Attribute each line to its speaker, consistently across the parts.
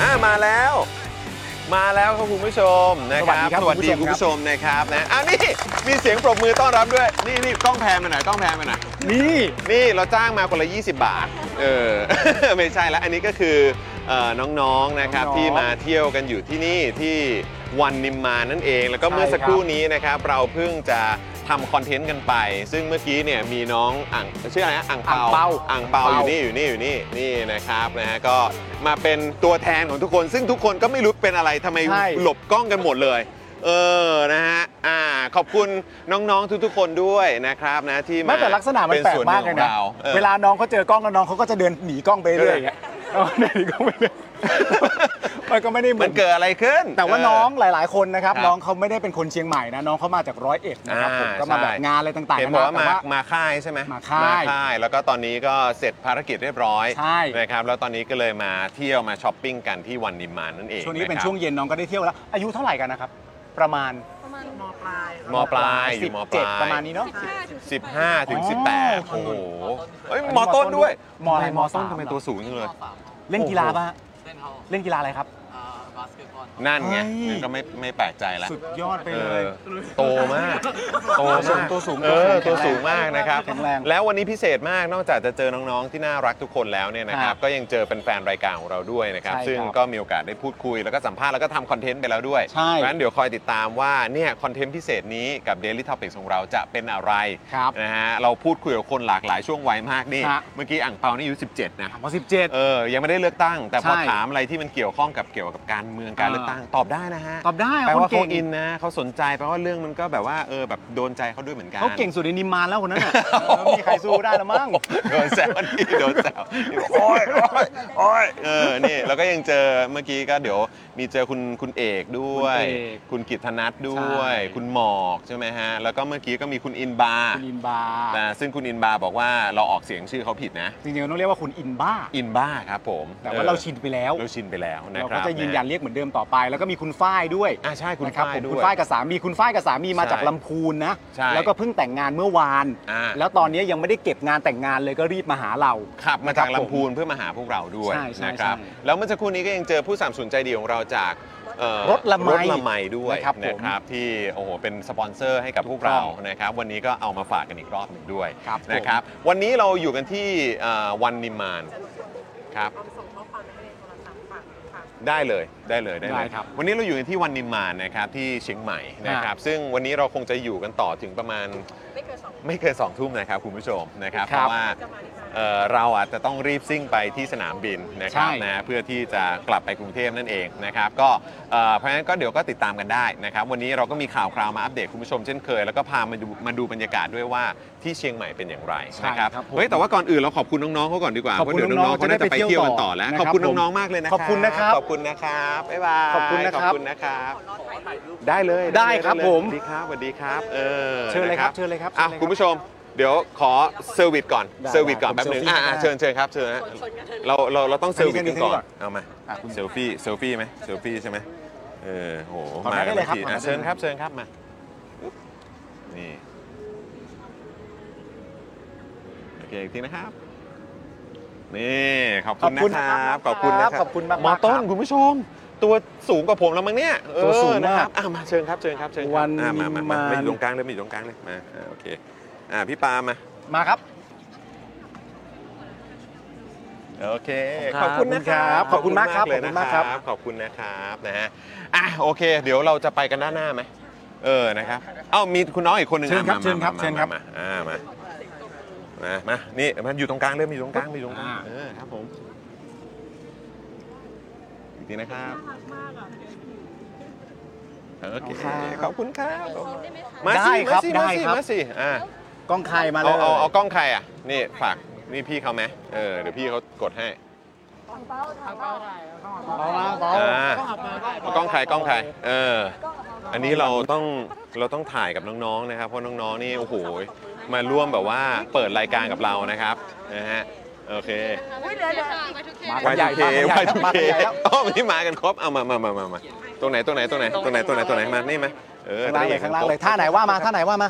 Speaker 1: อ่ามาแล้ว มาแล้วครับคุณผู้ชมนะครับ
Speaker 2: สวัสดีครับ
Speaker 1: คุ
Speaker 2: คุณ ณผู้
Speaker 1: ผู้ช
Speaker 2: ช
Speaker 1: ม
Speaker 2: ม
Speaker 1: นะครับนะอ่านี่มีเสียงปรบมือต้อนรับด้วย นี่นี่ต้องแพนมาหน่อยต้องแพนมาหน่อย
Speaker 2: นี่
Speaker 1: นี่เราจ้างมาคนละ 20 บาท เอ อ ไม่ใช่แล้ว อันนี้ก็คือเอ่อน้องๆ นะครับ
Speaker 2: น้องๆ
Speaker 1: ที่มาเที่ยวกันอยู่ที่นี่ที่วันนิมมานนั่นเอง แล้วก็
Speaker 2: ใช่
Speaker 1: เมื่อสักครู่นี้นะครับเราเพิ่งจะทำคอนเทนต์กันไป ซึ่งเมื่อกี้เนี่ยมีน้องอ่างชื่ออะไรนะอ่างเปา
Speaker 2: อ่างเปา
Speaker 1: อ่างเปาอยู่นี่อยู่นี่อยู่นี่นี่นะครับนะฮะก็มาเป็นตัวแทนของทุกคน ซึ่งทุกคนก็ไม่รู้เป็นอะไรทำไม
Speaker 2: ใช่
Speaker 1: หลบกล้องกันหมดเลย เออ นะฮะ อ่า ขอบคุณน้องๆ ทุกๆ คนด้วยนะครับนะที่มา
Speaker 3: ไม่แต่ลักษณะมันแปลกมากเลยนะ
Speaker 1: เว
Speaker 3: เว
Speaker 1: ลา
Speaker 3: ลาน้องเขาเจอกล้องแล้วน้องเขาก็จะเดินหนีกล้องไปเรื่อยอย่างเงี้ยเออเดินหนีกล้องไปเรื่อย มันก็ไม่ได้เหมื
Speaker 1: มั
Speaker 3: อน น
Speaker 1: เกิดอะไรขึ้น
Speaker 3: แต่ว่าน้องหลายๆคนนะครับ
Speaker 1: ครับ
Speaker 3: น้องเขาไม่ได้เป็นคนเชียงใหม่นะ น้องเขามาจากร้อยเอ็ดนะครับผมก็มาแบบงานอะไรต่างๆ
Speaker 1: เห็น
Speaker 3: นะ
Speaker 1: บอก
Speaker 3: นะ
Speaker 1: ว่า
Speaker 3: แต่
Speaker 1: มา
Speaker 3: ว่า
Speaker 1: มาค่ายใช่ไหม
Speaker 3: มาค่าย
Speaker 1: ยแล้วก็ตอนนี้ก็เสร็จภารกิจเรียบร้อย
Speaker 3: ใช่
Speaker 1: นะครับ แล้วตอนนี้ก็เลยมาเที่ยวมาช้อปปิ้งกันที่วันนิมมานนั่นเอง
Speaker 3: ช่วงนี้เป็นะ
Speaker 1: ค
Speaker 3: ช่
Speaker 1: รับ
Speaker 3: วงเย็นน้องก็ได้เที่ยวแล้ว อายุเท่าไหร่กันนะครับ ประมาณ
Speaker 1: มปลายอ
Speaker 3: สิบ
Speaker 1: ยู่มป
Speaker 3: เจ็ด
Speaker 1: ลาย
Speaker 3: ประมาณนี้เนาะ
Speaker 1: 15ถึง18 โอ้โหเอ้ยม
Speaker 3: ม
Speaker 1: อ
Speaker 3: อต้
Speaker 1: ต้น
Speaker 3: นด้
Speaker 1: ด้ว
Speaker 3: วย ยมอะไร
Speaker 1: มอต้น
Speaker 3: มสาม
Speaker 1: ทำไมตัวสูงจังเลย
Speaker 3: เล่นกีฬาป่ะฮะ
Speaker 4: เล่นเขา
Speaker 3: เล่นกีฬาอะไรครับ
Speaker 4: เอ่อบาสเกตบอล
Speaker 1: นั่นไง
Speaker 3: เฮ้ย
Speaker 1: นั่นก็ไม่ไม่แปลกใจละ
Speaker 3: สุดยอดไป
Speaker 1: เอ
Speaker 3: เล
Speaker 1: อย โตมาก โตมาก
Speaker 3: ตัวสูง
Speaker 1: เออ
Speaker 3: ตั
Speaker 1: ตัว
Speaker 3: วสู
Speaker 1: สูง
Speaker 3: ง
Speaker 1: มากนะครับ
Speaker 3: แข็งแรง
Speaker 1: แล้ววันนี้พิเศษมากนอกจากจะเจอน้องๆที่น่ารักทุกคนแล้วเนี่ยนะครับ
Speaker 3: ครับ
Speaker 1: ก็ยังเจอเป็นแฟนๆรายการของเราด้วยนะครับ
Speaker 3: ใช่ครับ
Speaker 1: ซึ่งก็มีโอกาสได้พูดคุย แล้วก็สัมภาษณ์แล้วก็ทำคอนเทนต์ไปแล้วด้วย
Speaker 3: ใช่
Speaker 1: เพราะฉะนั้นเดี๋ยวคอยติดตามว่าเนี่ยคอนเทนต์พิเศษนี้กับ Daily Topics ของเราจะเป็นอะไร
Speaker 3: ครับ
Speaker 1: นะฮะเราพูดคุยกับคนหลากหลายช่วงวัยมากนี่เมื่อกี้อ่างเปานี่อายุ17นะ
Speaker 3: มสิบเจ็ด
Speaker 1: เออ ยังไม่ได้เลือกตั้ง แต่พอ
Speaker 3: ใช่
Speaker 1: ถามอะไรที่มันเกี่ยวข้องกับเกี่ยวกับการเมืองการ
Speaker 3: อ่า
Speaker 1: เลือกตั้งตอบได้นะฮะ
Speaker 3: ตอบได้
Speaker 1: แปล
Speaker 3: คน
Speaker 1: ว่าเขา
Speaker 3: เก่ง
Speaker 1: อินนะเขาสนใจแปลว่าเรื่องมันก็แบบว่าเออแบบโดนใจเขาด้วยเหมือนกัน
Speaker 3: เขาเก่งสุดในนิมมานแล้วคนนั้นน่ะเออไม่มีใครสู้ได้แล้วมั้ง
Speaker 1: โดนแซวนี่โดนแซวนี่บอกโอ้ยโอ้ยโอ้ยเออนี่แล้วก็ยังเจอเมื่อกี้ก็เดี๋ยวมีเจอคุณคุณเอกด้วย
Speaker 3: คุณเอก
Speaker 1: คุณกิตธนัทด้วย
Speaker 3: ใช่
Speaker 1: คุณหมอกใช่ไหมฮะแล้วก็เมื่อกี้ก็มีคุณอินบาร์
Speaker 3: คุณอินบา
Speaker 1: นะซึ่งคุณอินบาร์บอกว่าเราออกเสียงชื่อเขาผิดนะ
Speaker 3: จริงๆเราต้องเรียกว่าคุณอินบ้า
Speaker 1: อินบ้าครับผม
Speaker 3: แต่ว่า
Speaker 1: ออ
Speaker 3: เราชินไปแล้ว
Speaker 1: เราชินไปแล้วนะ
Speaker 3: เรา
Speaker 1: ครั
Speaker 3: ก็
Speaker 1: บ
Speaker 3: จะยืนยันเรียกเหมือนเดิมต่อไป แล้วก็มีคุณฝ้ายด้วย
Speaker 1: อ่าใช่คุณ
Speaker 3: นะครับ
Speaker 1: ฝ้าย
Speaker 3: ผม
Speaker 1: ด้ว
Speaker 3: คุณ
Speaker 1: ย
Speaker 3: ฝ้ายกับสามีคุณฝ้ายกับสามีมาจาก
Speaker 1: ใช่
Speaker 3: ลำพูนนะ
Speaker 1: ใช่
Speaker 3: แล้วก็เพิ่งแต่งงานเมื่อวาน
Speaker 1: อ่า
Speaker 3: แล้วตอนนี้ยังไม่ได้เก็บงานแต่งงานเลยก็รีบมาหาเรา
Speaker 1: ขับมาจาก
Speaker 3: ครับผม
Speaker 1: ลำพูนเพื่อมาหาพวกเราด้วย
Speaker 3: ใช่ใช่
Speaker 1: นะครับ
Speaker 3: ใช่
Speaker 1: แล้วเมื่อสักครู่นี้ก็ยังเจอผู้สามสนุนใจดีของเราจากเอ่อ
Speaker 3: รถละไม
Speaker 1: รถละไมด้วย
Speaker 3: นะครับผม
Speaker 1: นะครับที่โอ้โหเป็นสปอนเซอร์ให้กับพวก
Speaker 3: ถูกต้
Speaker 1: เรา
Speaker 3: อง
Speaker 1: นะครับ วันนี้ก็เอามาฝากกันอีกรอบหนึ่งด้วย
Speaker 3: ครับผม
Speaker 1: นะครับ วันนี้เราอยู่กันที่เอ่อวันนิมมานครับได้เลยได้เลยได้เล
Speaker 3: ได้
Speaker 1: ย
Speaker 3: ครับ
Speaker 1: วันนี้เราอยู่กันที่วันนิมมานนะครับที่เชียงใหม่นะครับ ซึ่งวันนี้เราคงจะอยู่กันต่อถึงประมาณไม่เกินสองทุ่มนะครับคุณผู้ชมนะครับเพ
Speaker 3: ครับ
Speaker 1: ราะว่า เอ่อเราอาจจะต้องรีบซิ่งไปที่สนามบินนะครับ
Speaker 3: ใช่
Speaker 1: นะเพื่อที่จะกลับไปกรุงเทพนั่นเองนะครับก็เอ่อเพราะฉะนั้นก็เดี๋ยวก็ติดตามกันได้นะครับวันนี้เราก็มีข่าวคราวมาอัปเดตคุณผู้ชมเช่นเคย แล้วก็พามาดูมาดูบรรยากาศด้วยว่าที่เชียงใหม่เป็นอย่างไรนะครับเฮ้ยแต่ว่าก่อนอื่นเราขอบคุณน้องๆเขาก่อนดีกว่า
Speaker 3: ขอบคุณ
Speaker 1: เพราะเดี๋ยวน้องๆเขาน่าจะไปเที่ยวกันต่อแล้ว
Speaker 3: นะ
Speaker 1: ข
Speaker 3: ครั
Speaker 1: อบบ คุณ
Speaker 3: ผม
Speaker 1: น้องๆมากเลยนะ
Speaker 3: ขอบคุณนะครับ
Speaker 1: ขอบคุณนะครับบ๊ายบาย
Speaker 3: ขอบคุณนะค
Speaker 1: ข
Speaker 3: รับ
Speaker 1: อบคุณนะครับได้เลย
Speaker 3: ได้ครับผม
Speaker 1: สวัสดีครับสวัสดีครับเออ
Speaker 3: เชิญเลยครับ
Speaker 1: นะ
Speaker 3: เชิญเลยครับ
Speaker 1: อ่ะ
Speaker 3: เชิญเลยรับ
Speaker 1: คุณผู้ชม เดี๋ยวขอเซอร์วิสก่อน
Speaker 3: ได้
Speaker 1: เซอร์วิสก่อน
Speaker 3: ได้
Speaker 1: แป๊บหนึง
Speaker 3: ผม
Speaker 1: อ่า
Speaker 3: selfie
Speaker 1: อ่าเชิญเชิญครับเชิญฮะเราเราเราต้องเซอร์วิสกันก่อนเอามา
Speaker 3: อ่ะคุณ
Speaker 1: เซลฟี่เซลฟี่ไหมเซลฟี่ใช่ไหมเออโห
Speaker 3: ขอ
Speaker 1: มา
Speaker 3: ได้
Speaker 1: กัน
Speaker 3: เลยครับ
Speaker 1: ที
Speaker 3: ขอได้
Speaker 1: อ่ะ
Speaker 3: เลย
Speaker 1: เชิญครับเชิญครับมานี่โอเคอีกทีนะครับนี่ขอบคุณนะครับขอบคุณนะครับ
Speaker 3: ขอบคุณมากๆ
Speaker 1: หมอต้น
Speaker 3: ครับ
Speaker 1: คุณผู้ชม ตัวสูงกว่าผมแล้วมั้งเนี่ยเออ
Speaker 3: ตัวสูงมาก
Speaker 1: นะครับอ่ะมาเชิญครับเชิญครับเชิญครับ
Speaker 3: วัน
Speaker 1: อ่ะมามามา
Speaker 3: นิมมาน
Speaker 1: มาอยู่ตรงกลางเลยมาอยู่ตรงกลางเลยมาอ่ะโอเคอ่ะพี่ปามา
Speaker 3: มาครับ
Speaker 1: โอเค
Speaker 3: ค
Speaker 1: ข
Speaker 3: รับ
Speaker 1: อบคุณนะครับ
Speaker 3: ขอบคุณครับ
Speaker 1: เลย
Speaker 3: ขอบคุณ
Speaker 1: นะ
Speaker 3: มากครับ
Speaker 1: ขอบคุณนะครับนะฮะอ่ะโอเค เดี๋ยวเราจะไปกันด้านหน้าไหมเออนะครับเอ้ามีคุณน้องอีกคนหนึ่ง
Speaker 3: เชิญครับ
Speaker 1: อ่ะมา
Speaker 3: เชิญครับ
Speaker 1: มา
Speaker 3: เชิญครับ
Speaker 1: มามาอ่ะมามามานี่มันอยู่ตรงกลางเลยมาอยู่ตรงกลางมาอยู่ตรงกลางเออครับผมอีกทีนะครับ โอเค ขอบคุณครับ มา
Speaker 3: ได้
Speaker 1: สิ
Speaker 3: ครับ
Speaker 1: มาสิ
Speaker 3: ได้
Speaker 1: มาสิ
Speaker 3: ครับ
Speaker 1: มาสิอ่ะ
Speaker 3: กล้องใครมาเล
Speaker 1: เอา
Speaker 3: ย
Speaker 1: เอาเอากล้องใครอ่ะ นี่ฝาก นี่พี่เขาไหมเออ เดี๋ยวพี่เขากดให้
Speaker 3: เอามาเอา
Speaker 1: อ่าเอากล้องใครกล้องใคร เออ อันนี้เราต้อง เราต้องถ่ายกับน้องๆ นะครับ เพราะน้องๆ นี่ โอ้โห มาร่วมแบบว่าเปิดรายการกับเรานะครับ นะฮะ โอเค
Speaker 4: อุ้ยเดี๋ยวเดี๋ยวไปทุกเท
Speaker 1: วายทูเค
Speaker 3: มาว
Speaker 1: ายทู
Speaker 3: มา
Speaker 1: เค
Speaker 3: ใหญ่แล้ว
Speaker 1: อ๋อวันนี้มากันครบ เอามามามามามาตรงไหน ตรงไหน ตรงไหน ตรงไหน ตรงไหน ตรงไหน มา นี่มาเออ
Speaker 3: ข้างล่างเลยข้างล่างเลยท่าไหนว่ามาท่าไหนว่ามา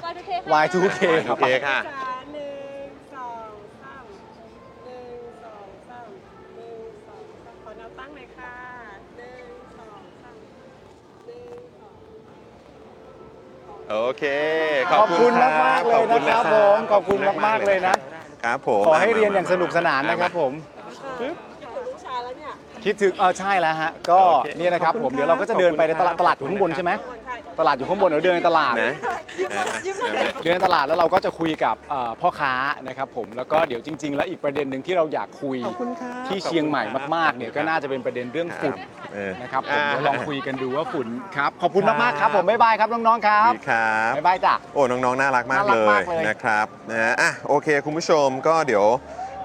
Speaker 3: Y2K
Speaker 1: โอ
Speaker 3: ครับ
Speaker 1: เคค่ะ
Speaker 4: สามหนึ่งสองสามหนึ่งสองสามหนึ่งสองสามขอแนวตั้งหน่อยค่ะหนึ่งสองสามหนึ่งสอง
Speaker 1: โอเค
Speaker 3: ขอบคุณมากๆเลย
Speaker 1: ขอ
Speaker 3: นะครับผมขอบคุณมากๆเลยนะ
Speaker 1: ครับผม
Speaker 3: ขอให้เรียนอย่างสนุกสนานนะครับผม คิดถึงเออใช่แล้วฮะ ก็เนี่ยนะครับผม เดี๋ยวเราก็จะเดินไปในตลาดตลาดอยู่ข้างบนใช่ไหมตลาดอยู่ข้างบนเราเดินในตลาด
Speaker 1: นะ
Speaker 3: เดินตลาดแล้วเราก็จะคุยกับเอ่อพ่อค้านะครับผมแล้วก็เดี๋ยวจริง ๆ แล้วอีกประเด็นหนึ่งที่เราอยากคุยที่เชียงใหม่มากๆเนี่ยก็น่าจะเป็นประเด็นเรื่องฝุ่น
Speaker 1: เออ
Speaker 3: นะครับผมเดี๋ยวลองคุยกันดูว่าฝุ่นครับขอบคุณมากๆครับผมบ๊ายบายครับน้องๆครับ
Speaker 1: ดีครับ
Speaker 3: บ๊ายบายจ้ะ
Speaker 1: โอ้ น้องๆ น่ารักมาก
Speaker 3: น่ารั
Speaker 1: เล
Speaker 3: กมาย กเลย
Speaker 1: นะครับนะฮะอ่ะโอเค คุณผู้ชมก็เดี๋ยว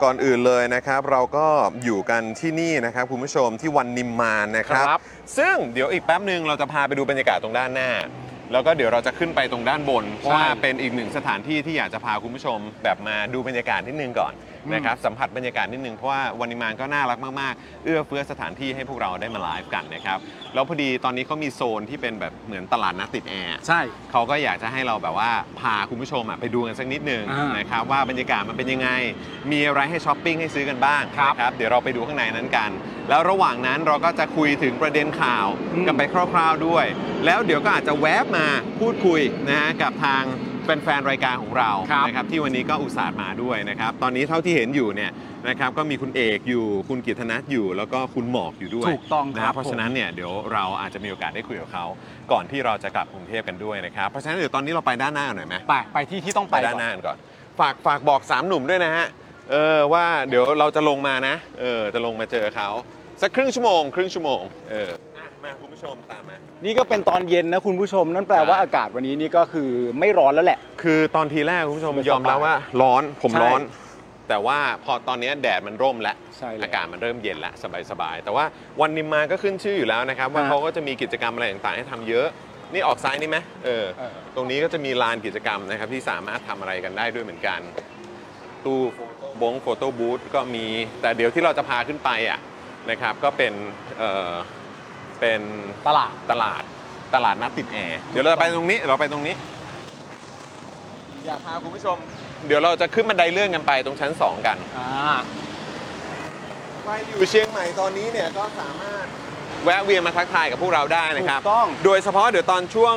Speaker 1: ก่อนอื่นเลยนะครับ เราก็อยู่กันที่นี่นะครับ คุณผู้ชมที่วันนิมมานนะครับ ซึ่งเดี๋ยวอีกแป๊บหนึ่งเราจะพาไปดูบรรยากาศตรงด้านหน้า แล้วก็เดี๋ยวเราจะขึ้นไปตรงด้านบน เพราะว่าเป็นอีกหนึ่งสถานที่ที่อยากจะพาคุณผู้ชม แบบมาดูบรรยากาศนิดนึงก่อนนะครับสัมผัสบรรยากาศนิดนึงเพราะว่าวันนิมานก็น่ารักมากๆ เอื้อเฟื้อสถานที่ให้พวกเราได้มาไลฟ์กันนะครับแล้วพอดีตอนนี้เขามีโซนที่เป็นแบบเหมือนตลาดนัดติดแอร์
Speaker 3: ใช่
Speaker 1: เขาก็อยากจะให้เราแบบว่าพาคุณผู้ชมอะไปดูกันสักนิดหนึ่ง
Speaker 3: อ่าน
Speaker 1: นะครับว่าบรรยากาศมันเป็นยังไง มีอะไรให้ช้อปปิ้งให้ซื้อกันบ้าง
Speaker 3: ครับ
Speaker 1: นะครับเดี๋ยวเราไปดูข้างในนั้นกัน แล้วระหว่างนั้นเราก็จะคุยถึงประเด็นข่าว
Speaker 3: อืม
Speaker 1: กันไปคร่าวๆด้วย แล้วเดี๋ยวก็อาจจะแวบมาพูดคุยนะฮะกับทางแฟนๆรายการของเรานะครับที่วันนี้ก็อุตส่าห์มาด้วยนะครับตอนนี้เท่าที่เห็นอยู่เนี่ยนะครับก็มีคุณเอกอยู่คุณกิตนัทอยู่ แล้วก็คุณหมอกอยู่ด้วย
Speaker 3: ถูกต้องครับ
Speaker 1: นะเพราะ
Speaker 3: ผม
Speaker 1: ฉะนั้นเนี่ยเดี๋ยวเราอาจจะมีโอกาสได้คุยกับเขา ก่อนที่เราจะกลับกรุงเทพกันด้วยนะครับ เพราะฉะนั้นเดี๋ยวตอนนี้เราไปด้านหน้ากันหน่อยไหม
Speaker 3: ไปไปที่ที่ต้องไป
Speaker 1: ไปด้าน
Speaker 3: ก่อน
Speaker 1: หน้ากันก่อน ฝากฝากบอกสามหนุ่มด้วยนะฮะเออว่าเดี๋ยวเราจะลงมานะเออจะลงมาเจอเขาสักครึ่งชั่วโมง ครึ่งชั่วโมงเอออ่ะมาคุณผู้ชมตามมา
Speaker 3: นี่ก็เป็นตอนเย็นนะคุณผู้ชม นั่นแปลว่า
Speaker 1: ใช่
Speaker 3: อากาศวันนี้นี่ก็คือไม่ร้อนแล้วแหละ
Speaker 1: คือตอนทีแรกคุณผู้ชม
Speaker 3: มันสบาย
Speaker 1: ยอมแล้วว่าร้อนผม
Speaker 3: ใช่
Speaker 1: ร้อน แต่ว่าพอตอนนี้แดดมันร่มแล้ว
Speaker 3: ใช่แล้ว
Speaker 1: อากาศมันเริ่มเย็นแล้วสบายๆแต่ว่าวันนิมมานก็ขึ้นชื่ออยู่แล้วนะครับ ว่า
Speaker 3: ฮะ
Speaker 1: เขาก็จะมีกิจกรรมอะไรต่างๆให้ทำเยอะ นี่ออกซ้ายนี่ไหมเออ
Speaker 3: เออ
Speaker 1: ตรงนี้ก็จะมีลานกิจกรรมนะครับ ที่สามารถทำอะไรกันได้ด้วยเหมือนกัน ตู้บงโฟโต้บูธก็มี แต่เดี๋ยวที่เราจะพาขึ้นไปอ่ะนะครับ ก็เป็นเออเป็น
Speaker 3: ตลาด
Speaker 1: ตลาดตลาดนัดติดแอร์เดี๋ยวเราไปตรงนี้เราไปตรงนี้
Speaker 3: อยากพาคุณผู้ชม
Speaker 1: เดี๋ยวเราจะขึ้นบันไดเลื่อนกันไปตรงชั้น 2 กัน
Speaker 3: อ่า
Speaker 1: ใครอยู่เชียงใหม่ตอนนี้เนี่ยก็สามารถแวะเวียนมาทักทายกับพวกเราได้
Speaker 3: ถู
Speaker 1: นะครับ
Speaker 3: กต้อง
Speaker 1: โดยเฉพาะเดี๋ยวตอนช่วง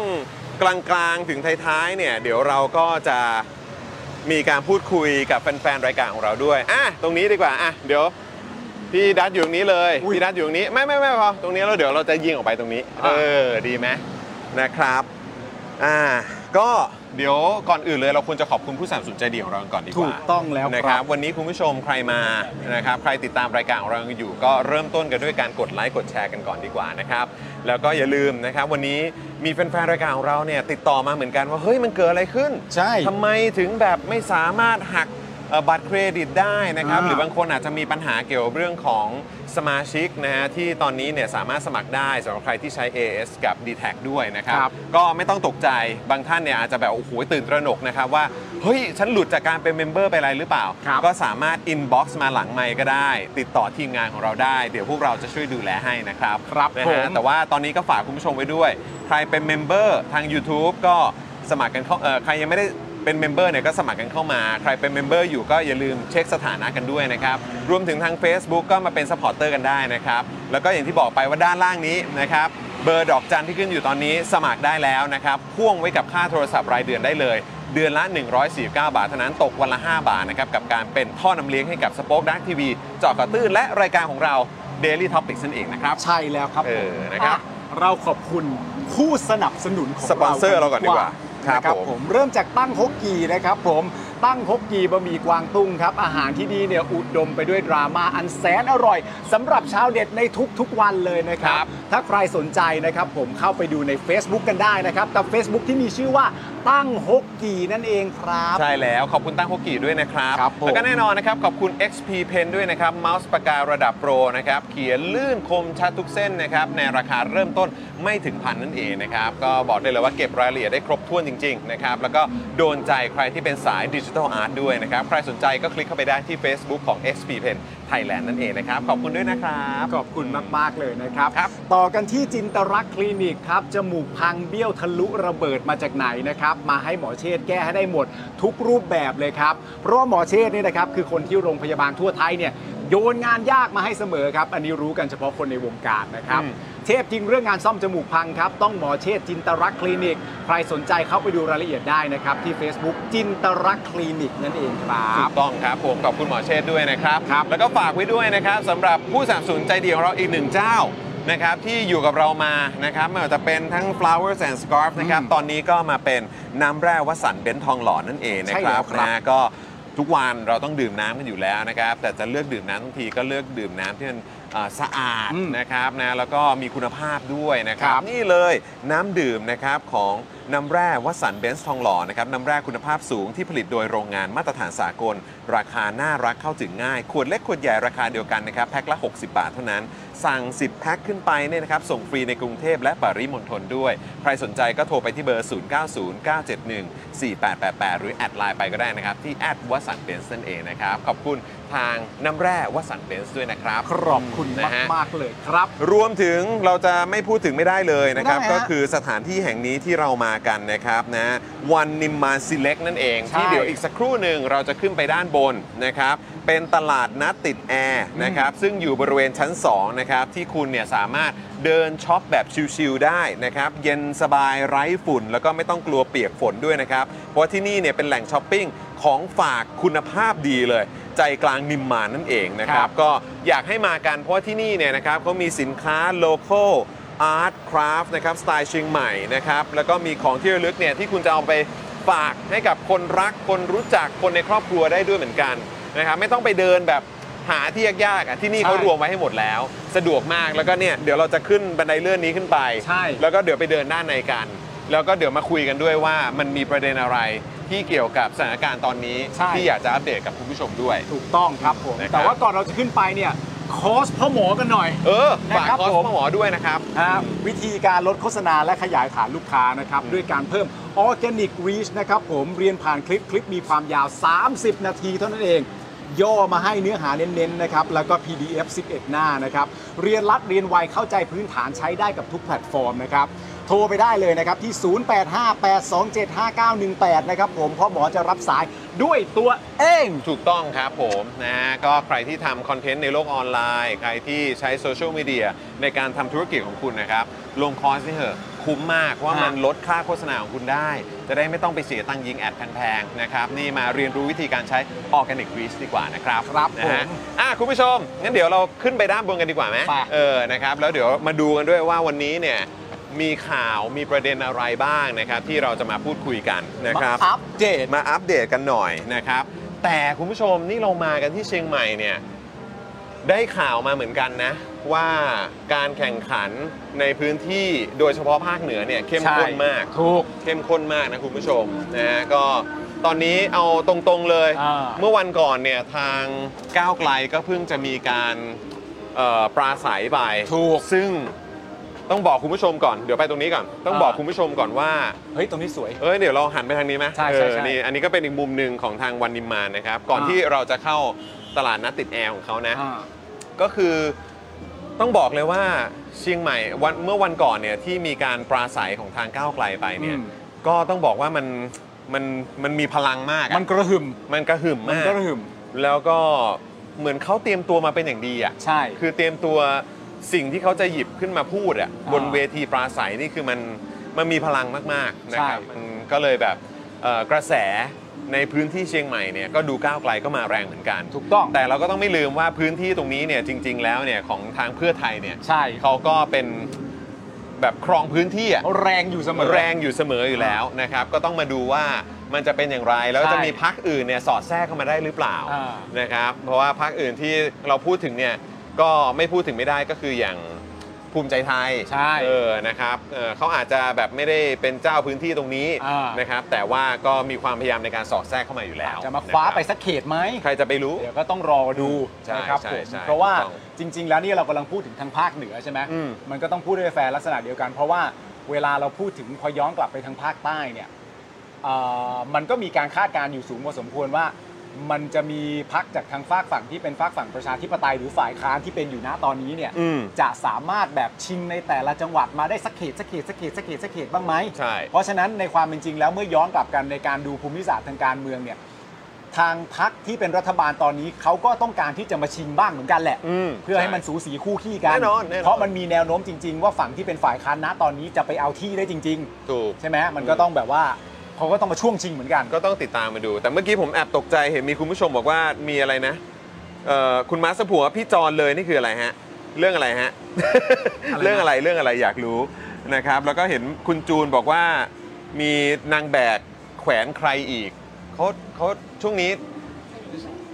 Speaker 1: กลางๆ ถึงท้ายๆเนี่ยเดี๋ยวเราก็จะมีการพูดคุยกับแฟนๆรายการของเราด้วยอ่ะตรงนี้ดีกว่าอ่ะเดี๋ยวพี่ดัตอยู่ตรงนี้เลย
Speaker 3: อุ๊ย
Speaker 1: พี่ดัตอยู่ตรงนี้ไม่ไม่ไม่พอตรงนี้แล้วเดี๋ยวเราจะยิงออกไปตรงนี้
Speaker 3: อ่ะ
Speaker 1: เออดีไหมนะครับอ่าก็เดี๋ยวก่อนอื่นเลยเราควรจะขอบคุณผู้สนับสนุนใจดีของเราก่อนดีก
Speaker 3: ถู
Speaker 1: ว่า
Speaker 3: กต้องแล้ว
Speaker 1: นะ
Speaker 3: ค
Speaker 1: ครั
Speaker 3: รั
Speaker 1: บบ วันนี้คุณผู้ชมใครมานะครับใครติดตามรายการของเราอยู่ ก็เริ่มต้นกันด้วยการกดไลค์กดแชร์กันก่อนดีกว่านะครับแล้วก็อย่าลืมนะครับวันนี้มีแฟนๆรายการของเราเนี่ยติดต่อมาเหมือนกันว่าเฮ้ยมันเกิดอะไรขึ้น
Speaker 3: ใช่
Speaker 1: ทำไมถึงแบบไม่สามารถหัก เอ่อบัตรเครดิตได้นะครับ
Speaker 3: อ่า
Speaker 1: หรือบางคนอาจจะมีปัญหาเกี่ยวกับเรื่องของสมาชิกนะฮะที่ตอนนี้เนี่ยสามารถสมัครได้สำหรับใครที่ใช้ AS กับ d t แทด้วยนะครับ
Speaker 3: ครับ
Speaker 1: ก็ไม่ต้องตกใจบางท่านเนี่ยอาจจะแบบ โอ้โห ตื่นตระหนกนะครับ ว่า เฮ้ย ฉันหลุดจากการเป็นเมมเบอร์ไปอะไรหรือเปล่า
Speaker 3: ครับ
Speaker 1: ก็สามารถ inbox มาหลังไมค์ก็ได้ ติดต่อทีมงานของเราได้ เดี๋ยวพวกเราจะช่วยดูแลให้นะครับ
Speaker 3: ครับ
Speaker 1: นะ
Speaker 3: ผ
Speaker 1: ฮะ
Speaker 3: ม
Speaker 1: แต่ว่าตอนนี้ก็ฝากคุณผู้ชมไว้ด้วย ใครเป็นเมมเบอร์ทาง YouTube ก็สมัครกันเข้าเอ่อใครยังไม่ได้เป็นเมมเบอร์เนี่ยก็สมัครกันเข้ามา ใครเป็นเมมเบอร์อยู่ก็อย่าลืมเช็คสถานะกันด้วยนะครับ รวมถึงทาง Facebook ก็มาเป็นสปอร์เตอร์กันได้นะครับ แล้วก็อย่างที่บอกไปว่าด้านล่างนี้นะครับ เบอร์ดอกจันที่ขึ้นอยู่ตอนนี้สมัครได้แล้วนะครับ พ่วงไว้กับค่าโทรศัพท์รายเดือนได้เลย เดือนละ 149 บาทเท่านั้นตกวันละ 5 บาทนะครับ กับการเป็นท่อนำเลี้ยงให้กับสป็อคดักทีวีเจาะกระตื้นและรายการของเรา Daily Topics นั่นเองนะครับ
Speaker 3: ใช่แล้วครับ
Speaker 1: เออ
Speaker 3: ผม
Speaker 1: นะครับ
Speaker 3: อ่เราขอบคุณผู้สนับสนุนของ
Speaker 1: สปอนเซอร์เราก่อนดีกว่าครับ
Speaker 3: นะครับ
Speaker 1: ผม
Speaker 3: ผมเริ่มจากตั้งฮกกีนะครับผมตั้งฮกกีบะหมี่กวางตุ้งครับ อาหารที่ดีเนี่ยอุดมไปด้วยดราม่าอันแสนอร่อยสำหรับชาวเด็ดในทุกๆวันเลยนะค
Speaker 1: ค
Speaker 3: รั
Speaker 1: รับ บ
Speaker 3: ถ้าใครสนใจนะครับผมเข้าไปดูใน Facebook กันได้นะครับแต่ Facebook ที่มีชื่อว่าตั้งฮกกีนั่นเองครับ
Speaker 1: ใช่แล้วขอบคุณตั้งโฮกิด้วยนะครับ
Speaker 3: ครับผม
Speaker 1: แล้วก็แน่นอนนะครับ ขอบคุณ XP Pen ด้วยนะครับเมาส์ปากการะดับโปรนะครับ เขียนลื่นคมชัดทุกเส้นนะครับ ในราคาเริ่มต้นไม่ถึงพันนั่นเองนะครับ ก็บอกได้เลยว่าเก็บรายละเอียดได้ครบถ้วนจริง ๆ นะครับ แล้วก็โดนใจใครที่เป็นสายดิจิทัลอาร์ตด้วยนะครับ ใครสนใจก็คลิกเข้าไปได้ที่ Facebook ของ XP Pen Thailand นั่นเองนะครับ ขอบคุณด้วยนะครับ
Speaker 3: ขอบคุณมาก ๆ เลยนะครับ
Speaker 1: ครับ
Speaker 3: ต่อกันที่จินตรักษณ์คลินิกครับ จมูกพังเบี้ยวทะลุระเบิดมาจากไหนนะครับ มาให้หมอเชษฐ์แก้ให้ได้หมดทุกรูปแบบเลยครับ เพราะว่าหมอเชษฐ์เนี่ยนะครับ คือคนที่โรงพยาบาลทั่วไทยเนี่ยโยนงานยากมาให้เสมอครับ อันนี้รู้กันเฉพาะคนในวงการนะครับ เทพจริงเรื่องงานซ่อมจมูกพังครับ ต้องหมอเชษฐ์จินตรักษณ์คลินิก ใครสนใจเข้าไปดูรายละเอียดได้นะครับที่ Facebook จินตรักษณ์คลินิกนั่นเองครับ
Speaker 1: ถูกต้องครับผมขอบคุณหมอเชษฐ์ด้วยนะครับ
Speaker 3: ครับ
Speaker 1: แล้วก็ฝากไว้ด้วยนะครับสำหรับผู้สนับสนุนใจดีของเราอีกหนึ่งเจ้านะครับที่อยู่กับเรามานะครับไม่ว่าจะเป็นทั้ง flowers and scarf นะครับ
Speaker 3: อืม
Speaker 1: ตอนนี้ก็มาเป็นน้ำแร่วสันเบนซ์ทองหล่อนั่นเองนะ
Speaker 3: ใช่
Speaker 1: ครั
Speaker 3: แล้
Speaker 1: บ
Speaker 3: วครับ
Speaker 1: นะก็ทุกวันเราต้องดื่มน้ำกันอยู่แล้วนะครับ แต่จะเลือกดื่มน้ำทั้งทีก็เลือกดื่มน้ำที่มันเอ่อสะอาด
Speaker 3: อืม
Speaker 1: นะครับนะแล้วก็มีคุณภาพด้วยนะค
Speaker 3: ค
Speaker 1: รั
Speaker 3: รับ บ
Speaker 1: นี่เลยน้ำดื่มนะครับของน้ำแร่วัสันเบนซ์ทองหล่อนะครับน้ำแร่คุณภาพสูงที่ผลิตโดยโรงงานมาตรฐานสากล ราคาน่ารักเข้าถึงง่าย ขวดเล็กขวดใหญ่ราคาเดียวกันนะครับแพ็คละ 60 บาทเท่านั้น สั่ง 10 แพ็คขึ้นไปเนี่ยนะครับส่งฟรีในกรุงเทพและปริมณฑลด้วย ใครสนใจก็โทรไปที่เบอร์ 0909714888 หรือแอดไลน์ไปก็ได้นะครับ ที่แอดวัสันเบนซ์นั่นเองนะครับขอบคุณทางน้ำแร่วัสันเบนซ์ด้วยนะครับ
Speaker 3: ขอบคุณ
Speaker 1: นะฮะ
Speaker 3: มากๆเลยครับ
Speaker 1: รวมถึงเราจะไม่พูดถึงไม่ได้เลยนะครับ
Speaker 3: ไม่ได้ฮะ
Speaker 1: ก็คือสถานที่แห่งนี้ที่เรามากันนะครับนะวันนิมมานซิเล็กนั่นเอง
Speaker 3: ใช่
Speaker 1: ที่เดี๋ยวอีกสักครู่หนึ่งเราจะขึ้นไปด้านบนนะครับ เป็นตลาดนัดติดแอร์นะครับ ซึ่งอยู่บริเวณชั้น 2 นะครับ ที่คุณเนี่ยสามารถเดินช็อปแบบชิลๆได้นะครับ เย็นสบายไร้ฝุ่น แล้วก็ไม่ต้องกลัวเปียกฝนด้วยนะครับ เพราะที่นี่เนี่ยเป็นแหล่งช้อปปิ้งของฝากคุณภาพดีเลย ใจกลางนิมมานนั่นเองนะค
Speaker 3: ครั
Speaker 1: รับ
Speaker 3: บ
Speaker 1: ก็อยากให้มากันเพราะว่าที่นี่เนี่ยนะครับเขามีสินค้าโลโก้อาร์ตคราฟนะครับสไตล์เชียงใหม่นะครับแล้วก็มีของที่ระลึกเนี่ยที่คุณจะเอาไปฝากให้กับคนรักคนรู้จักคนในครอบครัวได้ด้วยเหมือนกันนะครับไม่ต้องไปเดินแบบหาที่ยากๆอ่ะที่นี่
Speaker 3: ใช่
Speaker 1: เขารวมไว้ให้หมดแล้ว สะดวกมากแล้วก็เนี่ยเดี๋ยวเราจะขึ้นบันไดเลื่อนนี้ขึ้นไป
Speaker 3: ใช่
Speaker 1: แล้วก็เดี๋ยวไปเดินด้านในกัน แล้วก็เดี๋ยวมาคุยกันด้วยว่ามันมีประเด็นอะไรที่เกี่ยวกับสถานการณ์ตอนนี้
Speaker 3: ใช่
Speaker 1: ที่อยากจะอัปเดตกับคุณผู้ชมด้วย
Speaker 3: ถูกต้องครับผม
Speaker 1: นะครับ
Speaker 3: แต่ว่าก่อนเราจะขึ้นไปเนี่ยคอสพ่อหมอกันหน่อย
Speaker 1: เออฝาก
Speaker 3: นะครับ
Speaker 1: คอส
Speaker 3: ผม
Speaker 1: หมอด้วยนะครับ
Speaker 3: ฮะวิธีการลดโฆษณาและขยายฐานลูกค้านะครับ ด้วยการเพิ่มออร์แกนิกรีชนะครับผมเรียนผ่านคลิปคลิปมีความยาว 30 นาทีเท่านั้นเอง ย่อมาให้เนื้อหาเน้นๆนะครับ แล้วก็ PDF 11 หน้านะครับ เรียนรัดเรียนไวเข้าใจพื้นฐานใช้ได้กับทุกแพลตฟอร์มนะครับ โทรไปได้เลยนะครับ ที่ 0858275918 นะครับผมเพราะหมอจะรับสายด้วยตัวเอง
Speaker 1: ถูกต้องครับผมนะก็ใครที่ทำคอนเทนต์ในโลกออนไลน์ ใครที่ใช้โซเชียลมีเดียในการทำธุรกิจของคุณนะครับ ลงคอร์สนี่เหอะคุ้มมากว่า
Speaker 3: ฮะ
Speaker 1: มันลดค่าโฆษณาของคุณได้ จะได้ไม่ต้องไปเสียตังค์ยิงแอดแพงๆนะครับ นี่มาเรียนรู้วิธีการใช้ออร์แกนิกรีชดีกว่านะครับ
Speaker 3: ครับ
Speaker 1: นะฮะ
Speaker 3: ผม
Speaker 1: อ่ะคุณผู้ชม งั้นเดี๋ยวเราขึ้นไปด้านบนกันดีกว่าไหม
Speaker 3: ไป
Speaker 1: เออนะครับแล้วเดี๋ยวมาดูกันด้วยว่าวันนี้เนี่ยมีข่าวมีประเด็นอะไรบ้างนะครับที่เราจะมาพูดคุยกันนะครับ
Speaker 3: มาอัปเดต
Speaker 1: มาอัปเดตกันหน่อยนะครับ แต่คุณผู้ชมนี่เรามากันที่เชียงใหม่เนี่ยได้ข่าวมาเหมือนกันนะ ว่าการแข่งขันในพื้นที่โดยเฉพาะภาคเหนือเนี่ยเข้มข้นมาก
Speaker 3: ถูก
Speaker 1: เข้มข้นมากนะคุณผู้ชมนะก็ ตอนนี้เอาตรงๆเลย
Speaker 3: อ่า
Speaker 1: เมื่อวันก่อนเนี่ยทางก้าวไกลก็เพิ่งจะมีการเอ่อปราศัยไป
Speaker 3: ถูก
Speaker 1: ซึ่งต้องบอกคุณผู้ชมก่อนเดี๋ยวไปตรงนี้ก่อน ต้องบอก
Speaker 3: อ่า
Speaker 1: คุณผู้ชมก่อนว่า
Speaker 3: เฮ้ย ตรงนี้สวย
Speaker 1: เอ้ยเดี๋ยวเราหันไปทางนี้ไหม
Speaker 3: ใช่ใช่
Speaker 1: เอ
Speaker 3: ใช่
Speaker 1: อนี่อันนี้ก็เป็นอีกมุมหนึ่งของทางวันนิมมานนะครับ ก่อน
Speaker 3: อ่า
Speaker 1: ที่เราจะเข้าตลาดนัดติดแอร์ของเขานะ
Speaker 3: อ่า
Speaker 1: ก็คือต้องบอกเลยว่าเชียงใหม่วันเมื่อวันก่อนเนี่ยที่มีการปราศัยของทางก้าวไกลไปเนี่ย
Speaker 3: อืม
Speaker 1: ก็ต้องบอกว่ามันมันมันมีพลังมากอะ
Speaker 3: มันกระหึ่ม
Speaker 1: มันกระหึ่ม
Speaker 3: มัน
Speaker 1: มาก
Speaker 3: กระหึ่ม
Speaker 1: แล้วก็เหมือนเขาเตรียมตัวมาเป็นอย่างดีอ่ะ
Speaker 3: ใช่
Speaker 1: คือเตรียมตัวสิ่งที่เขาจะหยิบขึ้นมาพูดอ่ะ
Speaker 3: อ่า
Speaker 1: บนเวทีปราศัยนี่คือมันมันมีพลังมากๆนะครับ
Speaker 3: ใช่
Speaker 1: มันก็เลยแบบเอ่อกระแสในพื้นที่เชียงใหม่เนี่ยก็ดูก้าวไกลก็มาแรงเหมือนกัน
Speaker 3: ถูกต้อง
Speaker 1: แต่เราก็ต้องไม่ลืมว่าพื้นที่ตรงนี้เนี่ยจริง ๆ แล้วเนี่ยของทางเพื่อไทยเนี่ย
Speaker 3: ใช่
Speaker 1: เขาก็เป็นแบบครองพื้นที่อะ
Speaker 3: แรงอยู่เสมอ
Speaker 1: แรงอยู่เสมออยู่แล้วนะครับ ก็ต้องมาดูว่ามันจะเป็นอย่างไร แล้ว
Speaker 3: ใช่
Speaker 1: จะมีพักอื่นเนี่ยสอดแทรกเข้ามาได้หรือเปล่า
Speaker 3: อ่า
Speaker 1: นะครับ เพราะว่าพักอื่นที่เราพูดถึงเนี่ยก็ไม่พูดถึงไม่ได้ก็คืออย่างภูมิใจไทย
Speaker 3: ใช่
Speaker 1: เออนะครับเออเขาอาจจะแบบไม่ได้เป็นเจ้าพื้นที่ตรงนี้
Speaker 3: อ่าน
Speaker 1: นะครับ แต่ว่าก็มีความพยายามในการสอดแทรกเข้ามาอยู่แล้ว
Speaker 3: จะมาคว้า
Speaker 1: นะครับ
Speaker 3: ไปสักเขตไหม
Speaker 1: ใครจะไปรู้
Speaker 3: เดี๋ยวก็ต้องรอดู
Speaker 1: ใช่
Speaker 3: นะครับ
Speaker 1: ใช่
Speaker 3: ผม
Speaker 1: ใช่
Speaker 3: เพราะว่า
Speaker 1: ถูก
Speaker 3: จริง ๆ แล้วเนี่ยเรากำลังพูดถึงทางภาคเหนือใช่ไหม
Speaker 1: อืม
Speaker 3: มันก็ต้องพูดด้วยแฟร์ลักษณะเดียวกัน เพราะว่าเวลาเราพูดถึงพอย้อนกลับไปทางภาคใต้เนี่ยเอ่อมันก็มีการคาดการณ์อยู่สูงพอสมควรว่า มันจะมีพักจากทางฝากฝั่งที่เป็นฝากฝั่งประชาธิปไตยหรือฝ่ายค้านที่เป็นอยู่ณตอนนี้เนี่ย
Speaker 1: อืม
Speaker 3: จะสามารถแบบชิงในแต่ละจังหวัดมาได้สักเขตสักเขตสักเขตสักเขตสักเขตบ้างไหม
Speaker 1: ใช่
Speaker 3: เพราะฉะนั้นในความเป็นจริงแล้วเมื่อย้อนกลับกันในการดูภูมิศาสตร์ทางการเมืองเนี่ย ทางพักที่เป็นรัฐบาลตอนนี้เขาก็ต้องการที่จะมาชิงบ้างเหมือนกันแหละ
Speaker 1: อืม
Speaker 3: เพื่อให้มันสูสีคู่ขี้กัน
Speaker 1: แน่นอนแน่นอน
Speaker 3: เพราะมันมีแนวโน้มจริง ๆ ว่าฝั่งที่เป็นฝ่ายค้านนะตอนนี้จะไปเอาที่ได้จริง
Speaker 1: ถูก
Speaker 3: ๆ ใช่ไหมมันก็ต้องแบบว่าเขาก็ต้องมาช่วงชิงเหมือนกัน
Speaker 1: ก็ต้องติดตามมาดู แต่เมื่อกี้ผมแอบตกใจเห็นมีคุณผู้ชมบอกว่ามีอะไรนะเอ่อคุณมาสผัวพี่จอนเลยนี่คืออะไรฮะ เรื่องอะไรฮะ เรื่องอะไรเรื่องอะไรอยากรู้นะครับ แล้วก็เห็นคุณจูนบอกว่ามีนางแบกแขวนใครอีกเขาเขาช่วงนี้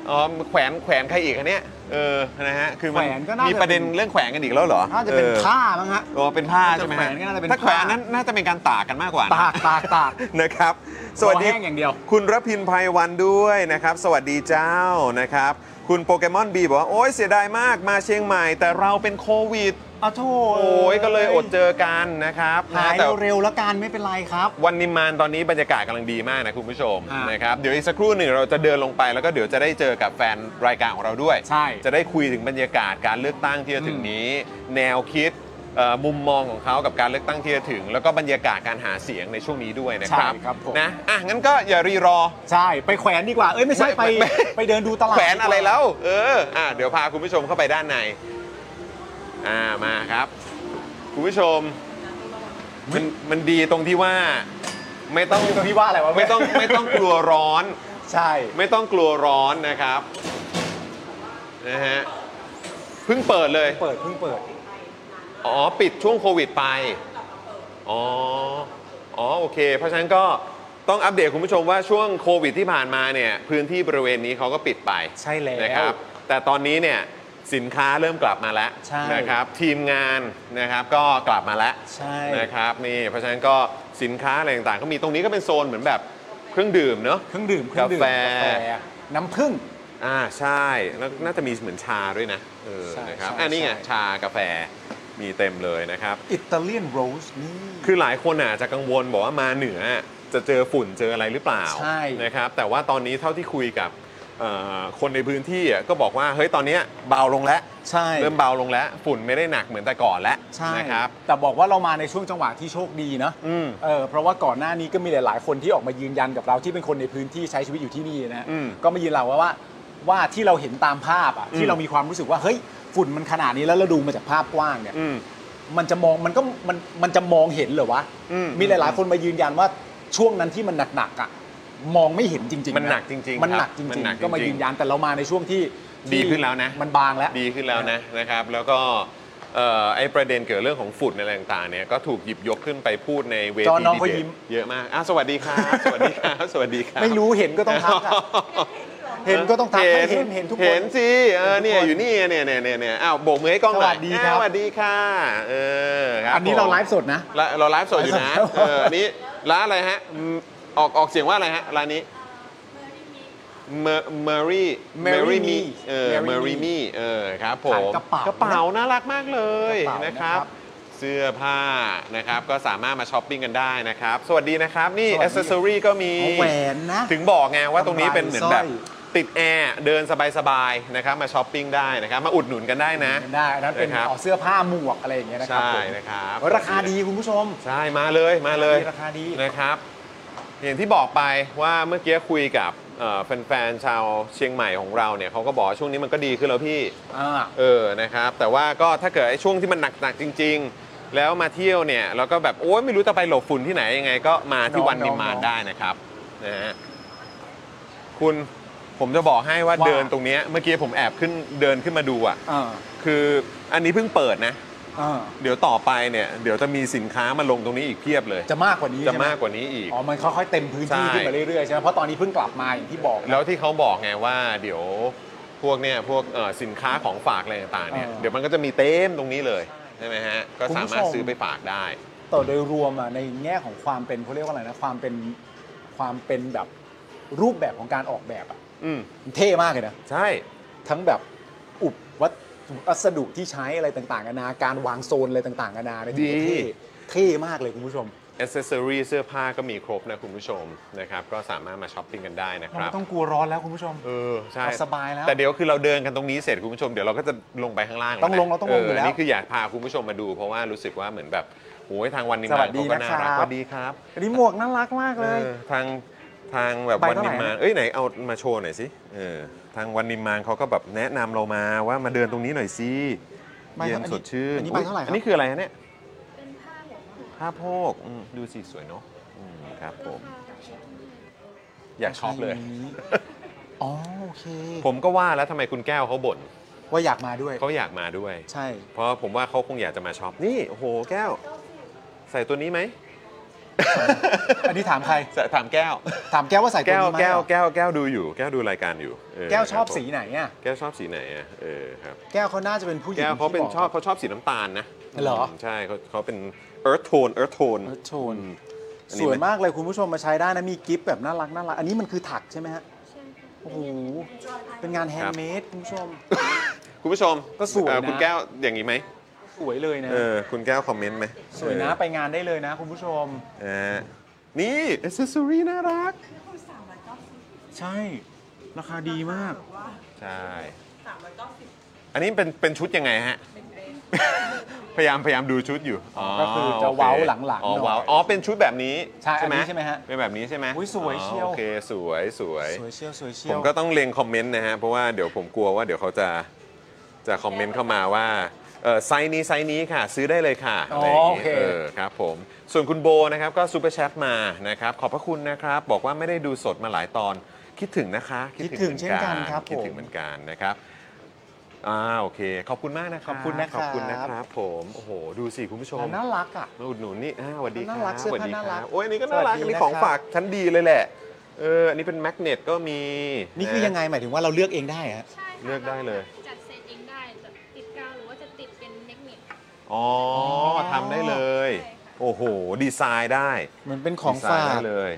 Speaker 1: อ๋อแขวนแขวนใครอีกอันเนี้ยเออนะฮะคือมั
Speaker 3: แขวนก็น่าจะ
Speaker 1: มีประเด็นเรื่องแขวนกันอีกแล้วเหรอ
Speaker 3: น่าจะเป็น
Speaker 1: ออ
Speaker 3: ผ้ามั้งฮะ
Speaker 1: อ๋อเป็นผ้าใช่ไหมฮะ
Speaker 3: แขวนก็น่าจะเป็น
Speaker 1: ถ้าแขวน
Speaker 3: ผ้า
Speaker 1: นั้นน่าจะเป็นการตากกันมากกว่านะ
Speaker 3: ตากตากตาก
Speaker 1: นะครับ สวัสดี
Speaker 3: คอแห้งอย่างเดียว
Speaker 1: คุณรพินภัยวันด้วยนะครับ สวัสดีเจ้านะครับ คุณโปเกมอนบีบอกว่า โอ๊ยเสียดายมากมาเชียงใหม่ แต่เราเป็นโควิด
Speaker 3: อ้าวโถ
Speaker 1: โอ้ยก็เลยอดเจอกันนะครับนะ
Speaker 3: หาย
Speaker 1: แต่
Speaker 3: เร็วๆแล้วกันไม่เป็นไรครับ
Speaker 1: วันนิมมานตอนนี้บรรยากาศกำลังดีมากนะคุณผู้ชม
Speaker 3: อ่าน
Speaker 1: นะครับ เดี๋ยวอีกสักครู่หนึ่งเราจะเดินลงไปแล้วก็เดี๋ยวจะได้เจอกับแฟนรายการของเราด้วย
Speaker 3: ใช่
Speaker 1: จะได้คุยถึงบรรยากาศการเลือกตั้งที่จะถึงนี้ แนวคิดเอ่อมุมมองของเขากับการเลือกตั้งที่จะถึง แล้วก็บรรยากาศการหาเสียงในช่วงนี้ด้วยนะครับ
Speaker 3: ใช่ครับผม
Speaker 1: นะอ่ะงั้นก็อย่ารีรอ
Speaker 3: ใช่ไปแขวนดีกว่าเอ้ยไม่ใช่ไป
Speaker 1: ไม่ไม่
Speaker 3: ไปเดินดูตลาด
Speaker 1: แขวนอะไร
Speaker 3: ดีกา
Speaker 1: แล้ว เอออ่ะเดี๋ยวพาคุณผู้ชมเข้าไปด้านใน อ่ามาครับ คุณผู้ชมมันมันดีตรงที่ว่า ไม่ต้อง
Speaker 3: ตรงที่ว่าอะไรวะ
Speaker 1: ไม่ต้องไม่ต้องกลัวร้อน
Speaker 3: ใช่
Speaker 1: ไม่ต้องกลัวร้อนนะครับนะฮะเพิ่งเปิดเลย
Speaker 3: เปิดเพิ่งเปิด
Speaker 1: อ๋อ ปิดช่วงโควิดไป อ๋อ อ๋อ โอเค เพราะฉะนั้นก็ต้องอัปเดตคุณผู้ชมว่าช่วงโควิดที่ผ่านมาเนี่ยพื้นที่บริเวณนี้เขาก็ปิดไป
Speaker 3: ใช่แล้ว
Speaker 1: นะครับ แต่ตอนนี้เนี่ยสินค้าเริ่มกลับมาแล้ว
Speaker 3: ใช่
Speaker 1: นะครับ ทีมงานนะครับก็กลับมาแล้ว
Speaker 3: ใช่
Speaker 1: นะครับนี่เพราะฉะนั้นก็สินค้าอะไรต่างๆ ก็มีตรงนี้ก็เป็นโซนเหมือนแบบเครื่องดื่มเนาะ
Speaker 3: เครื่องดื่มเครื่องดื่ม
Speaker 1: กาแฟ
Speaker 3: น้ำผึ้ง
Speaker 1: อ่าใช่แล้วน่าจะมีเหมือนชาด้วยนะเออ
Speaker 3: ใช่
Speaker 1: นะครับ
Speaker 3: ใช่
Speaker 1: อันนี้ไง
Speaker 3: ใช่
Speaker 1: ชากาแฟมีเต็มเลยนะครับ
Speaker 3: อิตาเลียนโรสนี่
Speaker 1: คือหลายคนอาจจะกังวลบอกว่ามาเหนือจะเจอฝุ่นเจออะไรหรือเปล่า
Speaker 3: ใช่
Speaker 1: นะครับ แต่ว่าตอนนี้เท่าที่คุยกับเอ่อคนในพื้นที่อ่ะก็บอกว่าเฮ้ยตอนเนี้ยเบาลงแล้ว
Speaker 3: ใช่
Speaker 1: เริ่มเบาลงแล้ว ฝุ่นไม่ได้หนักเหมือนแต่ก่อนแล้ว
Speaker 3: ใช่
Speaker 1: นะครับ
Speaker 3: แต่บอกว่าเรามาในช่วงจังหวะที่โชคดีนะ
Speaker 1: อืม
Speaker 3: เออเพราะว่าก่อนหน้านี้ก็มีหลาย ๆ คนที่ออกมายืนยันกับเราที่เป็นคนในพื้นที่ใช้ชีวิตอยู่ที่นี่นะ
Speaker 1: อืม
Speaker 3: ก็มายืนเราว่าว่าว่าที่เราเห็นตามภาพอ่ะ
Speaker 1: อืม
Speaker 3: ที่เรามีความรู้สึกว่าเฮ้ยฝุ่นมันขนาดนี้แล้วเราดูมาจากภาพกว้างเนี่ย
Speaker 1: อืม
Speaker 3: มันจะมองมันก็มันมันจะมองเห็นเหรอวะ
Speaker 1: อืม
Speaker 3: มีหลาย ๆ คนมายืนยันว่าช่วงนั้นที่มันหนักๆอ่ะมองไม่เห็นจริงๆะ
Speaker 1: มันหนักจริงๆ
Speaker 3: มันหนัก
Speaker 1: ครับ
Speaker 3: จ
Speaker 1: มัน
Speaker 3: ริง
Speaker 1: หนัก
Speaker 3: ๆ ก็มา
Speaker 1: จริงๆ
Speaker 3: ยืนยันแต่เรามาในช่วงที่
Speaker 1: ดีขึ้นแล้วนะ
Speaker 3: มันบางแล้ว
Speaker 1: ดีขึ้นแล้วนะนะครับ แล้วก็เอ่อไอ้ประเด็นเกี่ยวกับเรื่องของฝุ่นอะไรต่างๆเนี่ยก็ถูกหยิบยกขึ้นไปพูดในเว
Speaker 3: จอ
Speaker 1: ที
Speaker 3: น้องเขา
Speaker 1: ดีเบ
Speaker 3: ยิ้
Speaker 1: ต
Speaker 3: ม
Speaker 1: เยอะมากอ่ะสวัสดีครับ สวัสดีครับสวัสดีครับ
Speaker 3: ไม่รู้เห็นก็ต้องทัก อะ เห็นก็ต้องทักไม่เห็นเห็นทุกคน
Speaker 1: เห็นสิเออ
Speaker 3: เห็นทุกคน
Speaker 1: เนี่ยอยู่นี่เนี่ยเนี่ยเนี่ยเนี่ยอ้าวโบกมือให้กล้องหน่อย
Speaker 3: สวัสดีครับ
Speaker 1: อ้าสวัสดีค่ะเออครับ
Speaker 3: อันนี้เรา
Speaker 1: ผม
Speaker 3: ไลฟ์สดนะ
Speaker 1: เราเราไลฟ์สดอยู่นะ
Speaker 3: ไลฟ์สด
Speaker 1: เอออันนี้ร้านอะไรฮะอืมออกออกเสียงว่าอะไรฮะร้านนี้ เมอรี่
Speaker 3: Marry Me
Speaker 1: เออ
Speaker 3: Marry
Speaker 1: เมอรี่
Speaker 3: Me
Speaker 1: มีเออครับผม
Speaker 3: ขายกระเป๋าก
Speaker 1: ระเป๋าน่ารักมากเลย
Speaker 3: กระเป๋านะ
Speaker 1: นะ
Speaker 3: ค
Speaker 1: ค
Speaker 3: รั
Speaker 1: รับ บ เสื้อผ้านะครับก็สามารถมาช้อปปิ้งกันได้นะครับ สวัสดีนะครับ นี่
Speaker 3: สวัสดี
Speaker 1: อ c เซสซอรี่ก็มี
Speaker 3: เอาแหวนนะ
Speaker 1: ถึงบอกไงว่าตรงนี้
Speaker 3: กำไร
Speaker 1: เป็นเหมือน
Speaker 3: สร้อย
Speaker 1: แบบติดแอร์เดินสบายๆนะครับ มาช้อปปิ้งได้นะครับ มาอุดหนุนกันได้นะ
Speaker 3: ได้อันนั้นเป็น
Speaker 1: นะครับ
Speaker 3: เอาเสื้อผ้าหมวกอะไรอย่างเงี้ยนะครับ
Speaker 1: ใช่
Speaker 3: ผม
Speaker 1: นะครับ
Speaker 3: ราคาดีคุณผู้ชม
Speaker 1: ใช่ มาเลยมาเลย
Speaker 3: ราคาดี
Speaker 1: นะครับ อย่างที่บอกไปว่าเมื่อกี้คุยกับเอ่อแฟนๆชาวเชียงใหม่ของเราเนี่ยเขาก็บอกว่าช่วงนี้มันก็ดีขึ้นแล้วพี่
Speaker 3: อ่า
Speaker 1: เออนะครับ แต่ว่าก็ถ้าเกิดไอ้ช่วงที่มันหนักๆจริง ๆ แล้วมาเที่ยวเนี่ยแล้วก็แบบโอ้ยไม่รู้จะไปหลบฝุ่นที่ไหนยังไง ก็มาที่วัน
Speaker 3: น้อง
Speaker 1: นิ
Speaker 3: ๆ
Speaker 1: มมานได้นะครับนะฮะคุณผมจะบอกให้ว่า
Speaker 3: ว่า
Speaker 1: เดินตรงเนี้ยเมื่อกี้ผมแอบขึ้นเดินขึ้นมาดูอ่ะ
Speaker 3: อ่า
Speaker 1: คืออันนี้เพิ่งเปิดนะ
Speaker 3: อ่า
Speaker 1: เดี๋ยวต่อไปเนี่ยเดี๋ยวจะมีสินค้ามาลงตรงนี้อีกเพียบเลย
Speaker 3: จะมากกว่านี้
Speaker 1: จะ
Speaker 3: ใช่ไห
Speaker 1: มากกว่านี้อีก
Speaker 3: อ๋อมันค่อยๆเต็มพื้นที่
Speaker 1: ใช่
Speaker 3: ขึ้นมาเรื่อยๆใช่ไหมเพราะตอนนี้เพิ่งกลับมาอย่างที่บอกนะ
Speaker 1: แล้วที่เขาบอกไงว่าเดี๋ยวพวกเนี่ยพวกเอ่อสินค้าของฝากอะไรต่างๆเนี่ย
Speaker 3: เออ
Speaker 1: เดี๋ยวมันก็จะมีเต็มตรงนี้เลยใช่ไหมฮะก็
Speaker 3: คุณ
Speaker 1: สา
Speaker 3: ผู้
Speaker 1: มารถ
Speaker 3: ชม
Speaker 1: ซื้อไปฝากได้
Speaker 3: ต่อโดยรวมอ่ะในแง่ของความเป็นเขาเรียกว่าอะไรนะความเป็นความเป็นแบบรูปแบบของการออกแบบอ่ะ
Speaker 1: อืม
Speaker 3: มันเท่มากเลยนะ
Speaker 1: ใช่
Speaker 3: ทั้งแบบอุปวัตถุวัสดุที่ใช้อะไรต่างๆนานาการวางโซนอะไรต่างๆนานาเนี่ยถือว่าเท่เท่มากเลยคุณผู้ชม
Speaker 1: อ c เซสซอรีเสื้อผ้าก็มีครบนะคุณผู้ชมนะครับก็สามารถมาช้อปปิ้งกันได้นะค
Speaker 3: เรา
Speaker 1: รับ
Speaker 3: ไม่ต้องกลัวร้อนแล้วคุณผู้ชม
Speaker 1: เออใช่
Speaker 3: เอาสบายแล้ว
Speaker 1: แต่เดี๋ยวคือเราเดินกันตรงนี้เสร็จคุณผู้ชมเดี๋ยวเราก็จะลงไปข้างล่าง
Speaker 3: ต้องลงเราต้องลงอยู่แล้ว
Speaker 1: นี่คืออยากพาคุณผู้ชมมาดู เพราะว่ารู้สึกว่าเหมือนแบบโอ้ยทางวันนิม
Speaker 3: ส
Speaker 1: มา
Speaker 3: วั
Speaker 1: น
Speaker 3: สดี
Speaker 1: เขาก็น่ารั
Speaker 3: นะครั
Speaker 1: ก
Speaker 3: บ
Speaker 1: สวัสดีครับ
Speaker 3: อันนี้หมวกน่ารักมากเลย
Speaker 1: เออทางทางแบบ
Speaker 3: ใบ
Speaker 1: วัน
Speaker 3: เท่าไห
Speaker 1: นิ
Speaker 3: ร่
Speaker 1: มมาน
Speaker 3: นะ
Speaker 1: เอ้ยไหนเอามาโชว์หน่อยสิเออทางวันนิมมานเขาก็แบบแนะนำเรามาว่ามาเดินตรงนี้หน่อยสิ
Speaker 3: ใบ
Speaker 1: เย็น
Speaker 3: ท่า
Speaker 1: สดชื่น
Speaker 3: อันนี้ใบเท่าไหร่ค
Speaker 1: อัน
Speaker 3: รับ
Speaker 1: นี้คืออะไรฮะเนี่ยเป็นผ้าโพกอืมดูสิสวยเนาะอืมครับผมอยากช็อปเลย
Speaker 3: อ๋อโอเค
Speaker 1: ผมก็ว่าแล้วทำไมคุณแก้วเขาบ่น
Speaker 3: ว่าอยากมาด้วย
Speaker 1: เขาอยากมาด้วย
Speaker 3: ใช่
Speaker 1: เพราะผมว่าเขาคงอยากจะมาช็อปนี่โอ้โหแก้ว ใส่ตัวนี้ไหม
Speaker 3: อันนี้ถามใคร
Speaker 1: ถามแก้ว
Speaker 3: ถามแก้วว่าใส่ตัว
Speaker 1: แก้ว
Speaker 3: นี้ไหม
Speaker 1: แก้วแก้วแก้วดูอยู่ แก้วดูรายการอยู่เ
Speaker 3: แก้วชอบ
Speaker 1: ครับผม
Speaker 3: สีไหนอ่ะ
Speaker 1: แก้วชอบสีไหนอ่ะ เออครับ
Speaker 3: แก้วเขาน่าจะเป็นผู้หญิง
Speaker 1: แก้วเขาเป็น
Speaker 3: ที่บก
Speaker 1: ชอบเขาชอบสีน้ำตาลนะ
Speaker 3: เหรอ
Speaker 1: มใช่เขาเขาเป็น earth tone earth tone
Speaker 3: เออโทน
Speaker 1: อืมอัน
Speaker 3: ส
Speaker 1: นี้
Speaker 3: วย
Speaker 1: มัน
Speaker 3: มากเลยคุณผู้ชมมาใช้ได้นะ มีกิฟต์แบบน่ารักน่ารัก อันนี้มันคือถักใช่ไหมฮะโอ้โห เป็นงานแฮนด์เมดคุณผู้ชม
Speaker 1: คุณผู้ชม
Speaker 3: ก็สวยนะ
Speaker 1: เอ่อคุณแก้วอย่างนี้ไหม
Speaker 3: สวยเลยนะ
Speaker 1: เออคุณแก้วคอมเมนต์ไหม
Speaker 3: สวยนะไปงานได้เลยนะคุณผู้ชม
Speaker 1: เออนี่ accessory น่ารัก
Speaker 3: ใช่ ราคาดีมาก
Speaker 1: ใช่
Speaker 4: สามร้อยเก้าสิบ
Speaker 1: อันนี้เป็นเป็นชุดยังไงฮะ พยายามพยายามดูชุดอยู่
Speaker 3: ก็คือจะเว้าหลังๆหน่อย
Speaker 1: อ๋อเว้าอ๋อเป็นชุดแบบนี้
Speaker 3: ใช่อันนี้ใช่ไหมฮะ
Speaker 1: เป็นแบบนี้ใช่ไหม
Speaker 3: อุ๊ยสวยเชียว
Speaker 1: อ๋อโอเคสวยสวย
Speaker 3: สวยเชียวสวยเชี
Speaker 1: ผ
Speaker 3: ย
Speaker 1: ม
Speaker 3: ว
Speaker 1: ก็ต้องเล็งคอมเมนต์นะฮะ เพราะว่าเดี๋ยวผมกลัวว่าเดี๋ยวเขาจะจะคอมเมนต์เข้ามาว่าเออไซส์นี้ไซส์นี้ค่ะ ซื้อได้เลยค่ะอะไรอย่าง
Speaker 3: อ๋อโอ
Speaker 1: งี้
Speaker 3: เค
Speaker 1: เออครับผม ส่วนคุณโบนะครับก็ซูเปอร์แชทมานะครับ ขอบพระคุณนะครับ บอกว่าไม่ได้ดูสดมาหลายตอนคิดถึงนะคะ
Speaker 3: คิดถึงเช่นกันครับ
Speaker 1: คิดถึง
Speaker 3: ผม
Speaker 1: เหมือนกันนะครับอ่าโอเค ขอบคุณมากนะครับ
Speaker 3: ขอบคุณนะครั
Speaker 1: ข
Speaker 3: บ
Speaker 1: อบคุณนะครับผมโอ้โหดูสิคุณผู้ชม
Speaker 3: น่ารักอ่ะ
Speaker 1: มาอุดหนุนนี่อ่าสวัสดีครับ
Speaker 3: น่ารักเสื้อ
Speaker 1: ส
Speaker 3: ผ้า
Speaker 1: วัสดี
Speaker 3: น่ารัก
Speaker 1: ครับโอ้ยอันนี้ก็น่ารัก
Speaker 3: สวัสดี
Speaker 1: อันนี้
Speaker 3: นะครับ
Speaker 1: ของฝากชั้นดีเลยแหละเอออันนี้เป็นแมกเนตก็มี
Speaker 3: นี่คือยังไงหมายถึงว่าเราเลือกเองได้ฮะ
Speaker 5: ใช่ค่ะ
Speaker 1: เลือกได้เลย
Speaker 5: จัดเซตเองได้จะติดกาวหรือว่าจะติดเป็นเทคนิค
Speaker 1: อ๋ออทำได้เลย
Speaker 5: ใช่ค่ะ
Speaker 1: โอ้โห ดีไซน์ได้
Speaker 3: เหมือนเป็นของ
Speaker 1: ดีไซน์
Speaker 3: ฝาก
Speaker 1: ได้เลย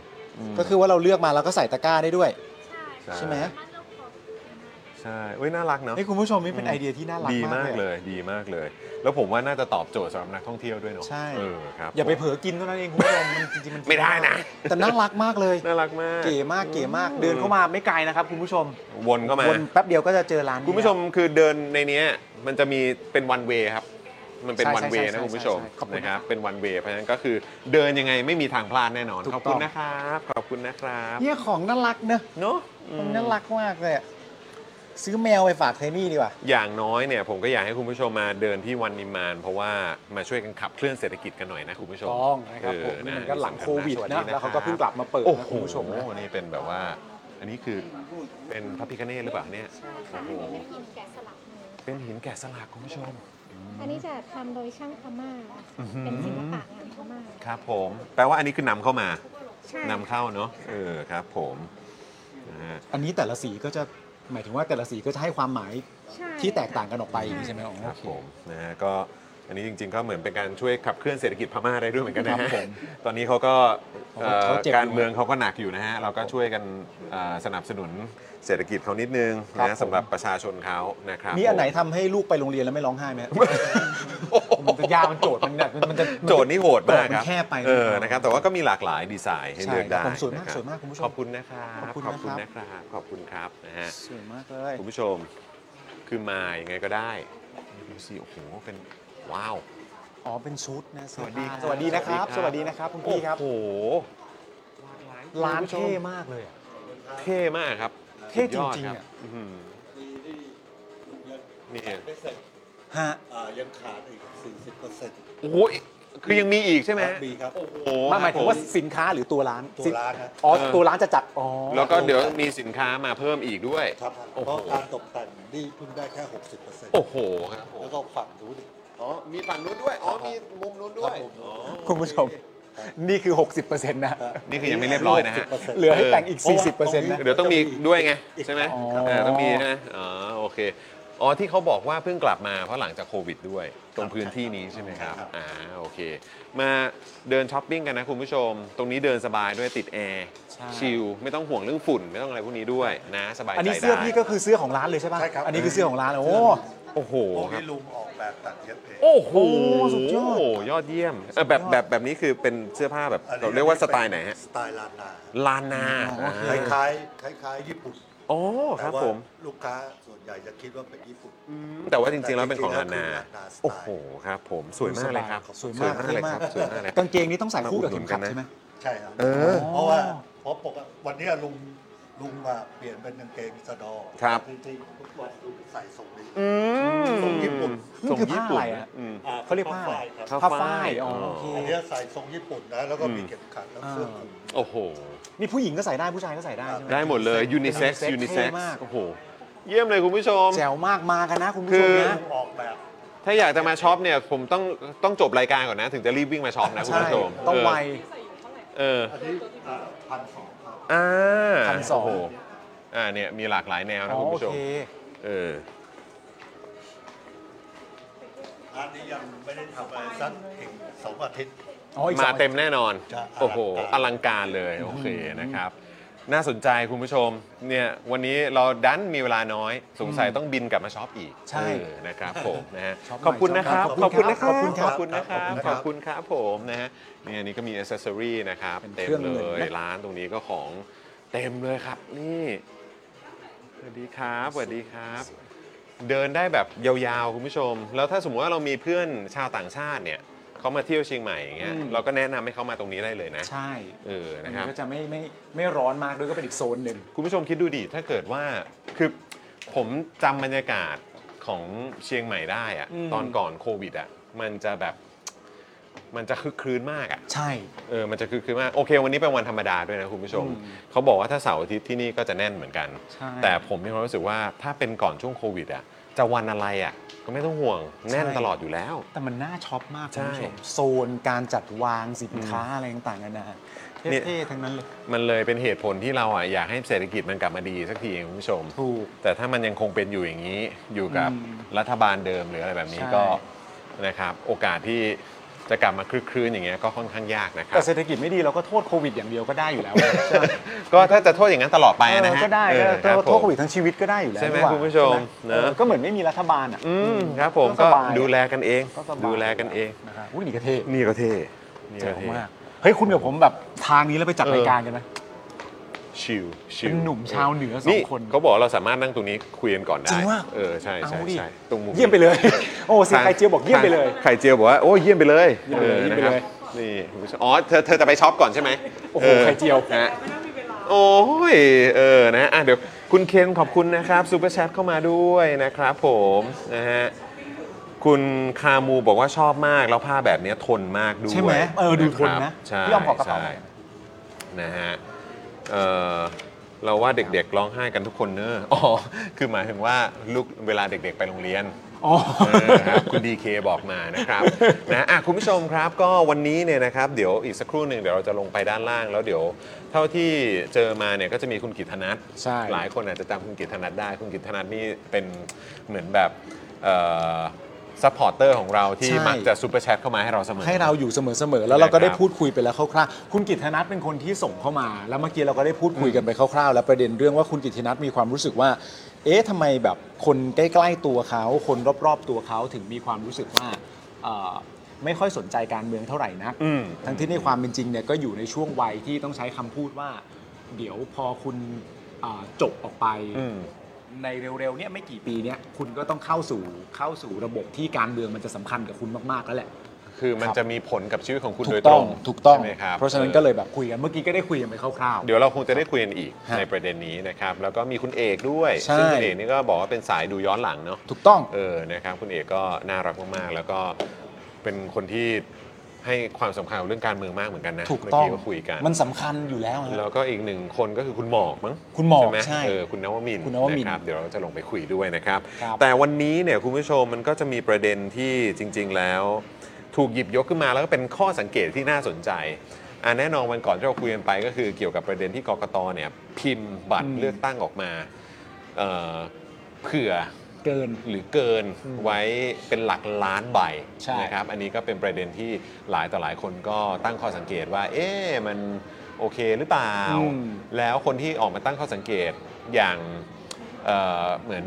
Speaker 1: ม
Speaker 3: ก็คือว่าเราเลือกมาเราก็ใส่ตะกร้าได้ด้วย
Speaker 5: ใช่
Speaker 3: ใช่ไหม
Speaker 5: สารถเลือกของได้
Speaker 1: ใช่เว้ยน่ารักเนาะ
Speaker 3: นี่คุณผู้ชมนี่เป็นไอเดียที่น่ารัก
Speaker 1: ดี
Speaker 3: มาม
Speaker 1: าก ก
Speaker 3: เล
Speaker 1: เลย ย ดีมากเลย แล้วผมว่าน่าจะตอบโจทย์สำหรับนักท่องเที่ยวด้วยเนาะ
Speaker 3: ใช่
Speaker 1: เออครับ
Speaker 3: อย่าไป
Speaker 1: ผม
Speaker 3: เผลอกินเท่านั้นเองคุณผู้ชมมันจริงๆมัน
Speaker 1: ไม่ได้นะ
Speaker 3: แต่น่ารักมากเลย
Speaker 1: น่ารักมาก
Speaker 3: เก๋มากเก๋มากเดินเข้ามาไม่ไกลนะครับคุณผู้ชม
Speaker 1: วนเข้ามา
Speaker 3: วนแป๊บเดียวก็จะเจอร้านนี้
Speaker 1: คุณผู้ชมคือเดินในเนี้ยมันจะมีเป็นวันเวครับ มันเป็น
Speaker 3: ใช่
Speaker 1: วันเว
Speaker 3: ใช่ใช่
Speaker 1: นะคุณผู้ชม
Speaker 3: ใช่ใช่ขอบคุณ
Speaker 1: นะครับเป็นวันเวเพราะฉะนั้นก็คือเดินยังไงไม่มีทางพลาดแน่นอน
Speaker 3: ถูก
Speaker 1: ขอบ
Speaker 3: ต้
Speaker 1: คุ
Speaker 3: อ
Speaker 1: ณ
Speaker 3: ง
Speaker 1: นะครับขอบคุณนะครับ
Speaker 3: เนี่ยของน่ารักเนอะ
Speaker 1: เนาะอื
Speaker 3: มัน
Speaker 1: ม
Speaker 3: น่ารักมากเลยอะซื้อแมวไปฝากเทนี่ดีกว่า
Speaker 1: อย่างน้อยเนี่ยผมก็อยากให้คุณผู้ชมมาเดินที่วันนิมมาน เพราะว่ามาช่วยกันขับเคลื่อนเศรษฐกิจกันหน่อยนะคุณผู้ชม
Speaker 3: ต้องนะครับผม
Speaker 1: เออ
Speaker 3: นี่มันก็หลังโควิด
Speaker 1: สส
Speaker 3: นะ
Speaker 1: ดี
Speaker 3: แล้วเขาก็เพิ่งกลับมาเปิด
Speaker 1: โอ้
Speaker 3: นะ
Speaker 1: โห
Speaker 3: คุณผู้ชมนะ
Speaker 1: นี่เป็นแบบว่า อันนี้คือเป็นพระพิคเนตหรือเปล่าเนี่ย
Speaker 6: ใช่ค่ะ อันนี้เป็นหินแกะสลักมือ
Speaker 1: เป็นหินแกะสลักคุณผู้ชม
Speaker 6: อันนี้จะทำโดยช่างพม่า เป็นศิลปะงานพม่า
Speaker 1: ครับผม แปลว่าอันนี้คือนำเข้ามา
Speaker 6: ใช่
Speaker 1: นำเข้าเนาะเออครับผมนะฮะ
Speaker 3: อันนี้แต่ละสีก็จะหมายถึงว่าแต่ละสีก็จะให้ความหมาย
Speaker 6: ใช่
Speaker 3: ที่แตกต่างกันออกไปอย่างนี้ใช่ไหมอ๋อ
Speaker 1: ค
Speaker 3: โอ
Speaker 1: รับ
Speaker 3: เค
Speaker 1: ผมนะฮะก็ อันนี้จริง ๆ ก็เหมือนเป็นการช่วยขับเคลื่อนเศรษฐกิจพม่าได้ด้วยเหมือนกันนะ
Speaker 3: ครั
Speaker 1: ฮะ
Speaker 3: บผม
Speaker 1: ตอนนี้เขาก็เอ่อ
Speaker 3: เขาเจ็บอยู่
Speaker 1: การเมืองเขาก็หนักอยู่นะฮะ เราก็ช่วยกันเอ่อสนับสนุนเศรษฐกิจเขานิดนึง
Speaker 3: ครับ
Speaker 1: นะ
Speaker 3: ผม
Speaker 1: สำหรับประชาชนเขานะครับ
Speaker 3: มีอันไหนทำให้ลูกไปโรงเรียนแล้วไม่ร้องไห้ไหมฮะ มันจะยากมันโจทย์มันแบบมันจะ
Speaker 1: โจทย์นี่โหดมากครับ
Speaker 3: โจทย์มันแคบไป
Speaker 1: เออนะครับแต่ว่าก็มีหลากหลายดีไซน์ให้เลือก
Speaker 3: ใช่
Speaker 1: ได้
Speaker 3: ครับผมสวยมาก
Speaker 1: นะครับ
Speaker 3: สวยมากคุณผู้ชม
Speaker 1: ขอบคุณนะครับ
Speaker 3: ขอบคุณนะ
Speaker 1: ค
Speaker 3: ค
Speaker 1: รั
Speaker 3: รั
Speaker 1: บ บขอบคุณครับนะฮะ
Speaker 3: สวยมากเลย
Speaker 1: คุณผู้ชมคือมาอย่างไงก็ได้ดูสิโอ้โหเป็นว้าว
Speaker 3: อ๋อเป็นชุดนะเอ
Speaker 1: สวัสดีครับ
Speaker 3: สวัสดีนะครับ สวัสดีนะครับคุณพี่ครับ
Speaker 1: โอ้โห
Speaker 3: ร้าน
Speaker 1: คุณผู้ชม
Speaker 3: เท่มากเลยอะ
Speaker 1: เท่มากครับ
Speaker 3: เท่
Speaker 1: สุดยอด
Speaker 3: จริง
Speaker 1: ค
Speaker 3: ๆ
Speaker 1: บ
Speaker 3: อะ
Speaker 1: อื้อหือนี่
Speaker 3: ฮะ
Speaker 7: ยังขาดอีก 40%
Speaker 1: โอ้ยคือยังมีอีกใช่ไหม
Speaker 7: มีครับ
Speaker 1: โอ้โห
Speaker 3: ไมาหมายถึงว่า
Speaker 1: ครับผ
Speaker 3: สินค้าหรือตัวร้าน
Speaker 7: ตัว
Speaker 3: สิน
Speaker 7: ร้านครับ
Speaker 3: อ๋อ
Speaker 1: เออ
Speaker 3: ตัวร้านจะจัด อ๋อ
Speaker 1: มแล้วก็เดี๋ยวมีสินค้ามาเพิ่มอีกด้วย
Speaker 7: ครับ
Speaker 1: โอ้โห
Speaker 7: เพราะการตกแต่งนี่เพิ่งได้แค่ 60%
Speaker 1: โอ้โหครับผม
Speaker 7: แล้วก็ฝั่งนู้นอีก
Speaker 1: อ๋อมีฝั่งนู้นด้วยอ๋อมีมุมนู้นด้วย
Speaker 7: ครับผม
Speaker 1: อ๋อ
Speaker 3: คุณผู้ชม นี่คือ 60%นะ
Speaker 1: นี่คือยังไม่เรียบร้อยนะฮะ
Speaker 7: 60%
Speaker 3: เหลือให้แต่งอีก
Speaker 1: เออ
Speaker 3: 40%นะ
Speaker 1: เดี๋ยวต้องมีด้วยไง ใช่ไหม
Speaker 3: อ๋อ
Speaker 1: เออต้องมีใช่ไหมอ๋อโอเค อ๋อ ที่เขาบอกว่าเพิ่งกลับมาเพราะหลังจากโควิดด้วย ตรงพื้นที่นี้ใช่ไหมครับ
Speaker 7: ครับ
Speaker 1: อ่าโอเค มาเดินช้อปปิ้งกันนะคุณผู้ชม ตรงนี้เดินสบายด้วยติดแอร์ชิลไม่ต้องห่วงเรื่องฝุ่น ไม่ต้องอะไรพวกนี้ด้วยนะสบายใจ
Speaker 3: อันนี้
Speaker 1: ได้
Speaker 3: เสื้อพี่ก็คือเสื้อของร้านเลยใช่ป่ะ
Speaker 7: ใช่ครับ
Speaker 3: อันนี้คือเสื้อของร้านเลยโอ้
Speaker 1: โอ้โห
Speaker 7: พวก
Speaker 1: ครั
Speaker 7: นี้
Speaker 1: บ
Speaker 7: ลุงออกแบบตัดเย็บเอง
Speaker 1: โอ้โห
Speaker 3: โอ้สุดยอด
Speaker 1: ยอดเยี่ยมเออแบบแบบแบบนี้คือเป็นเสื้อผ้าแบบ
Speaker 7: อันนี้
Speaker 1: เราเรียกว่าสไตล์ไหนฮะ
Speaker 7: สไตล์ลานนา
Speaker 1: ลานนา
Speaker 7: คล้ายๆคล้ายๆญี่ปุ่น
Speaker 1: อ๋อค
Speaker 7: แต่
Speaker 1: รับ
Speaker 7: ว่า
Speaker 1: ผม
Speaker 7: ลูกค้าส่วนใหญ่จะคิดว่าเป็นญี่ปุ่น
Speaker 1: แต่ว่าจริงๆ แล้วเป็นของลานา
Speaker 7: แต่จริงๆแล้วคือลานาสไตล์
Speaker 1: โอ้โห ครับผม สวยมากเลยครับ
Speaker 3: สวยมาก
Speaker 1: สวยมากเลยครับสวยมากเลย
Speaker 3: กางเกงนี้ต้องใส่คู่กับเข็มขัดใช่ไหม
Speaker 7: ใช่ครับ
Speaker 1: เออ
Speaker 7: เพราะว่าเพราะปกติวันนี้ลุงลุงมาเปลี่ยนเป็นกางเกงสะดอ
Speaker 1: ครับ
Speaker 7: จริงๆทุกวันลุงใส่ทรงนี้
Speaker 1: อืม
Speaker 7: ทรงญี่ปุ่น
Speaker 1: ทรงญี่ปุ่น
Speaker 3: นี่คือผ้าอะไรอะ
Speaker 1: อืม
Speaker 7: อ่
Speaker 3: เขาเรียกผ้าอะไร
Speaker 7: ครับ
Speaker 1: ผ้า
Speaker 3: ผ้า
Speaker 1: ฝ้า
Speaker 3: ฝ้าย ยอ๋อโอเค
Speaker 7: อันเนี้ยใส่ทรงญี่ปุ่นนะ แล้วก็มี
Speaker 1: อืม
Speaker 7: เข็มขัดแล้วเสื้อคลุม
Speaker 1: โอ้โห
Speaker 3: นี่ผู้หญิงก็ใส่ได้ผู้ชายก็ใส่ได้ใช่ไหม
Speaker 1: ได้หมดเลย ยูนิเซ็กซ์
Speaker 3: unisex
Speaker 1: ยูนิเซ็ก
Speaker 3: เท่
Speaker 1: ซ์
Speaker 3: มาก
Speaker 1: โอ้โห เยี่ยมเลยคุณผู้ชม
Speaker 3: แจ๋วมากมากันนะคุณผู้
Speaker 1: คื
Speaker 3: ชม
Speaker 1: อ
Speaker 3: นะ
Speaker 7: ออกแบบ
Speaker 1: ถ้าอยากจะมาช็อปเนี่ย ผมต้องต้องจบรายการก่อนนะ ถึงจะรีบวิ่งมาช็อปนะคุณ
Speaker 3: ใช่
Speaker 1: ผู้ชม
Speaker 3: ต้องไว
Speaker 1: เออ
Speaker 7: อันนี้พันสองครับ
Speaker 1: อ่า
Speaker 3: พันสอง
Speaker 1: โโหอ่า เนี่ย มีหลากหลายแนวนะ
Speaker 3: อ๋อ
Speaker 1: คุณ
Speaker 3: โอ
Speaker 1: ผู้ชม
Speaker 3: เค
Speaker 1: เออ
Speaker 7: อันนี้ยังไม่ได้ทำอะไรสักถึงสองอาทิตย์
Speaker 3: อ๋ออีกส
Speaker 1: มา
Speaker 3: อง
Speaker 1: เต็มแน่นอน
Speaker 7: จะอลังการ
Speaker 1: โอ้โห อลังการเลย โอเคนะครับ น่าสนใจคุณผู้ชม เนี่ย วันนี้เราดันมีเวลาน้อย สงสัยต้องบินกลับมาช็อปอีก
Speaker 3: ใช่
Speaker 1: เออนะครับผมนะฮะ
Speaker 3: ช็อปใหม่
Speaker 1: ขอบคุณนะครับ
Speaker 3: ช็
Speaker 1: ขอ
Speaker 3: อป
Speaker 1: บ
Speaker 3: ใหม่
Speaker 1: คุณนะครั
Speaker 3: ขอ
Speaker 1: บบ
Speaker 3: คุณครับ
Speaker 1: ขอบคุณนะครับ
Speaker 3: ขอบคุณครั
Speaker 1: ข
Speaker 3: บ
Speaker 1: อบคุณครับผมนะฮะ เนี่ยอันนี่ก็มีอ c เซสซอรี่นะครับ
Speaker 3: เป็น
Speaker 1: เต็ม
Speaker 3: เครื่อง
Speaker 1: เล
Speaker 3: เงินนะ
Speaker 1: ย ร้านตรงนี้ก็ของเต็มเลยครับ นี่ สวัสดีครับ สวัสดีครับ เดินได้แบบยาวๆ คุณผู้ชม แล้วถ้าสมมติว่าเรามีเพื่อนชาวต่างชาติเนี่ยเขามาเที่ยวเชียงใหม่อย่างเงี้ย
Speaker 3: อืม
Speaker 1: เราก็แนะนำให้เขามาตรงนี้ได้เลยนะ
Speaker 3: ใช่
Speaker 1: เออ
Speaker 3: อัน
Speaker 1: นะค
Speaker 3: นี้
Speaker 1: รับ
Speaker 3: ก็จะไม่ไม่ไม่ร้อนมากด้วยก็เป็นอีกโซนหนึ่ง
Speaker 1: คุณผู้ชมคิดดูดิ ถ้าเกิดว่า คือผมจำบรรยากาศของเชียงใหม่ได้อะ
Speaker 3: อืม
Speaker 1: ตอนก่อนโควิดอะมันจะแบบ มันจะคึกคืนมากอะ
Speaker 3: ใช่
Speaker 1: เออ มันจะคือคือมาก โอเค วันนี้เป็นวันธรรมดาด้วยนะคุณผู้ชม
Speaker 3: อืม
Speaker 1: เขาบอกว่าถ้าเสาร์อาทิตย์ที่นี่ก็จะแน่นเหมือนกัน
Speaker 3: ใช่
Speaker 1: แต่ผมมีความรู้สึกว่าถ้าเป็นก่อนช่วงโควิดอ่ะ จะวันอะไรอ่ะ ก็ไม่ต้องห่วง แน่น
Speaker 3: ใช่
Speaker 1: ตลอดอยู่แล้ว
Speaker 3: แต่มันน่าช็อปมากคุณผู้ชม
Speaker 1: ใช่
Speaker 3: โซนการจัดวางสินค้าอะไรต่างๆนานา
Speaker 1: เนี่ย
Speaker 3: เท่ๆทั้งนั้นเลย
Speaker 1: มันเลยเป็นเหตุผลที่เราอ่ะอยากให้เศรษฐกิจมันกลับมาดีสักทีคุณผู้ชม
Speaker 3: ถูก
Speaker 1: แต่ถ้ามันยังคงเป็นอยู่อย่างนี้ อยู่กับ
Speaker 3: อืม
Speaker 1: รัฐบาลเดิมหรืออะไรแบบนี้
Speaker 3: ใช่
Speaker 1: ก็นะครับ โอกาสที่จะกลับมาคลึกครื้นอย่างเงี้ยก็ค่อนข้างยากนะครับ
Speaker 3: แต่เศรษฐกิจไม่ดีเราก็โทษโควิดอย่างเดียวก็ได้อยู่แล้วใช่ไหม
Speaker 1: ก็ถ้าจะโทษอย่างนั้นตลอดไปนะ
Speaker 3: เอ
Speaker 1: ฮะ
Speaker 3: อก็ได้
Speaker 1: เออ
Speaker 3: ก็
Speaker 1: รับ
Speaker 3: โท
Speaker 1: ผ
Speaker 3: ษ
Speaker 1: ม
Speaker 3: โควิดทั้งชีวิตก็ได้อยู่แล้ว
Speaker 1: ใช่ไหม
Speaker 3: นี่ว่า
Speaker 1: คุณผู้ชม
Speaker 3: ใช่ไห
Speaker 1: เนอะ
Speaker 3: ก็เหมือนไม่มีรัฐบาลอ่ะ
Speaker 1: อืมครับผม
Speaker 3: ส
Speaker 1: ก็
Speaker 3: บาย
Speaker 1: ดูแลกันเอง
Speaker 3: ก็สบาย
Speaker 1: ดูแลกันเอง
Speaker 3: นะครับอุ้ยนี่ก็เท่
Speaker 1: นี่ก็เท่
Speaker 3: เจ๋งมากเฮ้ยคุณกับผมแบบทางนี้แล้วไปจัดรายการกันไหม
Speaker 1: ชิลชิล
Speaker 3: เป็นหนุ่มชาวเหนือสองคน
Speaker 1: เขาบอกเราสามารถนั่งตรงนี้คุยกันก่อนได้
Speaker 3: จริงว่ะ
Speaker 1: เออใช่ใช่
Speaker 3: เอาดิ
Speaker 1: ใช่ตรงมุม
Speaker 3: เยี่ยมไปเลย โอ้เสียงไข่เจียวบอกเยี่ยมไปเลย
Speaker 1: ไข่เจียวบอกว่าโอ้เยี่ยมไปเลย
Speaker 3: เยี่ยม
Speaker 1: ออ
Speaker 3: ไปเลยเยี่ยมไปเลย
Speaker 1: นะครับนี่คุณผู้ชมอ๋อเธอเธอจะไปช็อปก่อนใช่ไหม
Speaker 3: โอ้โหไข่เจียว
Speaker 1: นะฮะ
Speaker 4: ไม่ต้องมีเวลา
Speaker 1: โอ้ยเออนะอ่ะเดี๋ยวคุณเคนขอบคุณนะครับซูเปอร์แชทเข้ามาด้วยนะครับผมนะฮะคุณคามูบอกว่าชอบมากแล้วผ้าแบบเนี้ยทนมากด้วย
Speaker 3: ใช่ไหมเออดูทน
Speaker 1: ครั
Speaker 3: นะ
Speaker 1: บใช่
Speaker 3: พี่อ้อมขอกระเป๋า
Speaker 1: ใช่
Speaker 3: หน่อย
Speaker 1: นะฮะเอ่อเราว่าเด็กๆร้องไห้กันทุกคนเนอะอ๋อ คือหมายถึงว่าลูกเวลาเด็กๆไปโรงเรียน
Speaker 3: อ๋อ
Speaker 1: เออครับคุณดีเคบอกมานะครับนะอ่ะคุณผู้ชมครับก็วันนี้เนี่ยนะครับเดี๋ยวอีกสักครู่หนึ่งเดี๋ยวเราจะลงไปด้านล่าง แล้วเดี๋ยวเท่าที่เจอมาเนี่ยก็จะมีคุณกิตธนัท
Speaker 3: ใช่
Speaker 1: หลายคนอาจจะจำคุณกิตธนัทได้ คุณกิตธนัทนี่เป็นเหมือนแบบเอ่อ ซัพพอร์เตอร์ของเราที่
Speaker 3: ใช่
Speaker 1: มักจะซูเปอร์แชทเข้ามาให้เราเสมอ
Speaker 3: ให้เราอยู่เสมอๆ แล้วเราก็ได้
Speaker 1: นะครับ
Speaker 3: พูดคุยไปแล้วคร่าวๆ คุณกิตนัทเป็นคนที่ส่งเข้ามา แล้วเมื่อกี้เราก็ได้พูดคุยกันไปคร่าวๆ แล้วประเด็นเรื่องว่าคุณกิตนัทมีความรู้สึกว่า เอ๊ะทำไมแบบคนใกล้ๆตัวเขา คนรอบๆตัวเขาถึงมีความรู้สึกว่าเอ่อไม่ค่อยสนใจการเมืองเท่าไหร่นัก
Speaker 1: อืม
Speaker 3: ทั้งที่ในความเป็นจริงเนี่ยก็อยู่ในช่วงวัยที่ต้องใช้คำพูดว่า เดี๋ยวพอคุณอ่าจบออกไป
Speaker 1: อืม
Speaker 3: ในเร็วๆ เนี่ยไม่กี่ปีเนี่ยคุณก็ต้องเข้าสู่เข้าสู่ระบบที่การเมืองมันจะสำคัญกับคุณมากๆแล้วแหละ
Speaker 1: คือมัน
Speaker 3: ครับ
Speaker 1: จะมีผลกับชีวิตของคุณ
Speaker 3: ถู
Speaker 1: โดย
Speaker 3: ก
Speaker 1: ต
Speaker 3: ต้
Speaker 1: ร
Speaker 3: อง
Speaker 1: ง
Speaker 3: ถูกต้อง
Speaker 1: ใช่ไหมครับ
Speaker 3: เพราะฉะนั้นก็เลยแบบคุยกันเมื่อกี้ก็ได้คุยกันไปคร่าว
Speaker 1: เดี๋ยวเราคงจะได้คุยกันอีก
Speaker 3: ฮะ
Speaker 1: ในประเด็นนี้นะครับ แล้วก็มีคุณเอกด้วย
Speaker 3: ใช่
Speaker 1: ซึ่งคุณเอกนี่ก็บอกว่าเป็นสายดูย้อนหลังเนาะ
Speaker 3: ๆ ถูกต้อง
Speaker 1: เออนะครับคุณเอกก็น่ารักมากๆ แล้วก็เป็นคนที่ให้ความสำคัญกับเรื่องการเมืองมากเหมือนกันนะ
Speaker 3: ถูก
Speaker 1: เมื่
Speaker 3: ต้อง
Speaker 1: กี้ก็คุยกัน
Speaker 3: มันสำคัญอยู่แล้ว
Speaker 1: แล้
Speaker 3: นะ
Speaker 1: วก็อีกหนึ่งคนก็คือคุณหมอกมั้ง
Speaker 3: คุณหมอก
Speaker 1: ไห
Speaker 3: ใช่
Speaker 1: เออคุณนวมินทร์
Speaker 3: คุณนวมินท
Speaker 1: ะ
Speaker 3: ร์
Speaker 1: ครับเดี๋ยวเราจะลงไปคุยด้วยนะครับ
Speaker 3: ครับ
Speaker 1: แต่วันนี้เนี่ยคุณผู้ชมมันก็จะมีประเด็นที่จริง ๆ แล้ว ถูกหยิบยกขึ้นมาแล้วก็เป็นข้อสังเกตที่น่าสนใจอ่ะแน่นอนวันก่อนที่เราคุยกันไปก็คือเกี่ยวกับประเด็นที่กกตเนี่ยพิมพ์บัตรเลือกตั้งออกมาเอ่อเผื่อ
Speaker 3: เกิน
Speaker 1: หรือเกิน
Speaker 3: อืม
Speaker 1: ไว้เป็นหลักล้านใบ
Speaker 3: ใช่
Speaker 1: นะครับ อันนี้ก็เป็นประเด็นที่หลายต่อหลายคนก็ตั้งข้อสังเกตว่า เอ๊ะมันโอเคหรือเปล่า แล้วคนที่ออกมาตั้งข้อสังเกตอย่างเอ่อเหมือน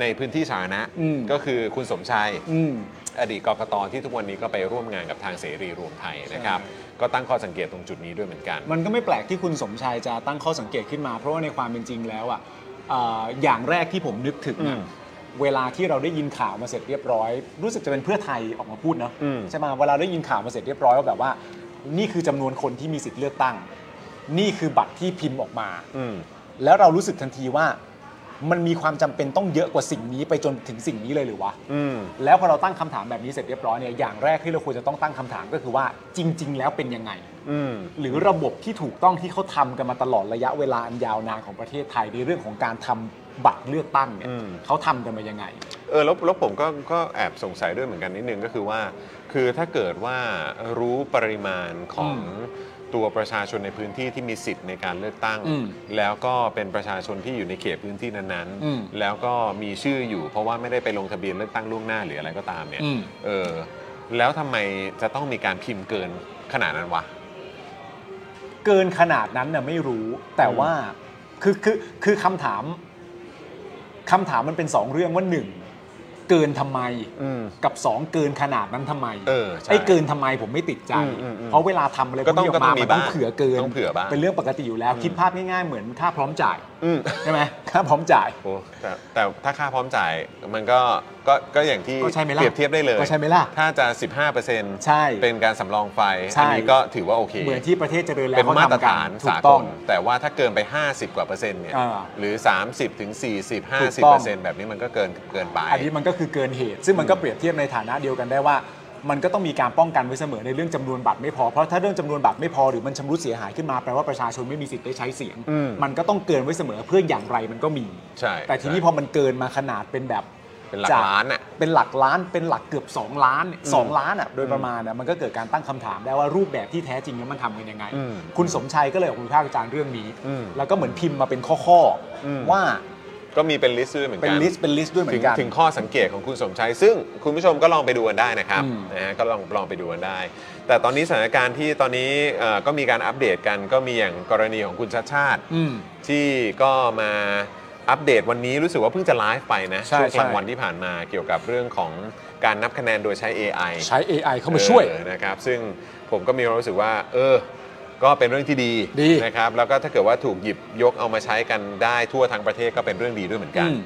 Speaker 1: ในพื้นที่สาธารณะ
Speaker 3: อืม
Speaker 1: ก็คือคุณสมชัย
Speaker 3: อืม
Speaker 1: อดีตกรกตที่ทุกวันนี้ก็ไปร่วมงานกับทางเสรีรวมไทยนะครับ
Speaker 3: ใช่
Speaker 1: ก็ตั้งข้อสังเกตตรงจุดนี้ด้วยเหมือนกัน
Speaker 3: มันก็ไม่แปลกที่คุณสมชายจะตั้งข้อสังเกตขึ้นมา เพราะว่าในความเป็นจริงแล้วอ่ะเอ่ออย่างแรกที่ผมนึกถึง
Speaker 1: อื
Speaker 3: อะ
Speaker 1: ม
Speaker 3: เวลาที่เราได้ยินข่าวมาเสร็จเรียบร้อย รู้สึกจะเป็นเพื่อไทยออกมาพูดเนาะ
Speaker 1: อืม
Speaker 3: ใช่ไหมเวลาได้ยินข่าวมาเสร็จเรียบร้อยว่าแบบว่า นี่คือจำนวนคนที่มีสิทธิ์เลือกตั้ง นี่คือบัตรที่พิมพ์ออกมา
Speaker 1: อืม
Speaker 3: แล้วเรารู้สึกทันทีว่า มันมีความจำเป็นต้องเยอะกว่าสิ่งนี้ไปจนถึงสิ่งนี้เลยหรือวะ
Speaker 1: อืม
Speaker 3: แล้วพอเราตั้งคำถามแบบนี้เสร็จเรียบร้อยเนี่ยอย่างแรกที่เราควรจะต้องตั้งคำถามก็คือว่าจริง ๆ แล้วเป็นยังไง
Speaker 1: อืม
Speaker 3: หรือระบบที่ถูกต้องที่เขาทำกันมาตลอดระยะเวลาอันยาวนานของประเทศไทยในเรื่องของการทำบัตรเลือกตั้งเนี่ย
Speaker 1: อืม
Speaker 3: เขาทำกันมายังไง
Speaker 1: เออแล้วแล้วผมก็ก็แอบสงสัยด้วยเหมือนกันนิดนึงก็คือว่า คือถ้าเกิดว่ารู้ปริมาณของตัวประชาชนในพื้นที่ที่มีสิทธิ์ในการเลือกตั้ง
Speaker 3: อืม
Speaker 1: แล้วก็เป็นประชาชนที่อยู่ในเขตพื้นที่นั้น
Speaker 3: อืม
Speaker 1: ๆ แล้วก็มีชื่ออยู่ เพราะว่าไม่ได้ไปลงทะเบียนเลือกตั้งล่วงหน้าหรืออะไรก็ตามเนี่ย
Speaker 3: อืม
Speaker 1: เออแล้วทำไมจะต้องมีการพิมพ์เกินขนาดนั้นวะ
Speaker 3: เกินขนาดนั้นน่ะไม่รู้ แต่ว่าคือคือคือคำถามคำถามมันเป็นสองเรื่องว่าหนึ่งเกินทำไม
Speaker 1: อืม
Speaker 3: กับสองเกินขนาดนั้นทำไม
Speaker 1: เออใช่
Speaker 3: ไอ้เกินทำไมผมไม่ติดใจ
Speaker 1: อืมอืมอืม
Speaker 3: เพราะเวลาทำอะไรพวกนี้ออกมามันต้องเผื่อเกิน
Speaker 1: ต้องเผื่อบ้าง
Speaker 3: เป็นเรื่องปกติอยู่แล้ว
Speaker 1: อืม
Speaker 3: คิดภาพง่ายๆเหมือนค่าพร้อมจ่าย
Speaker 1: อืม
Speaker 3: ใช่ไหมค่าพร้อมจ่าย
Speaker 1: โอ้แต่แต่ถ้าค่าพร้อมจ่ายมันก็ก็ก็อย่างที่
Speaker 3: ก็ใช่ไหมล่ะ
Speaker 1: เปรียบเทียบได้เลย
Speaker 3: ก็ใช่ไหมล่ะ
Speaker 1: ถ้าจะ 15%
Speaker 3: ใช่
Speaker 1: เป็นการสำรองไฟ
Speaker 3: ใช่
Speaker 1: อันี้ก็ถือว่าโอเค
Speaker 3: เหมือนที่ประเทศเจริญแล้ว
Speaker 1: เป็น
Speaker 3: เขา
Speaker 1: มาตร
Speaker 3: ทำกั
Speaker 1: ฐานสา
Speaker 3: นถูก
Speaker 1: ก
Speaker 3: ต้อง
Speaker 1: ลแต่ว่าถ้าเกินไป 50 กว่าเปอร์เซ็นต์เนี่ย
Speaker 3: อ่า
Speaker 1: หรือ 30ถึง40
Speaker 3: ถูกต้อง
Speaker 1: 50%แบบนี้มันก็เกินเกินไป
Speaker 3: อันนี้มันก็คือเกินเหตุ ซึ่งมันก็เปรียบเทียบในฐานะเดียวกันได้ว่า มันก็ต้องมีการป้องกันไว้เสมอในเรื่องจำนวนบัตรไม่พอ เพราะถ้าเรื่องจำนวนบัตรไม่พอหรือมันชำรุดเสียหายขึ้นมาแปลว่าประชาชนไม่มีสิทธิ์ได้ใช้เสียง
Speaker 1: อืม
Speaker 3: มันก็ต้องเกินไว้เสมอเพื่ออย่างไรมันก็มี
Speaker 1: ใช่
Speaker 3: แต่ทีนี้พอมันเกินมาขนาดเป็นแบบ
Speaker 1: เป็นหลัก
Speaker 3: จาก
Speaker 1: ล้านอ่ะ
Speaker 3: เป็นหลักล้านเป็นหลักเกือบ 2 ล้านเนี่ย
Speaker 1: อืม
Speaker 3: สองล้านอ่ะโดยประมาณอ่ะมันก็เกิดการตั้งคำถามได้ว่ารูปแบบที่แท้จริงแล้วมันทำกันยังไง
Speaker 1: อืม
Speaker 3: คุณสมชัยก็เลยออกมาวิพากษ์วิจารณ์เรื่องนี้
Speaker 1: อืม
Speaker 3: แล้วก็เหมือนพิมพ์มาเป็นข้อ
Speaker 1: อืม
Speaker 3: ๆว่า
Speaker 1: ก็มีเป็นลิสต์ด้วยเหมือนกั
Speaker 3: เป็นลิสต์เป็นลิสต์ด้วยเหมื
Speaker 1: ถึ
Speaker 3: อง นกัน
Speaker 1: ถึงข้อสังเกตของคุณสมชัย ซึ่งคุณผู้ชมก็ลองไปดูกันได้นะครับ
Speaker 3: อืม
Speaker 1: นะฮะก็ลองลองไปดูกันได้ แต่ตอนนี้สถานการณ์ที่ตอนนี้เอ่อก็มีการอัปเดตกันก็มีอย่างกรณีของคุณชาติชาติ ที่ก็มาอัปเดตวันนี้รู้สึกว่าเพิ่งจะไลฟ์ไปนะ
Speaker 3: ใช่
Speaker 1: ช่วงกลาง
Speaker 3: ใช่
Speaker 1: วันที่ผ่านมาเกี่ยวกับเรื่องของการนับคะแนนโดยใช้ AI
Speaker 3: ใช้ AI เข้ามาช่วย
Speaker 1: เออนะครับซึ่งผมก็มีความรู้สึกว่า เออ ก็เป็นเรื่องที่ดี
Speaker 3: ดี
Speaker 1: นะครับแล้วก็ถ้าเกิดว่าถูกหยิบยกเอามาใช้กันได้ทั่วทั้งประเทศก็เป็นเรื่องดีด้วยเหมือนกัน
Speaker 3: อืม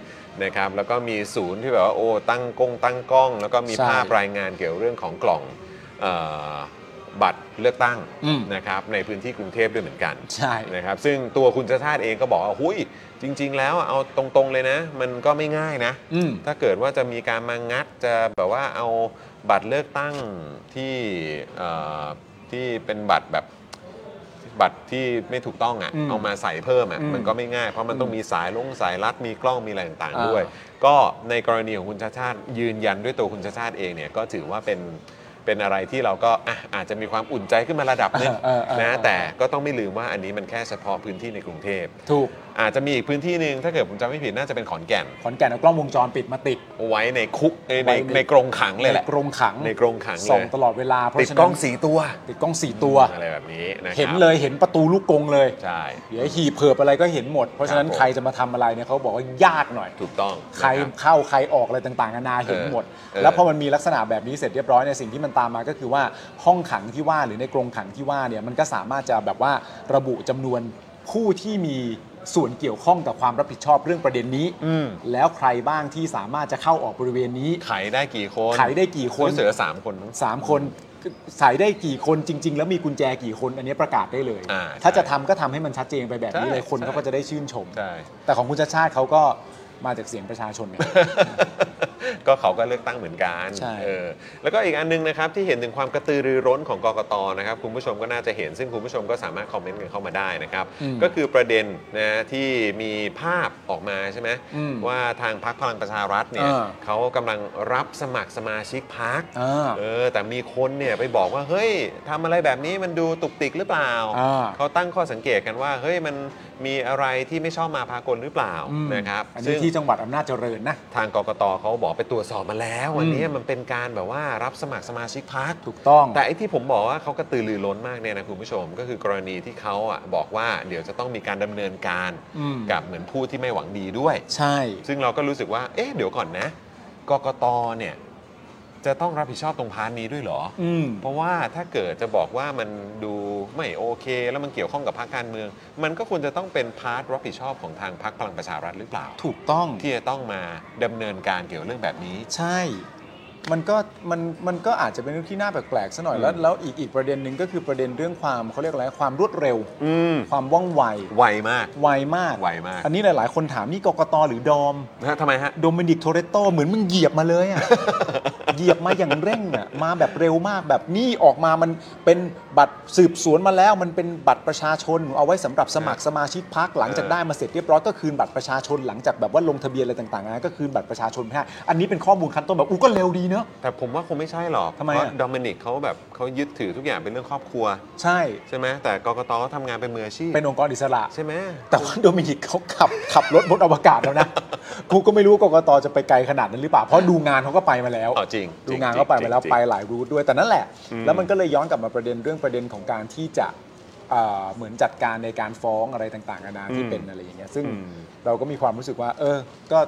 Speaker 1: นะครับแล้วก็มีศูนย์ที่แบบว่าโอ้ตั้งกล้องตั้งกล้อง แล้วก็มี
Speaker 3: ใช่
Speaker 1: ภาพรายงานเกี่ยวเรื่องของกล่องเออบัตรเลือกตั้ง
Speaker 3: อืม
Speaker 1: นะครับในพื้นที่กรุงเทพด้วยเหมือนกัน
Speaker 3: ใช่
Speaker 1: นะครับซึ่งตัวคุณชาติชาติเองก็บอกว่าหุยจริง ๆ แล้วเอาตรงๆเลยนะ มันก็ไม่ง่ายนะ
Speaker 3: อืม
Speaker 1: ถ้าเกิดว่าจะมีการมางัดจะแบบว่าเอาบัตรเลือกตั้งที่เอ่อที่เป็นบัตรแบบบัตรที่ไม่ถูกต้อง
Speaker 3: อืม
Speaker 1: อะ่ะเอามาใส่เพิ่มอะ่ะ
Speaker 3: อืม
Speaker 1: มันก็ไม่ง่ายเพราะมันต้องมีสายลงสายรัดมีกล้องมีอะไรต่าง
Speaker 3: อ่า
Speaker 1: ๆด้วย ก็ในกรณีของคุณชาติชาติยืนยันด้วยตัวคุณชาติชาติเองเนี่ยก็ถือว่าเป็นเป็นอะไรที่เราก็อ่ะอาจจะมีความอุ่นใจขึ้นมาระดับหนึง
Speaker 3: เออเออเออ
Speaker 1: นะแต่ก็ต้องไม่ลืมว่าอันนี้มันแค่เฉพาะพื้นที่ในกรุงเทพ
Speaker 3: ถูก
Speaker 1: อาจจะมีอีกพื้นที่หนึ่งถ้าเกิดผมจำไม่ผิดน่าจะเป็นขอนแก่น
Speaker 3: ขอนแก่นเอากล้องวงจรปิดมาติด
Speaker 1: ไว้ในคุกใน
Speaker 3: ไว้
Speaker 1: ใน
Speaker 3: ใน
Speaker 1: ในกรงขังเลยแหละ
Speaker 3: ในกรงขัง
Speaker 1: ในกรงขังเลย
Speaker 3: ส่องตลอดเวลาเพราะ
Speaker 1: ติด
Speaker 3: ฉะ
Speaker 1: กล้
Speaker 3: นั้
Speaker 1: อง
Speaker 3: น
Speaker 1: สีตัว
Speaker 3: ติดกล้องสี่ตัว
Speaker 1: อะไรแบบนี้นะครับ
Speaker 3: เห็นเลยเห็นประตูลูกกรงเลย
Speaker 1: ใช่
Speaker 3: เดี๋ยวหีบเผิบอะไรก็เห็นหมด เพราะฉะนั้น
Speaker 1: ครับผม
Speaker 3: ใครจะมาทำอะไรเนี่ยเขาบอกว่ายากหน่อย
Speaker 1: ถูกต้อง
Speaker 3: ใคร
Speaker 1: นะบ
Speaker 3: เข้าใครออกอะไรต่างๆนานาเห็นหมด
Speaker 1: เออ
Speaker 3: แล้วพอมันมีลักษณะแบบนี้เสร็จเรียบร้อยในยสิ่งที่มันตามมาก็คือว่าห้องขังที่ว่าหรือในกรงขังที่ว่าเนี่ยมันก็สามารถจะแบบว่าระบุจำนวนผู้ที่มีส่วนเกี่ยวข้องกับความรับผิดชอบเรื่องประเด็นนี้
Speaker 1: อืม
Speaker 3: แล้วใครบ้างที่สามารถจะเข้าออกบริเวณนี้
Speaker 1: ขายได้กี่คน
Speaker 3: ขายได้กี่คน
Speaker 1: รู้สึกว่าสามคนมั้ง
Speaker 3: สามคนใส่ได้กี่คนจริง ๆ แล้วมีกุญแจกี่คนอันนี้ประกาศได้เลย
Speaker 1: อ่า
Speaker 3: ถ้าจะทำก็ทำให้มันชัดเจนไปแบบนี้เลย
Speaker 1: ใช่
Speaker 3: คนเขาก็
Speaker 1: ใช่
Speaker 3: จะได้ชื่นชม
Speaker 1: ใช่
Speaker 3: แต่ของคุณชาติชาติเขาก็มาจากเสียงประชาชนเนี่ย
Speaker 1: ก็เขาก็เลือกตั้งเหมือนกัน
Speaker 3: ใช่
Speaker 1: เออแล้วก็อีกอันนึงนะครับที่เห็นถึงความกระตือรือร้นของกกตนะครับคุณผู้ชมก็น่าจะเห็นซึ่งคุณผู้ชมก็สามารถคอมเมนต์กันเข้ามาได้นะครับ
Speaker 3: อืม
Speaker 1: ก็คือประเด็นนะที่มีภาพออกมาใช่ไหม
Speaker 3: อืม
Speaker 1: ว่าทางพรรคพลังประชารัฐเนี่ย
Speaker 3: เออ
Speaker 1: เขากำลังรับสมัครสมาชิกพรรค
Speaker 3: อ่า
Speaker 1: เออแต่มีคนเนี่ยไปบอกว่าเฮ้ยทำอะไรแบบนี้มันดูตุกติกหรือเปล่า
Speaker 3: อ่า
Speaker 1: เขาตั้งข้อสังเกตกันว่าเฮ้ยมันมีอะไรที่ไม่ชอบมาพากลหรือเปล่า
Speaker 3: อืม
Speaker 1: นะครับ
Speaker 3: อัน
Speaker 1: ซึ่
Speaker 3: นี้
Speaker 1: ง
Speaker 3: ที่จังหวัดอำนาจเจริญนะ
Speaker 1: ทางกกตเขาบอกไปตรวจสอบมาแล้ว วันนี้
Speaker 3: อืม
Speaker 1: มันเป็นการแบบว่ารับสมัครสมาชิกพรรค
Speaker 3: ถูกต้อง
Speaker 1: แต่ไอ้ที่ผมบอกว่าเขากระตือรือร้นมากเนี่ยนะคุณผู้ชม ก็คือกรณีที่เขาอ่ะบอกว่าเดี๋ยวจะต้องมีการดำเนินการ
Speaker 3: อืม
Speaker 1: กับเหมือนผู้ที่ไม่หวังดีด้วย
Speaker 3: ใช่
Speaker 1: ซึ่งเราก็รู้สึกว่า เอ๊ะเดี๋ยวก่อนนะกกตเนี่ยจะต้องรับผิดชอบตรงพาร์ทนี้ด้วยเหรอ
Speaker 3: อืม
Speaker 1: เพราะว่าถ้าเกิดจะบอกว่ามันดูไม่โอเค แล้วมันเกี่ยวข้องกับพรรคการเมือง มันก็ควรจะต้องเป็นพาร์ทรับผิดชอบของทางพรรคพลังประชารัฐหรือเปล่า
Speaker 3: ถูกต้อง
Speaker 1: ที่จะต้องมาดำเนินการเกี่ยวกับเรื่องแบบนี้
Speaker 3: ใช่ มันก็มันมันก็อาจจะเป็นเรื่องที่น่าแปลกๆซะหน่อย แล้ว
Speaker 1: อืม
Speaker 3: แล้วอีกอีกประเด็นหนึ่งก็คือประเด็นเรื่องความเขาเรียกอะไรความรวดเร็ว
Speaker 1: อืม
Speaker 3: ความว่องไว
Speaker 1: ไวมาก
Speaker 3: ไวมาก
Speaker 1: ไวมาก
Speaker 3: อันนี้หลายๆ คนถามนี่กกตหรือดอม
Speaker 1: นะฮะทำไมฮะ
Speaker 3: โดมินิกโทเรโตเหมือนมึงเหยียบมาเลยอะ เหยียบมาอย่างเร่งอะมาแบบเร็วมากแบบนี่ออกมามันเป็นบัตรสืบสวนมาแล้ว มันเป็นบัตรประชาชนเอาไว้สำหรับสมัครสมาชิกพักหลังจาก
Speaker 1: เออ
Speaker 3: ได้มาเสร็จเรียบร้อยก็คืนบัตรประชาชนหลังจากแบบว่าลงทะเบียนอะไรต่างๆนะก็คืนบัตรประชาชนไปให้อันนี้เป็นข้อมูลขั้นต้นแบบอู้ก็เร็วดีเนอะ
Speaker 1: แต่ผมว่าคงไม่ใช่หรอก
Speaker 3: ทำไมอะ
Speaker 1: เพราะดอมินิกเขาแบบเขายึดถือทุกอย่างเป็นเรื่องครอบครัว
Speaker 3: ใช่
Speaker 1: ใช่ไหมแต่กกตเขาทำงานเป็นมืออาชีพ
Speaker 3: เป็นองค์กรอิสระ
Speaker 1: ใช่ไหม
Speaker 3: แต่ว่าโดมินิกเขาขับขับรถบนอวกาศแล้วนะกูก็ไม่รู้ว่ากกตจะไปไกลขนาดนั้นหรือเปล่าเพราะดูงานเขาก็ไปมาแล้ว
Speaker 1: อ๋อจริง
Speaker 3: ดูงาน
Speaker 1: จริง
Speaker 3: เขาไปมาแล้ว
Speaker 1: จริง
Speaker 3: ไปหลายรูทด้วยแต่นั่นแหละ
Speaker 1: อืม
Speaker 3: แล้วมันก็เลยย้อนกลับมาประเด็นเรื่องประเด็นของการที่จะเอ่อเหมือนจัดการในการฟ้องอะไรต่างๆนานาที่
Speaker 1: อืม
Speaker 3: เป็นอะไรอย่างเงี้ยซึ่ง
Speaker 1: อืม
Speaker 3: เราก็มีความรู้สึกว่า เออก็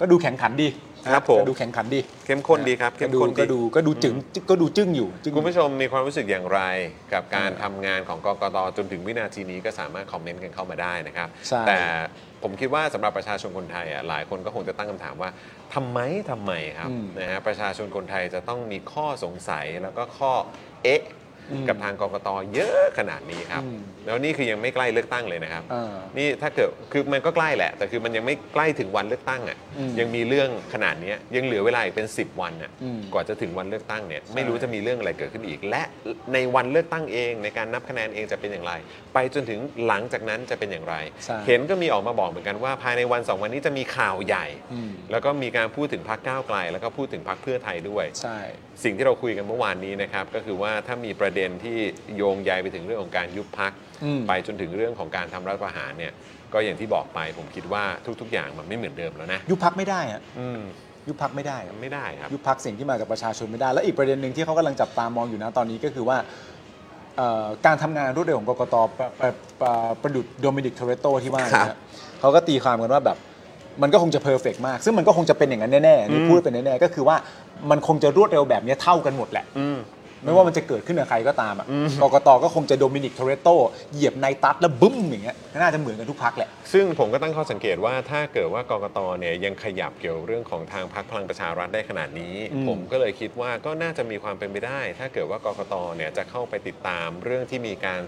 Speaker 3: ก็ดูแข่งขันดี
Speaker 1: ครับผม
Speaker 3: ก็ดูแข่งขันดี
Speaker 1: เข้มข้นดีครับเข้
Speaker 3: ก็
Speaker 1: ม
Speaker 3: ดู
Speaker 1: ข้นดี
Speaker 3: ก็ดูก็ดูจึงก็ดูจึ้งอยู่จึ้ง
Speaker 1: คุณผู้ชมมีความรู้สึกอย่างไรกับการ
Speaker 3: เออ
Speaker 1: ทำงานของกกตจนถึงวินาทีนี้ก็สามารถคอมเมนต์กันเข้ามาได้นะครับ
Speaker 3: ใช่
Speaker 1: แต่ผมคิดว่าสำหรับประชาชนคนไทยอ่ะหลายคนก็คงจะตั้งคำถามว่าทำไมทำไมครับ
Speaker 3: อืม
Speaker 1: นะฮะประชาชนคนไทยจะต้องมีข้อสงสัยแล้วก็ข้อเอ๊ะ
Speaker 3: อืม
Speaker 1: กับทางกกตเยอะขนาดนี้ครับ
Speaker 3: อืม
Speaker 1: แล้วนี่คือยังไม่ใกล้เลือกตั้งเลยนะครับ
Speaker 3: เออ
Speaker 1: นี่ถ้าเกิดคือมันก็ใกล้แหละ แต่คือมันยังไม่ใกล้ถึงวันเลือกตั้งอ่ะ
Speaker 3: อืม
Speaker 1: ยังมีเรื่องขนาดเนี้ยยังเหลือเวลาอีกเป็น 10 วันอ่ะ
Speaker 3: อืม
Speaker 1: กว่าจะถึงวันเลือกตั้งเนี่ยไม่รู้จะมีเรื่องอะไรเกิดขึ้นอีก และในวันเลือกตั้งเองในการนับคะแนนเองจะเป็นอย่างไร ไปจนถึงหลังจากนั้นจะเป็นอย่างไร
Speaker 3: ใช่
Speaker 1: เห็นก็มีออกมาบอกเหมือนกันว่า ภายในวันสองวันนี้จะมีข่าวใหญ่
Speaker 3: อืม
Speaker 1: แล้วก็มีการพูดถึงพรรคก้าวไกล แล้วก็พูดถึงพรรคเพื่อไทยด้วย
Speaker 3: ใช่
Speaker 1: สิ่งที่เราคุยกันเมื่อวานนี้นะครับก็คือว่าถ้ามีประเด็นที่โยงใยไปถึงเรื่องของการยุบพัก
Speaker 3: อืม
Speaker 1: ไปจนถึงเรื่องของการทำรัฐประหารเนี่ยก็อย่างที่บอกไปผมคิดว่าทุก ๆ อย่างมันไม่เหมือนเดิมแล้วนะ
Speaker 3: ยุบพักไม่ได้อะ
Speaker 1: อืม
Speaker 3: ยุบพักไม่ได้อะ
Speaker 1: มันไม่ได้ครับ
Speaker 3: ยุบพักเสียงที่มาจากประชาชนไม่ได้ และอีกประเด็นหนึ่งที่เขากำลังจับตามองอยู่นะตอนนี้ก็คือว่าเอ่อการทำงานรวดเร็วของกกตประประประประดุดโดมินิกโทเรโตที่ว่า
Speaker 1: ครั
Speaker 3: นะ
Speaker 1: บ
Speaker 3: ฮะเขาก็ตีความกันว่าแบบมันก็คงจะเพอร์เฟกมาก ซึ่งมันก็คงจะเป็นอย่างนั้นแน่ๆนี่
Speaker 1: อืม
Speaker 3: พูดเป็นแน่ๆก็คือว่ามันคงจะรวดเร็วแบบเนี้ยเท่ากันหมดแหละ
Speaker 1: อืม
Speaker 3: ไม่ว่ามันจะเกิดขึ้นกับใครก็ตามอ่ะ
Speaker 1: อืม
Speaker 3: กกตก็คงจะโดมินิกโทเรโตเหยียบในตัดแล้วบึ้มอย่างเงี้ยน่าจะเหมือนกันทุกพักแหละ
Speaker 1: ซึ่งผมก็ตั้งข้อสังเกตว่าถ้าเกิดว่ากกตเนี่ยยังขยับเกี่ยวเรื่องของทางพรรคพลังประชารัฐได้ขนาดนี้
Speaker 3: อืม
Speaker 1: ผมก็เลยคิดว่าก็น่าจะมีความเป็นไปได้ ถ้าเกิดว่ากกตเนี่ยจะเข้าไปติดตามเรื่องที่มีการ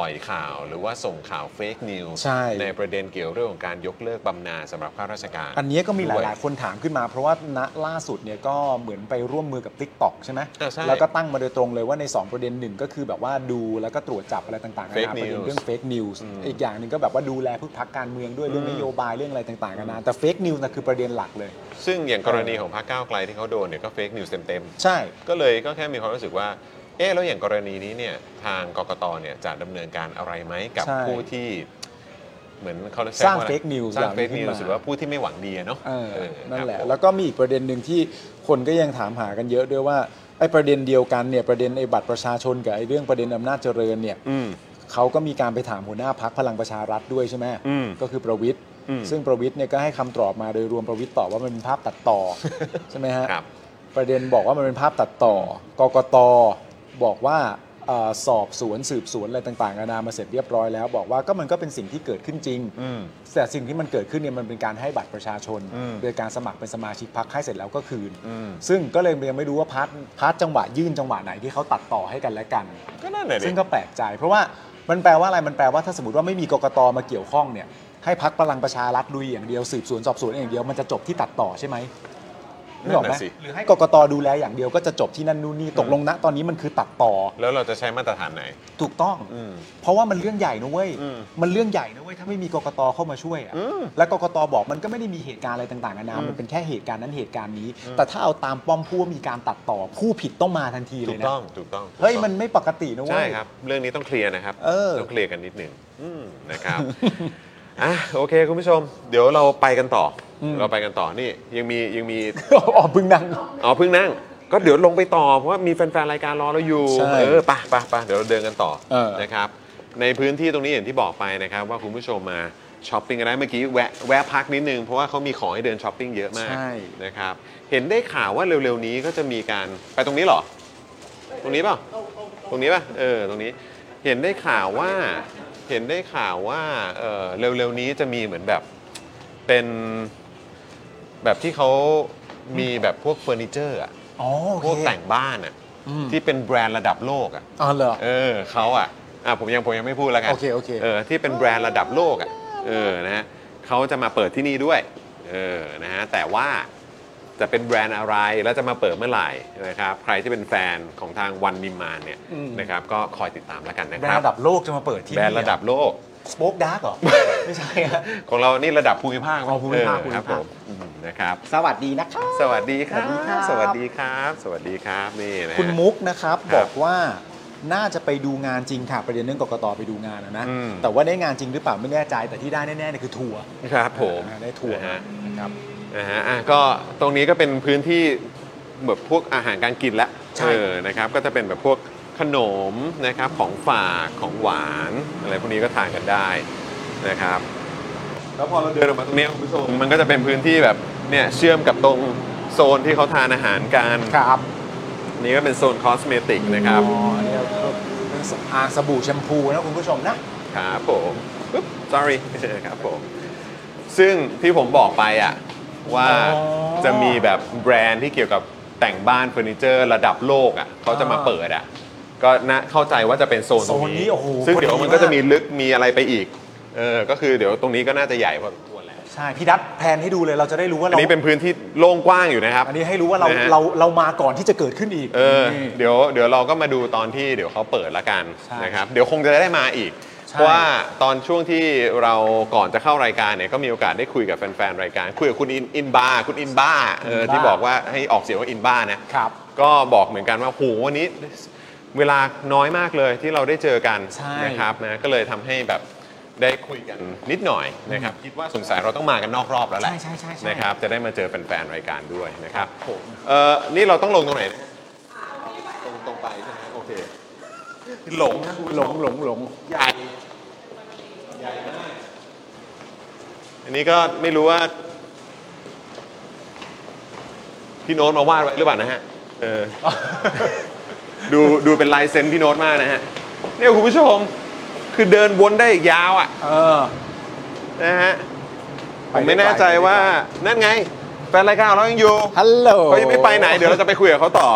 Speaker 1: ปล่อยข่าว หรือว่าส่งข่าวเฟกนิวส์
Speaker 3: ใช่
Speaker 1: ในประเด็นเกี่ยวเรื่องของการยกเลิกบำนาญสำหรับข้าราชการ
Speaker 3: อันเนี้ยก็มีห
Speaker 1: ด้วย
Speaker 3: ลาย ๆ คนถามขึ้นมา เพราะว่าณล่าสุดเนี่ยก็เหมือนไปร่วมมือกับ Tik t o k ใช่ไหม
Speaker 1: อ่าใช่
Speaker 3: แล้วก็ตั้งมาโดยตรงเลยว่าใน 2 ประเด็นหนึ่งก็คือแบบว่าดูแล้วก็ตรวจจับอะไรต่างๆนา
Speaker 1: Fake
Speaker 3: นาประเด็น
Speaker 1: news
Speaker 3: เรื่องเฟกนิวส์
Speaker 1: อืม
Speaker 3: อีกอย่างหนึ่งก็แบบว่าดูแลพืชพักการเมืองด้วยเรื่อง
Speaker 1: อืม
Speaker 3: นโยบายเรื่องอะไรต่างๆนานาแต่เฟกนิวส์นะคือประเด็นหลักเลย
Speaker 1: ซึ่งอย่างกรณีของพรรคก้าวไกลที่เขาโดนเนี่ยก็เฟกนิวส์เต็ม
Speaker 3: ใช่
Speaker 1: ๆ ก็เลยก็แค่มีความรู้สึกว่า เอ๊ะแล้วอย่างกรณีนี้เนี่ยทางกกตเนี่ยจะดำเนินการอะไรไหมกับ
Speaker 3: ใช่
Speaker 1: ผู้ที่ เหมือนเขา
Speaker 3: สร้าง
Speaker 1: ใช้ว่อะไ
Speaker 3: fake news
Speaker 1: สร้าง
Speaker 3: อย่าง
Speaker 1: เฟก
Speaker 3: ขึ้
Speaker 1: นิ
Speaker 3: น
Speaker 1: ว
Speaker 3: มา
Speaker 1: หรือว่าผู้ที่ไม่หวังดีอะเนาะ
Speaker 3: เออ
Speaker 1: เออ
Speaker 3: นั่นแห
Speaker 1: ค
Speaker 3: ละ
Speaker 1: รับผม
Speaker 3: แล้วก็มีอีกประเด็นหนึ่งที่คนก็ยังถามหากันเยอะด้วยว่าไอ้ประเด็นเดียวกันเนี่ยประเด็นไอ้บัตรประชาชนกับไอ้เรื่องประเด็นอำนาจเจริญเนี่ย
Speaker 1: อืม
Speaker 3: เขาก็มีการไปถามหัวหน้าพักพลังประชารัฐด้วยใช่ไหม
Speaker 1: อืม
Speaker 3: ก็คือประวิทย์
Speaker 1: อืม
Speaker 3: ซึ่งประวิทย์เนี่ยก็ให้คำตอบมาโดยรวมประวิทย์ตอบว่ามันเป็นภาพตัดต่ อ ใช่ไหมฮะ
Speaker 1: ครับ
Speaker 3: ประเด็นบอกว่ามันเป็นภาพตัดต่อ กกต บอกว่าเอ่อสอบสวนสืบสวนอะไรต่างๆนานามาเสร็จเรียบร้อยแล้ว บอกว่าก็มันก็เป็นสิ่งที่เกิดขึ้นจริง
Speaker 1: อืม
Speaker 3: แต่สิ่งที่มันเกิดขึ้นเนี่ยมันเป็นการให้บัตรประชาชน
Speaker 1: อืม
Speaker 3: โดยการสมัครเป็นสมาชิกพักให้เสร็จแล้วก็คืน
Speaker 1: อืม
Speaker 3: ซึ่งก็เลยยังไม่รู้ว่าพาร์ทพาร์ทจังหวะยื่นจังหวะไหนที่เขาตัดต่อให้กันและกัน
Speaker 1: ก็นั่นแหละดิ
Speaker 3: ซึ่งก็แปลกใจ เพราะว่ามันแปลว่าอะไรมันแปลว่าถ้าสมมติว่าไม่มีกกตมาเกี่ยวข้องเนี่ยให้พักพลังประชารัฐลุยอย่างเดียวสืบสวนสอบสวนอย่างเดียวมันจะจบที่ตัดต่อใช่ไหม นึก
Speaker 1: นั่
Speaker 3: อน อกไหม
Speaker 1: น่ะสิ
Speaker 8: หรือให้
Speaker 3: กกตดูแลอย่างเดียวก็จะจบที่นั่นนู่นนี่ตกลงณตอนนี้มันคือตัดต่อ
Speaker 1: แล้วเราจะใช้มาตรฐานไหน
Speaker 3: ถูกต้อง
Speaker 1: อืม
Speaker 3: เพราะว่ามันเรื่องใหญ่นะเว้ย
Speaker 1: อืม
Speaker 3: มันเรื่องใหญ่นะเว้ยถ้าไม่มีกกตเข้ามาช่วยอะ
Speaker 1: อืม
Speaker 3: และกกตบอกมันก็ไม่ได้มีเหตุการณ์อะไรต่างๆนานา
Speaker 1: อืม
Speaker 3: มันเป็นแค่เหตุการณ์นั้นเหตุการณ์นี้
Speaker 1: อืม
Speaker 3: แต่ถ้าเอาตามป้อมผู้ว่ามีการตัดต่อผู้ผิดต้องมาทันทีเล
Speaker 1: ถู
Speaker 3: ย
Speaker 1: ก
Speaker 3: นะ
Speaker 1: ต้องถูกต้อง
Speaker 3: เฮ้ยมันไม่ปกตินะเว้ย
Speaker 1: ใช่ครับ เรื่องนี้ต้องเคลียร์นะครับ
Speaker 3: เออ
Speaker 1: ต้องเคลียร์กันนิดหนึ่งอืมนะครับ อ่ะโอเคคุณผู้ชม เดี๋ยวเราไปกันต่ออเราไปกันต่อนี่ยังมียังมี
Speaker 3: อ๋อบึงนั่ง
Speaker 1: อ๋อเพิ่งนั่ง ก็เดี๋ยวลงไปต่อ เพราะว่ามีแฟนๆ รายการรอเราอยู่
Speaker 3: ใช่
Speaker 1: เออไปะปะปะเดี๋ยวเราเดินกันต่อ
Speaker 3: เออ
Speaker 1: นะครับ ในพื้นที่ตรงนี้อย่างที่บอกไปนะครับ ว่าคุณผู้ชมมาช้อปปิ้งกันได้เมื่อกี้แวะแวะพักนิดนึง เพราะว่าเขามีของให้เดินช้อปปิ้งเยอะมาก
Speaker 3: ใช่
Speaker 1: นะครับ เห็นได้ข่าวว่าเร็วๆนี้ก็จะมีการไปตรงนี้เหรอ ตรงนี้เปล่าตรงนี้ป่ะเออตรงนี้เห็นได้ข่าวว่าเห็นได้ข่าวว่าเออเร็วๆนี้จะมีเหมือนแบบเป็นแบบที่เขามีแบบพวกเฟอร์นิเจอร์อะ
Speaker 3: อ๋อโอ
Speaker 1: พวก
Speaker 3: เค
Speaker 1: แต่งบ้านอ่ะ
Speaker 3: อืม
Speaker 1: ที่เป็นแบรนด์ระดับโลกอ่ะ
Speaker 3: อ๋อเหรอ
Speaker 1: เออเขาอ่ะอ่ะผมยังผมยังไม่พูดแล้วกัน
Speaker 3: โอเคโอเค
Speaker 1: อที่เป็นแบรนด์ระดับโลกอ่ะเออนะฮะเขาจะมาเปิดที่นี่ด้วยเออนะฮะแต่ว่าจะเป็นแบรนด์อะไรแล้วจะมาเปิดเมื่อไหร่นะครับใครที่เป็นแฟนของทางวันนิมมานเนี่ยนะครับก็คอยติดตามแล้วกันนะ
Speaker 3: แบร
Speaker 1: คน รับ
Speaker 3: ด์ระดับโลกจะมาเปิดที่
Speaker 1: แบรนด์ระดับโลก
Speaker 3: สป็อกดาร์กเหรอ ไม่ใช่ฮะ
Speaker 1: ของเรานี่ระดับภูมิภาค
Speaker 3: อ๋อภูมิภาค
Speaker 1: เออครับ
Speaker 3: ภู
Speaker 1: ผ
Speaker 3: มิภาค
Speaker 1: มอืมนะครับ
Speaker 3: สวัสดีนะครับ
Speaker 1: สวัสดีครับ ส
Speaker 3: สวั
Speaker 1: วัส
Speaker 3: สดี
Speaker 1: ดีค
Speaker 3: ครั
Speaker 1: รับ
Speaker 3: บ
Speaker 1: สวัสดีครับนี่นะฮะ
Speaker 3: คุณมุกนะครับ
Speaker 1: ครับ
Speaker 3: บอกว่าน่าจะไปดูงานจริงค่ะประเด็นเรื่องกกตไปดูงานนะนะ
Speaker 1: อืม
Speaker 3: แต่ว่าได้งานจริงหรือเปล่าไม่แน่ใจแต่ที่ได้แน่ๆเนี่ยคือทัวร์
Speaker 1: ครับผม
Speaker 3: อ่าได้ทัวร์
Speaker 1: นะฮะ
Speaker 3: นะครับ
Speaker 1: นะฮะอ่ะก็ตรงนี้ก็เป็นพื้นที่แบบพวกอาหารการกินละ
Speaker 3: ใช่
Speaker 1: เออนะครับ ก็จะเป็นแบบพวกขนมนะครับ ของฝากของหวานอะไรพวกนี้ก็ทานกันได้นะครับ แล้วพอเราเดินออกมาตรงเนี้ยคุณผู้ชมมันก็จะเป็นพื้นที่แบบเนี่ยเชื่อมกับตรงโซนที่เขาทานอาหารกัน
Speaker 3: ครับ
Speaker 1: นี่ก็เป็นโซนคอสเมติกนะครับ
Speaker 3: อ๋อเนี่ยเรื่องสำอางสบู่แชมพูนะคุณผู้ชมนะครับ
Speaker 1: ผมปึ๊บ sorry ครับผมซึ่งที่ผมบอกไปอ่ะว่าจะมีแบบแบรนด์ที่เกี่ยวกับแต่งบ้านเฟอร์นิเจอร์ระดับโลกอ่ะเขาจะมาเปิดอ่ะก็นะเข้าใจว่าจะเป็นโซนตรง
Speaker 3: โซนนี้
Speaker 1: นี้
Speaker 3: โอ้โห
Speaker 1: ซึ่งเดี๋ยวมันก็
Speaker 3: พอดีมาก
Speaker 1: จะมีลึกมีอะไรไปอีกเออก็คือเดี๋ยวตรงนี้ก็น่าจะใหญ่พอสมควรแล้ว
Speaker 3: ใช่พี่ดัตแพลนให้ดูเลยเราจะได้รู้ว่า
Speaker 1: อัน
Speaker 3: เรา
Speaker 1: นี้เป็นพื้นที่โล่งกว้างอยู่นะครับ
Speaker 3: อันนี้ให้รู้ว่าเรา
Speaker 1: นะฮะ
Speaker 3: เราเรามาก่อนที่จะเกิดขึ้นอีก
Speaker 1: เออ
Speaker 3: นี่
Speaker 1: เดี๋ยวเดี๋ยวเราก็มาดูตอนที่เดี๋ยวเขาเปิดละกัน
Speaker 3: ใช่
Speaker 1: นะครับเดี๋ยวคงจะได้มาอีก
Speaker 3: ใช่
Speaker 1: เพราะว่าตอนช่วงที่เราก่อนจะเข้ารายการเนี่ยก็มีโอกาสได้คุยกับแฟนๆรายการ คุยกับคุณอินอินบาร์คุณอินบาร์เออที่บอกว่าให้ออกเสียงว่าอินบาร์นะ
Speaker 3: ครับ
Speaker 1: ก็บอกเหมือนกันว่าโหวันนี้เวลาน้อยมากเลยที่เราได้เจอกัน
Speaker 3: ใช่
Speaker 1: นะครับนะก็เลยทำให้แบบได้คุยกันนิดหน่อยนะครับคิดว่าสงสัยเราต้องมากันนอกรอบแล้วแหละ
Speaker 3: ใช่ใช่ใช่ใช่
Speaker 1: นะครับจะได้มาเจอแฟนๆรายการด้วยนะครับเออนี่เราต้องลงตรงไหนนะตรงตรงไปใช่ไหมโอเคหลงนะคุณผู้ช
Speaker 3: หล
Speaker 1: ม
Speaker 3: งหลงหลง
Speaker 1: ใหญ่ใหญ่มากอันนี้ก็ไม่รู้ว่า พี่โน้ตมาวาดไว้หรือเปล่านะฮะเอ อ ดูดูเป็นลายเซ็นพี่โน้ตมากนะฮะเนี่ยคุณผู้ชมคือเดินวนได้อีกยาวอ่ะ
Speaker 3: เออ
Speaker 1: นะฮะผม
Speaker 3: ไปได้
Speaker 1: ไม่แน่ใจ
Speaker 3: ไกลไปได้
Speaker 1: ว่านั่นไงแฟนรายการของเรายังอยู่
Speaker 3: ฮัลโหล
Speaker 1: เขายังไม่ไปไหนเดี๋ยวเราจะไปคุยกับเขาต่อ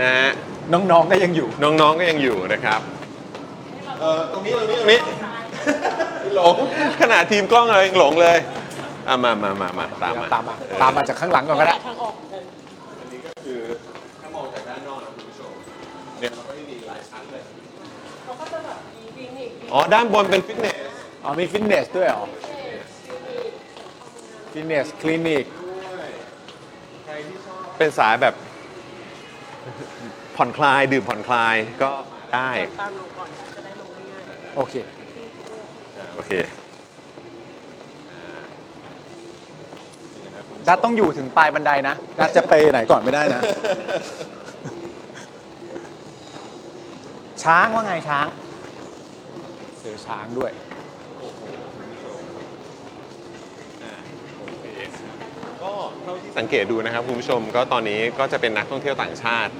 Speaker 1: นะฮะ
Speaker 3: น้องๆก็ยังอยู่
Speaker 1: น้องๆก็ยังอยู่นะครับเออตรงนี้ตรงนี้ตรงนี้หลงขนาดทีมกล้องเรายังหลงเลยอ่ะมามามามาตามมา
Speaker 3: ตามมาตามมาจากข้างหลังก่อนก็ได้
Speaker 1: คือถ้ามองจากด้านนอกนะคุณผู้ชมเนี่ยเราก็จะมีหลายชั้นเลยเขาก็จะแบบมีคลินิกอ๋อ ด้านบนเป็นฟิตเนส
Speaker 3: อ๋อมีฟิตเนสด้วยเหรอ ฟิตเนส คลินิก
Speaker 1: เป็นสายแบบ ผ่อนคลาย ดื่มผ่อนคลายก็ได้
Speaker 9: ตามหนูก่อนจะได้ลงง่าย
Speaker 3: โอเค
Speaker 1: โอเค
Speaker 3: ดัดต้องอยู่ถึงปลายบันไดนะ
Speaker 10: นัดจะไปไหนก่อนไม่ได้นะ
Speaker 3: ช้างว่าไงช้างเจอช้างด้วย
Speaker 1: ก็เท่าที่สังเกตดูนะครับคุณผู้ชมก็ตอนนี้ก็จะเป็นนักท่องเที่ยวต่างชาติ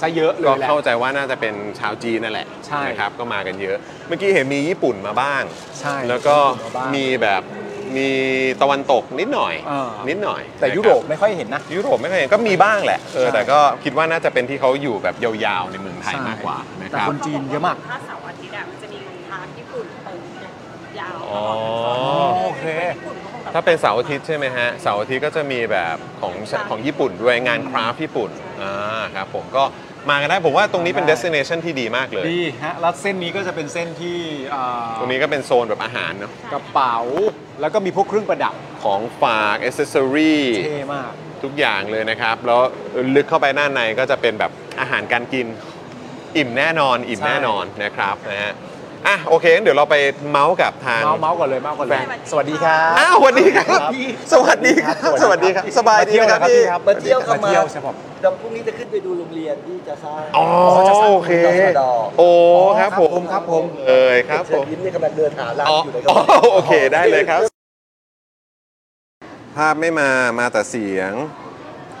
Speaker 3: ซะเยอะเลย
Speaker 1: ก็
Speaker 3: แหละ
Speaker 1: เข้าใจว่าน่าจะเป็นชาวจีนนั่นแหละ
Speaker 3: ใช่
Speaker 1: นะครับก็มากันเยอะ เมื่อกี้เห็นมีญี่ปุ่นมาบ้าง
Speaker 3: ใช่
Speaker 1: แล้วก็
Speaker 3: มาบ้าง
Speaker 1: มีแบบมีตะวันตกนิดหน่อย
Speaker 3: อ่านิ
Speaker 1: นิดหน่อย
Speaker 3: แต่
Speaker 1: นะคบ
Speaker 3: ยุโรปไม่ค่อยเห็นนะ
Speaker 1: ยุโรปไม่เคยเห็นก็มีบ้างแหละเออ
Speaker 3: ใช่
Speaker 1: แต่ก็คิดว่าน่าจะเป็นที่เขาอยู่แบบยาวๆในเมืองไทยมากกว่านะ
Speaker 3: แต่
Speaker 1: ครับ
Speaker 3: คนจีนเยอะมาก
Speaker 4: ถ้าเสาร์อาทิตย์อะมันจะมีงานพาร์ทญี่ปุ่นเปิดยาว
Speaker 1: อ๋อ
Speaker 3: โอเค
Speaker 4: ญี่ปุ่นก็คงแบบ
Speaker 1: ถ้าเป็นเสาร์อาทิตย์ใช่ไหมฮะเสาร์อาทิตย์ก็จะมีแบบของของญี่ปุ่นด้วยงานคราฟต์ญี่ปุ่นอ่าครับผมก็มากันได้ผมว่าตรงนี้เป็น
Speaker 3: มา
Speaker 1: เด
Speaker 3: ได้
Speaker 1: สติเนชันที่ดีมากเลย
Speaker 3: ดีฮะแล้วเส้นนี้ก็จะเป็นเส้นที่เอ่อ
Speaker 1: ตรงนี้ก็เป็นโซนแบบอาหารเนาะ
Speaker 3: กระเป๋า แล้วก็มีพวกเครื่องประดับ
Speaker 1: ของฝากอ c เซสซอรี่
Speaker 3: เท่มาก
Speaker 1: ทุกอย่างเลยนะครับ แล้วลึกเข้าไปหน้านในก็จะเป็นแบบอาหารการกิน อิ่มแน่นอน อิ่ม
Speaker 3: ใช่
Speaker 1: แน่นอนนะครับนะฮะอ่ะโอเคงั้นเดี๋ยวเราไปเมาส์กับทาง
Speaker 3: เมาส์เมาส์ก่อนเลยเมาส์ก่อนเลย
Speaker 1: แฟน
Speaker 3: สวัสดีครับ
Speaker 1: อ้าวสวัสดีครับ
Speaker 3: พี่
Speaker 1: สวัสดีครับ สวัสดีครับ สบายดีนะครับพี่
Speaker 11: มาเที่ยวครับ
Speaker 3: มาเที่ยว
Speaker 11: มา
Speaker 3: ใช่ปะ
Speaker 11: เดี๋ยวพรุ่งนี้จะขึ้นไปดูโรงเรียนที่จะสร้าง
Speaker 1: อ๋อโอเค โอ้ครับผม
Speaker 11: ครับผม
Speaker 1: เอ่ยครับ
Speaker 11: เชิ
Speaker 1: ผ
Speaker 11: ญ
Speaker 1: ม
Speaker 11: ยิ้มเนี่ยกำลังเดินหาร้าน
Speaker 1: อ๋อ
Speaker 11: อยู่เลยค
Speaker 1: อ๋อ
Speaker 11: รับ
Speaker 1: โอเคได้เลยครับ ภาพไม่มามาแต่เสียง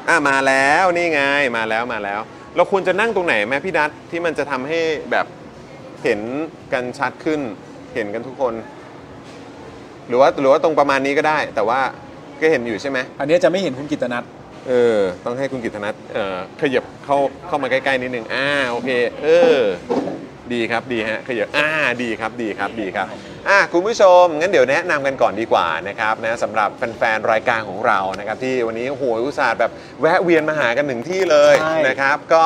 Speaker 1: อ่ะมาแล้วนี่ไงมาแล้วมาแล้ว เราควรจะนั่งตรงไหนไหมพี่ดัตที่มันจะทำให้แบบเห็นกันชัดขึ้น เห็นกันทุกคน หรือว่าหรือว่าตรงประมาณนี้ก็ได้ แต่ว่าก็เห็นอยู่ใช่ไหม
Speaker 10: อันนี้จะไม่เห็นคุณกิตนัท
Speaker 1: เออ ต้องให้คุณกิตนัทเออขยับเข้าเข้ามาใกล้ๆนิดนึงอ่าโอเค เออ ดีครับดีฮะขยับอ่าดีครับดีครับดีครับอ่ะคุณผู้ชม งั้นเดี๋ยวแนะนำกันก่อนดีกว่านะครับนะสำหรับแฟนๆรายการของเรานะครับที่วันนี้โอ้โหอุตส่าห์แบบแวะเวียนมาหากันหนึ่งที่เลย
Speaker 3: ใช่
Speaker 1: นะครับ ก็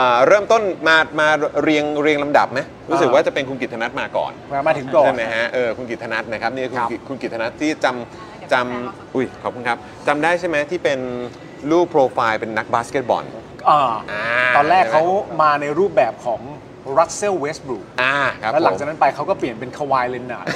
Speaker 1: อ่าเริ่มต้นมามาเรียงเรียงลำดับไหมรู้สึกว่าจะเป็นคุณกิตนัทมาก่อน
Speaker 3: มาถึงก่อน
Speaker 1: ใช่ไหมฮะ เออ คุณกิตนัทนะครับนี่คุณ
Speaker 3: ครับ
Speaker 1: กิคุณกิตนัทที่จำจำอุ้ย ขอบคุณครับจำได้ใช่ไหมที่เป็นรูปโปรไฟล์เป็นนักบาสเกตบอล
Speaker 3: อ่า
Speaker 1: า
Speaker 3: ตอนแรกเขา
Speaker 1: ใช่ไหม
Speaker 3: มาในรูปแบบของรัสเซลเวสบรู
Speaker 1: อ่าครับ
Speaker 3: แล้วหลังจาก
Speaker 1: ผม
Speaker 3: นั้นไปเขาก็เปลี่ยนเป็นควายเลน นาร์ด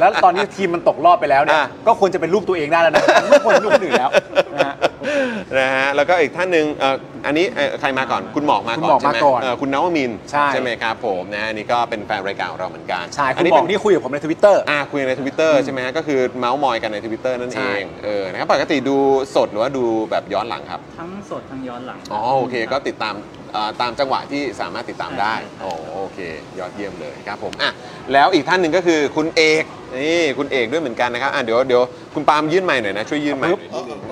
Speaker 3: แล้วตอนนี้ทีมมันตกรอบไปแล้วเนี่ย
Speaker 1: อ่ะ
Speaker 3: ก็ควรจะเป็นรูปตัวเองได้แล้วนะไม่ควรเป็นรูปคนอื่นแล้วนะฮะ
Speaker 1: นะฮะ แล้วก็อีกท่านหนึ่งเอ่ออันนี้เอ่อใครมาก่อน คุณหมอกมา
Speaker 3: คุณ
Speaker 1: ก่อ
Speaker 3: หมอ
Speaker 1: ใช่ไหม
Speaker 3: น กมาก่อน
Speaker 1: เอ่อคุณนวมินทร์
Speaker 3: ใช่
Speaker 1: ใช่ไหมครับผมนะฮะอันนี่ก็เป็นแฟนรายการของเราเหมือนกัน
Speaker 3: ใช่คุ
Speaker 1: อัน
Speaker 3: ณ
Speaker 1: นี้
Speaker 3: บอ
Speaker 1: เป็
Speaker 3: ก
Speaker 1: น
Speaker 3: นี่คุยกับผมในทวิตเตอร์
Speaker 1: อ่าคุยในทวิตเตอร์ใช่ไหมฮะก็คือเมาส์มอยกันในทวิตเตอร์นั่น
Speaker 3: ใช่
Speaker 1: เองเออนะครับปกติดูสดหรือว่าดูแบบย้อนหลังครับ ทั้งสดทั้งย้อนหลังอ๋อโอเคก็ติดตามอ่าตามจังหวะที่สามารถติดตามได้โอ้โอเค ยอดเยี่ยมเลยครับผมอ่ะแล้วอีกท่านหนึ่งก็คือคุณเอกนี่คุณเอกด้วยเหมือนกันนะครับอ่ะเดี๋ยวเดี๋ยวคุณปาล์มยื่นใหม่หน่อยนะช่วยยื่นใหม่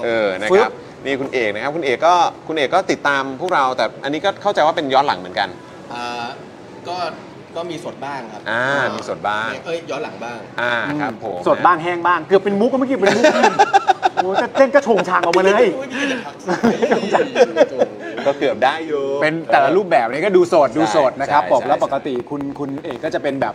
Speaker 1: เออนะครับนี่คุณเอกนะครับคุณเอกก็คุณเอกก็ติดตามพวกเราแต่อันนี้ก็เข้าใจว่าเป็นย้อนหลังเหมือนกัน
Speaker 12: อ่าก็ก็มีสดบ้างครับ
Speaker 1: อ่ามีสดบ้าง
Speaker 12: เอ้ยย้อนหลังบ้าง
Speaker 1: อ่าครับผม
Speaker 3: สดบ้างแห้งบ้าง เกือบเป็นมุกเมื่อกี้เป็นมุก ขึ้นโอ้แต่เต้นก็โชงชางออกมาเลย
Speaker 1: ก็เกือบได้อยู่
Speaker 3: เป็นแต่ละรูปแบบนี้ก็ดูสดดูสดนะครับ
Speaker 1: ใช่
Speaker 3: ผมแล้ว
Speaker 1: ใช่
Speaker 3: ปกติคุณคุณเอกก็จะเป็นแบบ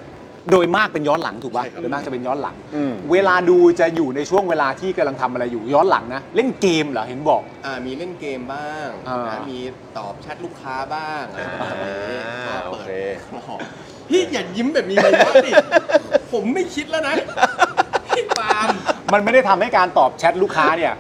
Speaker 3: โดยมากเป็นย้อนหลังถูกป่ะ
Speaker 1: ใช่ครับ
Speaker 3: โดยมากจะเป็นย้อนหลัง
Speaker 1: อืม
Speaker 3: เวลาดูจะอยู่ในช่วงเวลาที่กำลังทำอะไรอยู่ย้อนหลังนะ เล่นเกมเหรอเห็นบอก
Speaker 12: อ่ามีเล่นเกมบ้าง
Speaker 3: อ่าน
Speaker 12: ะมีตอบแชทลูกค้าบ้างอะไรประมาณนี้
Speaker 1: อ่า
Speaker 12: ก็
Speaker 1: โอ
Speaker 12: เปิด
Speaker 1: เค
Speaker 12: หอมพี่อย่ายิ้มแบบนี้เลยนะดิผมไม่คิดแล้วนะพี่ปาล์ม
Speaker 3: มันไม่ได้ทำให้การตอบแชทลูกค้า เนี่ย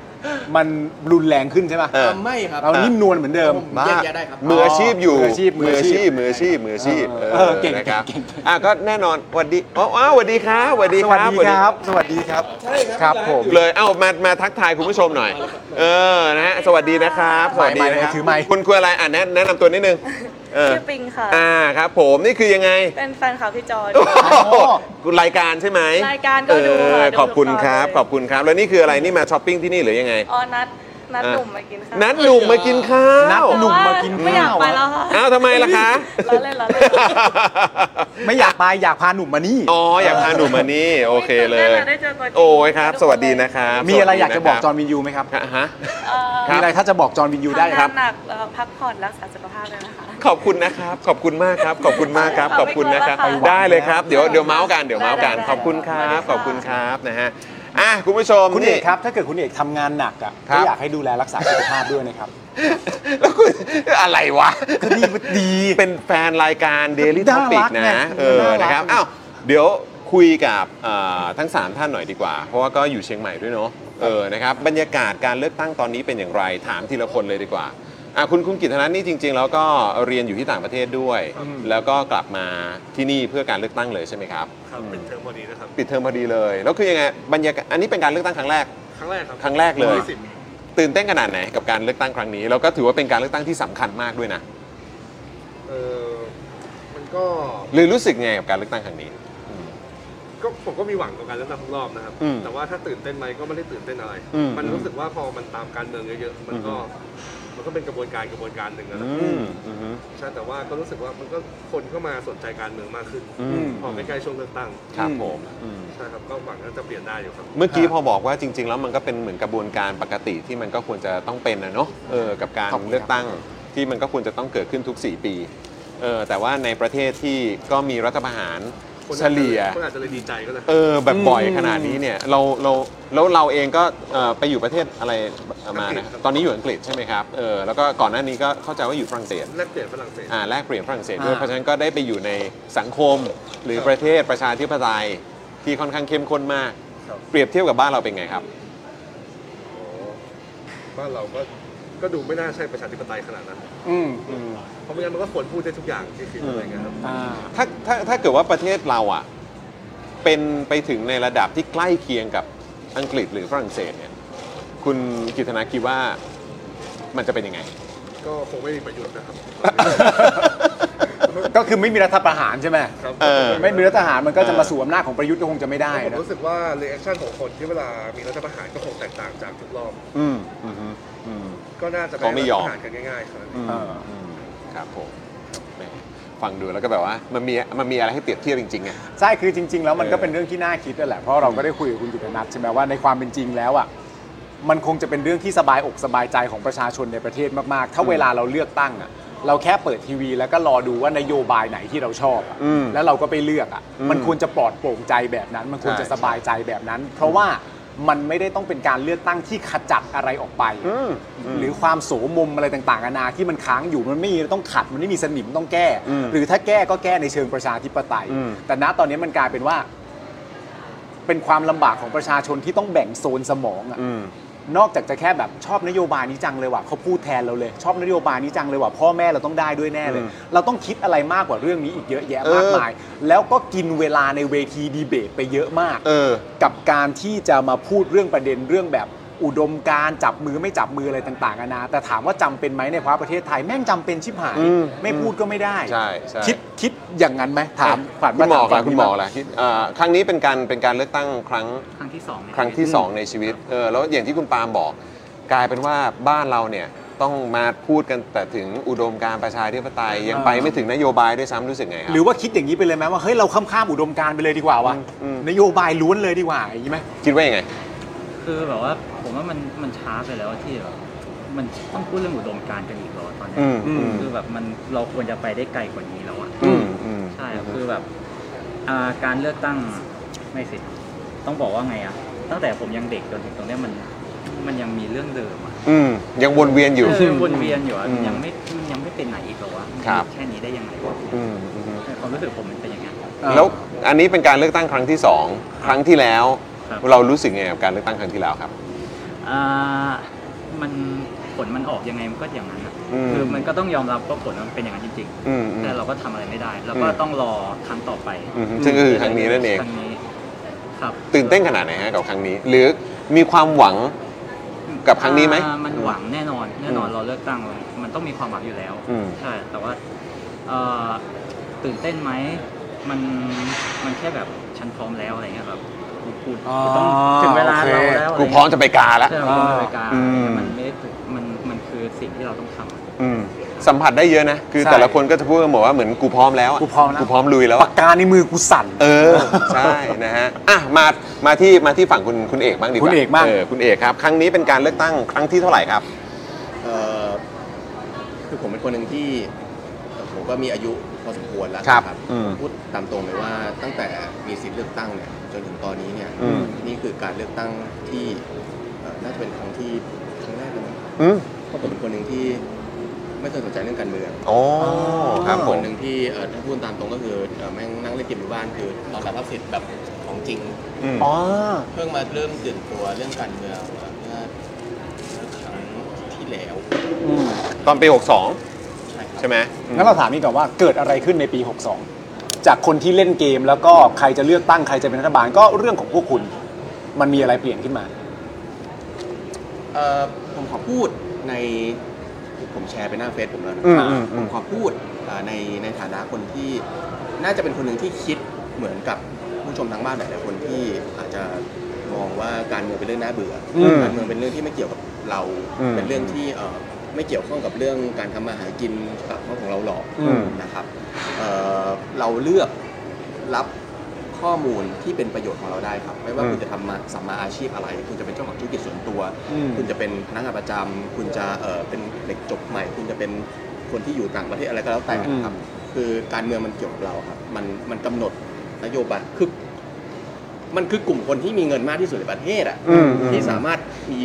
Speaker 3: มันรุนแรงขึ้นใช่ไหม
Speaker 1: เออ
Speaker 12: ทำไม่ครับ
Speaker 3: เรานิ่มนวลเหมือนเดิม
Speaker 12: ผมแยกแยะได้ครับ
Speaker 1: มืออาชีพอยู่
Speaker 3: มืออาชีพมื
Speaker 1: มือ
Speaker 3: อ
Speaker 1: อา
Speaker 3: อาชี
Speaker 1: ชีพ
Speaker 3: พ
Speaker 1: มืออาชีพมืออาชีพ
Speaker 3: เออเก่ง
Speaker 1: นะครับ
Speaker 3: เก่งเก่ง
Speaker 1: อ่ะก็แน่นอนหวัดดีอ๋ออ๋อหวัดดีครับหวัดดี
Speaker 3: ส
Speaker 1: ค
Speaker 3: วัส
Speaker 1: รับ
Speaker 3: ดีครับ สวัสดีครับ ใช่ครับผม
Speaker 1: เลยเอ้ามามาทักทายคุณผู้ชมหน่อย เออนะฮะสวัสดีนะครับสวัสดีนะครั
Speaker 3: ถือไมค์
Speaker 1: คุณคืออะไรอ่ะแนะแนะนำตัวนิดนึงเออ
Speaker 13: ชื่อปิงค่ะ
Speaker 1: อ่าครับผมนี่คือยังไง
Speaker 13: เป็นแฟนคลับพี่จอน
Speaker 1: โอ้โหรายการใช่ไหม
Speaker 13: รายการก็ดู
Speaker 1: เออ
Speaker 13: ค่ะดู
Speaker 1: ขอบคุณ
Speaker 13: ทุก
Speaker 1: ค
Speaker 13: ตอน
Speaker 1: รับ
Speaker 13: เลย
Speaker 1: ขอบคุณครับแล้วนี่คืออะไรนี่มาช้อปปิ้งที่นี่หรือยังไง
Speaker 13: อ๋อนัดนัด
Speaker 1: อ่ะ
Speaker 13: หนุ่มมากินข้าว
Speaker 1: นัดหนุ่มมากินข้าว
Speaker 3: นัดหนุ่มมากินข้าว
Speaker 13: ไม่อยากไปแล้วค่ะ
Speaker 1: อ้าวทำไม ล่ะคะ
Speaker 13: ล้อเล่นล้อเล่น
Speaker 3: ไม่อยากไปอยากพาหนุ่มมานี่
Speaker 1: อ๋อ อยากพาหนูมานี่ โอเคเลย
Speaker 13: ได้จตัวจริง
Speaker 1: โอ้ยครับ สวัสดีนะครับ
Speaker 3: มีอะไรอยากจะบอกจอ
Speaker 1: ส
Speaker 3: ห์นวินยูไหมครับ
Speaker 1: วัสดีนะครับฮะ
Speaker 13: เอ่อ
Speaker 1: ครั
Speaker 3: มี
Speaker 1: บ
Speaker 3: อะไรถ้าจะบอกจอห์นวินยูได้ครับ
Speaker 13: ทำงานหนักเอ่อพักผ่อนรักษาสุขภาพเลยนะคะ
Speaker 1: ขอบคุณนะครับ ขอบคุณมากครับ ขอบคุณมากครับ ขอบคุณนะครับ
Speaker 13: เอาไปก่อนละค่ะ
Speaker 1: ได้เลยครับ เดี๋ยวเดี๋ยวเมาส์กันเดี๋ยวเมาส์กัน
Speaker 13: ได้ได้ได้
Speaker 1: ขอบคุณครับ
Speaker 13: ได้ค่ะ
Speaker 1: ขอบคุณครับนะฮะ อ่ะคุณผู้ชม
Speaker 3: คุณเอ
Speaker 1: นี่
Speaker 3: กครับ ถ้าเกิดคุณเอกทำงานหนักอ่ะ
Speaker 1: ครั
Speaker 3: ก็
Speaker 1: บ
Speaker 3: อยากให้ดูแลรักษาสุขภาพด้วยนะครับ
Speaker 1: แล้วคุณอะไรวะ
Speaker 3: ก็นี่มันดี
Speaker 1: เป็นแฟนรายการ Daily
Speaker 3: น่า
Speaker 1: Topic
Speaker 3: รักไง
Speaker 1: นะ เออ
Speaker 3: น่ารัก
Speaker 1: นะครับ อ้าว เดี๋ยว คุยกับเอ่อทั้ง 3 ท่านหน่อยดีกว่า เพราะว่าก็อยู่เชียงใหม่ด้วยเนาะเออนะครับบรรยากาศการเลือกตั้งตอนนี้เป็นอย่างไรถามทีละคนเลยดีกว่าอ่ะคุณคุณกิตธนัทนี่จริง ๆ แล้วก็เรียนอยู่ที่ต่างประเทศด้วย
Speaker 14: อืม
Speaker 1: แล้วก็กลับมาที่นี่เพื่อการเลือกตั้งเลยใช่ไหมครับ
Speaker 14: ครับเป็นเทอมพอดีนะครับ
Speaker 1: ปิดเทอมพอดีเลยแล้วคือยังไงบรรยากาศอันนี้เป็นการเลือกตั้งครั้งแรก
Speaker 14: ครั้งแรกครับ
Speaker 1: ครั้งแรกเลย
Speaker 14: สิบ
Speaker 1: ตื่นเต้นขนาดไหนกับการเลือกตั้งครั้งนี้แล้วก็ถือว่าเป็นการเลือกตั้งที่สำคัญมากด้วยนะ
Speaker 14: เออมันก็
Speaker 1: หรือรู้สึกยังไงกับการเลือกตั้งครั้งนี้
Speaker 14: ก็ผมก็มีหวังกับการเลือกตั้งทุกรอบนะครับ
Speaker 1: อืม
Speaker 14: แต่ว่าถ้าตื่นเต้นไหมก็ไม่ได้ตื่นเต้นอะไร
Speaker 1: อืม
Speaker 14: มันรู้สึกว่าพอมันตามการเมืองเยอะๆ มันก็ มันก็เป็นกระบวนการกระบวนการหนึ่งนะครั
Speaker 1: อืมอือฮึ
Speaker 14: ใช่แต่ว่าก็รู้สึกว่ามันก็คนก็มาสนใจการเมืองมากขึ้น
Speaker 1: อืม
Speaker 14: พอใกล้ๆช่วงเลือกตั้ง
Speaker 1: ครับผมอืม
Speaker 14: ใช่ครับก็หวังว่าจะเปลี่ยนได้อยู่ครับ
Speaker 1: เมื่อกี้พอบอกว่าจริง ๆ แล้วมันก็เป็นเหมือนกระบวนการปกติที่มันก็ควรจะต้องเป็นนะเนาะเออกับการ
Speaker 14: ขอบคุณครับ
Speaker 1: เลือกตั้งที่มันก็ควรจะต้องเกิดขึ้นทุก 4 ปีเออแต่ว่าในประเทศที่ก็มีรัฐประหาร
Speaker 14: คนอาจจะ
Speaker 1: เฉลี่ย
Speaker 14: คนอาจจะเลยดีใจก็ได้
Speaker 1: เออแบบบ่อยขนาดนี้เนี่ยเราเราแล้วเราเองก็เอ่อไปอยู่ประเทศอะไรมานะตอนนี้อยู่อังกฤษใช่ไหมครับเออแล้วก็ก่อนหน้านี้ก็เข้าใจว่าอยู่ฝรั่งเศส
Speaker 14: แลกเปลี่ยนฝรั่งเศส
Speaker 1: อ่าแลกเปลี่ยนฝรั่งเศสด้วย
Speaker 14: อ่า
Speaker 1: เพราะฉะนั้นก็ได้ไปอยู่ในสังคมหรือ
Speaker 14: ครับ
Speaker 1: ประเทศประชาธิปไตยที่ค่อนข้างเข้มข้นมาก เปรียบเทียบกับบ้านเราเป็นไงครับ
Speaker 14: บ้านเราก็ก็ดูไม่น่าใช่ประชาธิปไตยขนาดนั้น
Speaker 3: อืม
Speaker 14: เพราะไม่งั้นมันก็ควรพูดได้ทุกอย่างที่คิดอะไรเงี้ยครับ
Speaker 1: ถ้าถ้าถ้าเกิดว่าประเทศเราอ่ะเป็นไปถึงในระดับที่ใกล้เคียงกับอังกฤษหรือฝรั่งเศสเนี่ยคุณกิตนาคิดว่ามันจะเป็น ยังไง
Speaker 14: ก็คงไม่มีประโยชน์นะครับ
Speaker 3: ก็คือไม่มีรัฐประหารใช่ไหม
Speaker 14: ครับ
Speaker 3: ไม่มีรัฐประหารมันก็จะมาสู่อำนาจของประยุทธ์ก็คงจะไม่ได้
Speaker 14: ผม
Speaker 3: นะ
Speaker 14: รู้สึกว่าเรีแอคชั่นของคนที่เวลามีรัฐประหารก็คงแตกต่างจากทุกรอบ
Speaker 1: อืมอืมฮึอืม
Speaker 14: ก็น่าจะเป็
Speaker 1: เขา
Speaker 14: น
Speaker 1: ไม่ย
Speaker 14: รัฐ
Speaker 1: อม
Speaker 14: ประหารกันง่ายๆครับ
Speaker 1: อืมอืมครับผมแหมฟังดูแล้วก็แบบว่ามันมีมันมีอะไรให้เปรียบเทียบจริงๆไง
Speaker 3: ใช่คือจริง ๆ แล้วมัน
Speaker 1: เออ
Speaker 3: ก็เป็นเรื่องที่น่าคิดนั่นแหละ เพราะเราก็ได้คุยกับคุณกิตนัทใช่ไหมว่าในความเป็นจริงแล้วอ่ะมันคงจะเป็นเรื่องที่สบายอกสบายใจของประชาชนในประเทศมากๆ ถ้าเวลาเราเลือกตั้งอ่ะเราแค่เปิดทีวี แล้วก็รอดูว่านโยบายไหนที่เราชอบอะ
Speaker 1: อืม
Speaker 3: แล้วเราก็ไปเลือกอ่ะ
Speaker 1: อืม
Speaker 3: มันควรจะปลอดโปร่งใจแบบนั้น มันควรจะสบายใจแบบนั้น เพราะว่ามันไม่ได้ต้องเป็นการเลือกตั้งที่ขจัดอะไรออกไป หรือความโสมมอะไรต่างๆนานาที่มันค้างอยู่มันไม่มีต้องขัดมันไม่มีสนิมต้องแก้
Speaker 1: อืม
Speaker 3: หรือถ้าแก้ก็แก้ในเชิงประชาธิปไตย
Speaker 1: อืม
Speaker 3: แต่ณตอนนี้มันกลายเป็นว่า เป็นความลำบากของประชาชนที่ต้องแบ่งโซนสมองอะ
Speaker 1: อืม
Speaker 3: นอกจากจะแค่แบบชอบนโยบายนี้จังเลยว่ะเขาพูดแทนเราเลย ชอบนโยบายนี้จังเลยว่ะพ่อแม่เราต้องได้ด้วยแน่เลย
Speaker 1: อืม
Speaker 3: เราต้องคิดอะไรมากกว่าเรื่องนี้อีกเยอะแยะ
Speaker 1: เออ
Speaker 3: มากมาย แล้วก็กินเวลาในเวทีดีเบตไปเยอะมาก
Speaker 1: เออ
Speaker 3: กับการที่จะมาพูดเรื่องประเด็นเรื่องแบบอุดมการณ์จับมือไม่จับมืออะไรต่างๆนานาแต่ถามว่าจำเป็นไหมในภาวะประเทศไทยแม่งจำเป็นชิบหาย
Speaker 1: อืม
Speaker 3: ไม่พูดก็ไม่ได้
Speaker 1: ใช่ใช่
Speaker 3: คิดคิดอย่างนั้นไหมถามขวัญ
Speaker 1: คุณหมอละ
Speaker 3: ถาฝั่ง
Speaker 1: คุณ
Speaker 3: นี้
Speaker 1: หมอ
Speaker 3: บ้าง
Speaker 1: ละคิดเอ่อครั้งนี้เป็นการเป็นการเลือกตั้งครั้ง
Speaker 15: ครั้งที่สองเนี่ย
Speaker 1: ครั้งที่สองในชีวิตเออแล้วอย่างที่คุณปาล์มบอก กลายเป็นว่าบ้านเราเนี่ยต้องมาพูดกันแต่ถึงอุดมการณ์ประชาธิปไตยยัง
Speaker 3: อ่า
Speaker 1: ไปไม่ถึงนโยบายด้วยซ้ำรู้สึกไงครั
Speaker 3: หรือว่าคิดอย่างนี้ไปเลยไหมว่าเฮ้ยเราข้ามข้ามๆอุดมการณ์ไปเลยดีกว่าวะนโยบายล้วนเลยดีกว่าอย่างนี้ไหม
Speaker 1: คิดว่ายังไง
Speaker 15: คือแบบว่าผมว่ามันมันช้าไปแล้วที่แบบมันต้องพูดเรื่องอุดมการณ์กันอีกเหรอตอนเนี้ย
Speaker 1: อืมอืม
Speaker 15: คือแบบมันเราควรจะไปได้ไกลกว่านี้แล้วอะ
Speaker 1: อืมอืม
Speaker 15: ใช่ครับคือแบบอ่าการเลือกตั้งไม่สิต้องบอกว่าไงอะตั้งแต่ผมยังเด็กจนถึงตรงเนี้ยมันมันยังมีเรื่องเดิมอะ
Speaker 1: อืมยังวนเวียนอยู่
Speaker 15: เวนเวียนอยู่อะ
Speaker 1: อื
Speaker 15: มันยังไม่มันยังไม่เป็นไหนอีกเหรอวะมัน
Speaker 1: ครับ
Speaker 15: แค่นี้ได้ยังไงวะ
Speaker 1: อืมอืม
Speaker 15: ความรู้สึกผมมันเป็นอย่างนั้น
Speaker 1: แล้วอันนี้เป็นการเลือกตั้งครั้งที่สองครั้งที่แล้ว
Speaker 15: ครับ
Speaker 1: เรารู้สึกไงกับการเลือกตั้งครั้งที่แล้วครับ
Speaker 15: อ่ามันผลมันออกยังไงมันก็อย่างนั้นอะ
Speaker 1: อืม
Speaker 15: คือมันก็ต้องยอมรับว่าผลมันเป็นอย่างนั้นจริง
Speaker 1: อืมอืม
Speaker 15: แต่เราก็ทำอะไรไม่ได้ เราก็
Speaker 1: อืม
Speaker 15: ต้องรอครั้งต่อไป
Speaker 1: อืมซึ่งก็คือครั้งนี้นั่นเอง
Speaker 15: ครั้งนี้ครับ
Speaker 1: ตื่นเต้นขนาดไหนฮะกับครั้งนี้ หรือมีความหวังกับครั้งนี้ไหม
Speaker 15: อ่ามันหวังแน่นอน แน่นอน
Speaker 1: อืม
Speaker 15: เราเลือกตั้งมันต้องมีความหวังอยู่แล้ว
Speaker 1: อืม
Speaker 15: ใช่แต่ว่าเอ่อตื่นเต้นไหมมันมันแค่แบบฉันพร้อมแล้วอะไรเงี้ยแบบกูกูกูต้องถึงเวลาเราแล้ว
Speaker 1: กูพร้อมจะไปกาแล้ว
Speaker 15: ใช่เราพร้อมจะไปกา
Speaker 1: อืม
Speaker 15: มันไม่ได้ตื่นมันมันคือสิ่งที่เราต้องทำ
Speaker 1: อืมสัมผัสได้เยอะนะ คือ
Speaker 15: ใช่
Speaker 1: แต่ละคนก็จะพูดกันบอกว่าเหมือนกูพร้อมแล้วะ
Speaker 3: กูพร้อมแล้ว
Speaker 1: กูพร้อมลุยแล้ว
Speaker 3: ปากกาในมือกูสั่น
Speaker 1: เออ ใช่นะฮะอ่ะมามาที่มาที่ฝั่งคุณคุณเอกบ้างดีกว่า
Speaker 3: คุณเอกบ้าง
Speaker 1: อคุณเอกครับ ครั้งนี้เป็นการเลือกตั้งครั้งที่เท่าไหร่ครับ
Speaker 7: เอ่อคือผมเป็นคนหนึ่งที่เอ่อผมก็มีอายุพอสมควรแล้ว
Speaker 1: ครับ
Speaker 7: นะ
Speaker 1: อืม
Speaker 7: พูดตามตรงเลยว่าตั้งแต่มีสิทธิ์เลือกตั้งเนี่ยจนถึงตอนนี้เนี่ย
Speaker 1: อืม
Speaker 7: นี่คือการเลือกตั้งที่เอ่อน่าจะเป็นครั้งที่ครั้งแรกเลยมั้ง
Speaker 1: อืม
Speaker 7: เพราะผมเป็นคนหนึ่งที่
Speaker 15: ไม่เคยสนใจเรื่องการเมือง
Speaker 1: โอ้ครับผม
Speaker 15: นหนึ่งที่เอ่อถ้าพูดตามตรงก็คือเอ่อแม่งนั่งเล่นเกมอยู่บ้านคือตอนรับรับสิทธิ์แบบของจริง
Speaker 1: อืม
Speaker 15: เพิ่งมาเริ่มตื่นตัวเรื่องการเมืองเมื่อครั้งที่แล้ว
Speaker 1: ตอนปี 62 ใช่ไหมอืม
Speaker 3: งั้นเราถามนี่ก่อนว่าเกิดอะไรขึ้นในปี 62 จากคนที่เล่นเกมแล้วก็ใครจะเลือกตั้งใครจะเป็นรัฐบาลก็เรื่องของพวกคุณ มันมีอะไรเปลี่ยนขึ้นมา
Speaker 15: เอ่อผมขอพูดในผมแชร์ไปหน้าเฟซผมแล้วนะ
Speaker 3: อืมอืมอืม
Speaker 15: ผมขอพูดเอ่อในในฐานะคนที่น่าจะเป็นคนหนึ่งที่คิดเหมือนกับผู้ชมทางบ้านหลายๆคนที่อาจจะมองว่าการเมืองเป็นเรื่องน่าเบื่ออ
Speaker 3: ม
Speaker 15: การเมืองเป็นเรื่องที่ไม่เกี่ยวกับเรา
Speaker 3: อืม
Speaker 15: เป็นเรื่องที่เอ่อไม่เกี่ยวข้องกับเรื่องการทำมาหากินกับเรื่องของเราหรอก
Speaker 3: อืม
Speaker 15: นะครับเอ่อเราเลือกรับข้อมูลที่เป็นประโยชน์ของเราได้ครับ ไม่ว่า
Speaker 3: อืม
Speaker 15: คุณจะทำมาสัมมาอาชีพอะไร คุณจะเป็นเจ้าของธุรกิจส่วนตัว
Speaker 3: อืม
Speaker 15: คุณจะเป็นพนักงานประจำคุณจะเอ่อเป็นเด็กจบใหม่ คุณจะเป็นคนที่อยู่ต่างประเทศอะไรก็แล้วแต่
Speaker 3: อืม
Speaker 15: ครับ คือการเมืองมันเกี่ยวกับเราครับ มันมันกำหนดนโยบายคือมันคือกลุ่มคนที่มีเงินมากที่สุดในประเทศอ่ะ
Speaker 1: อืมอืม
Speaker 15: ที่สามารถมี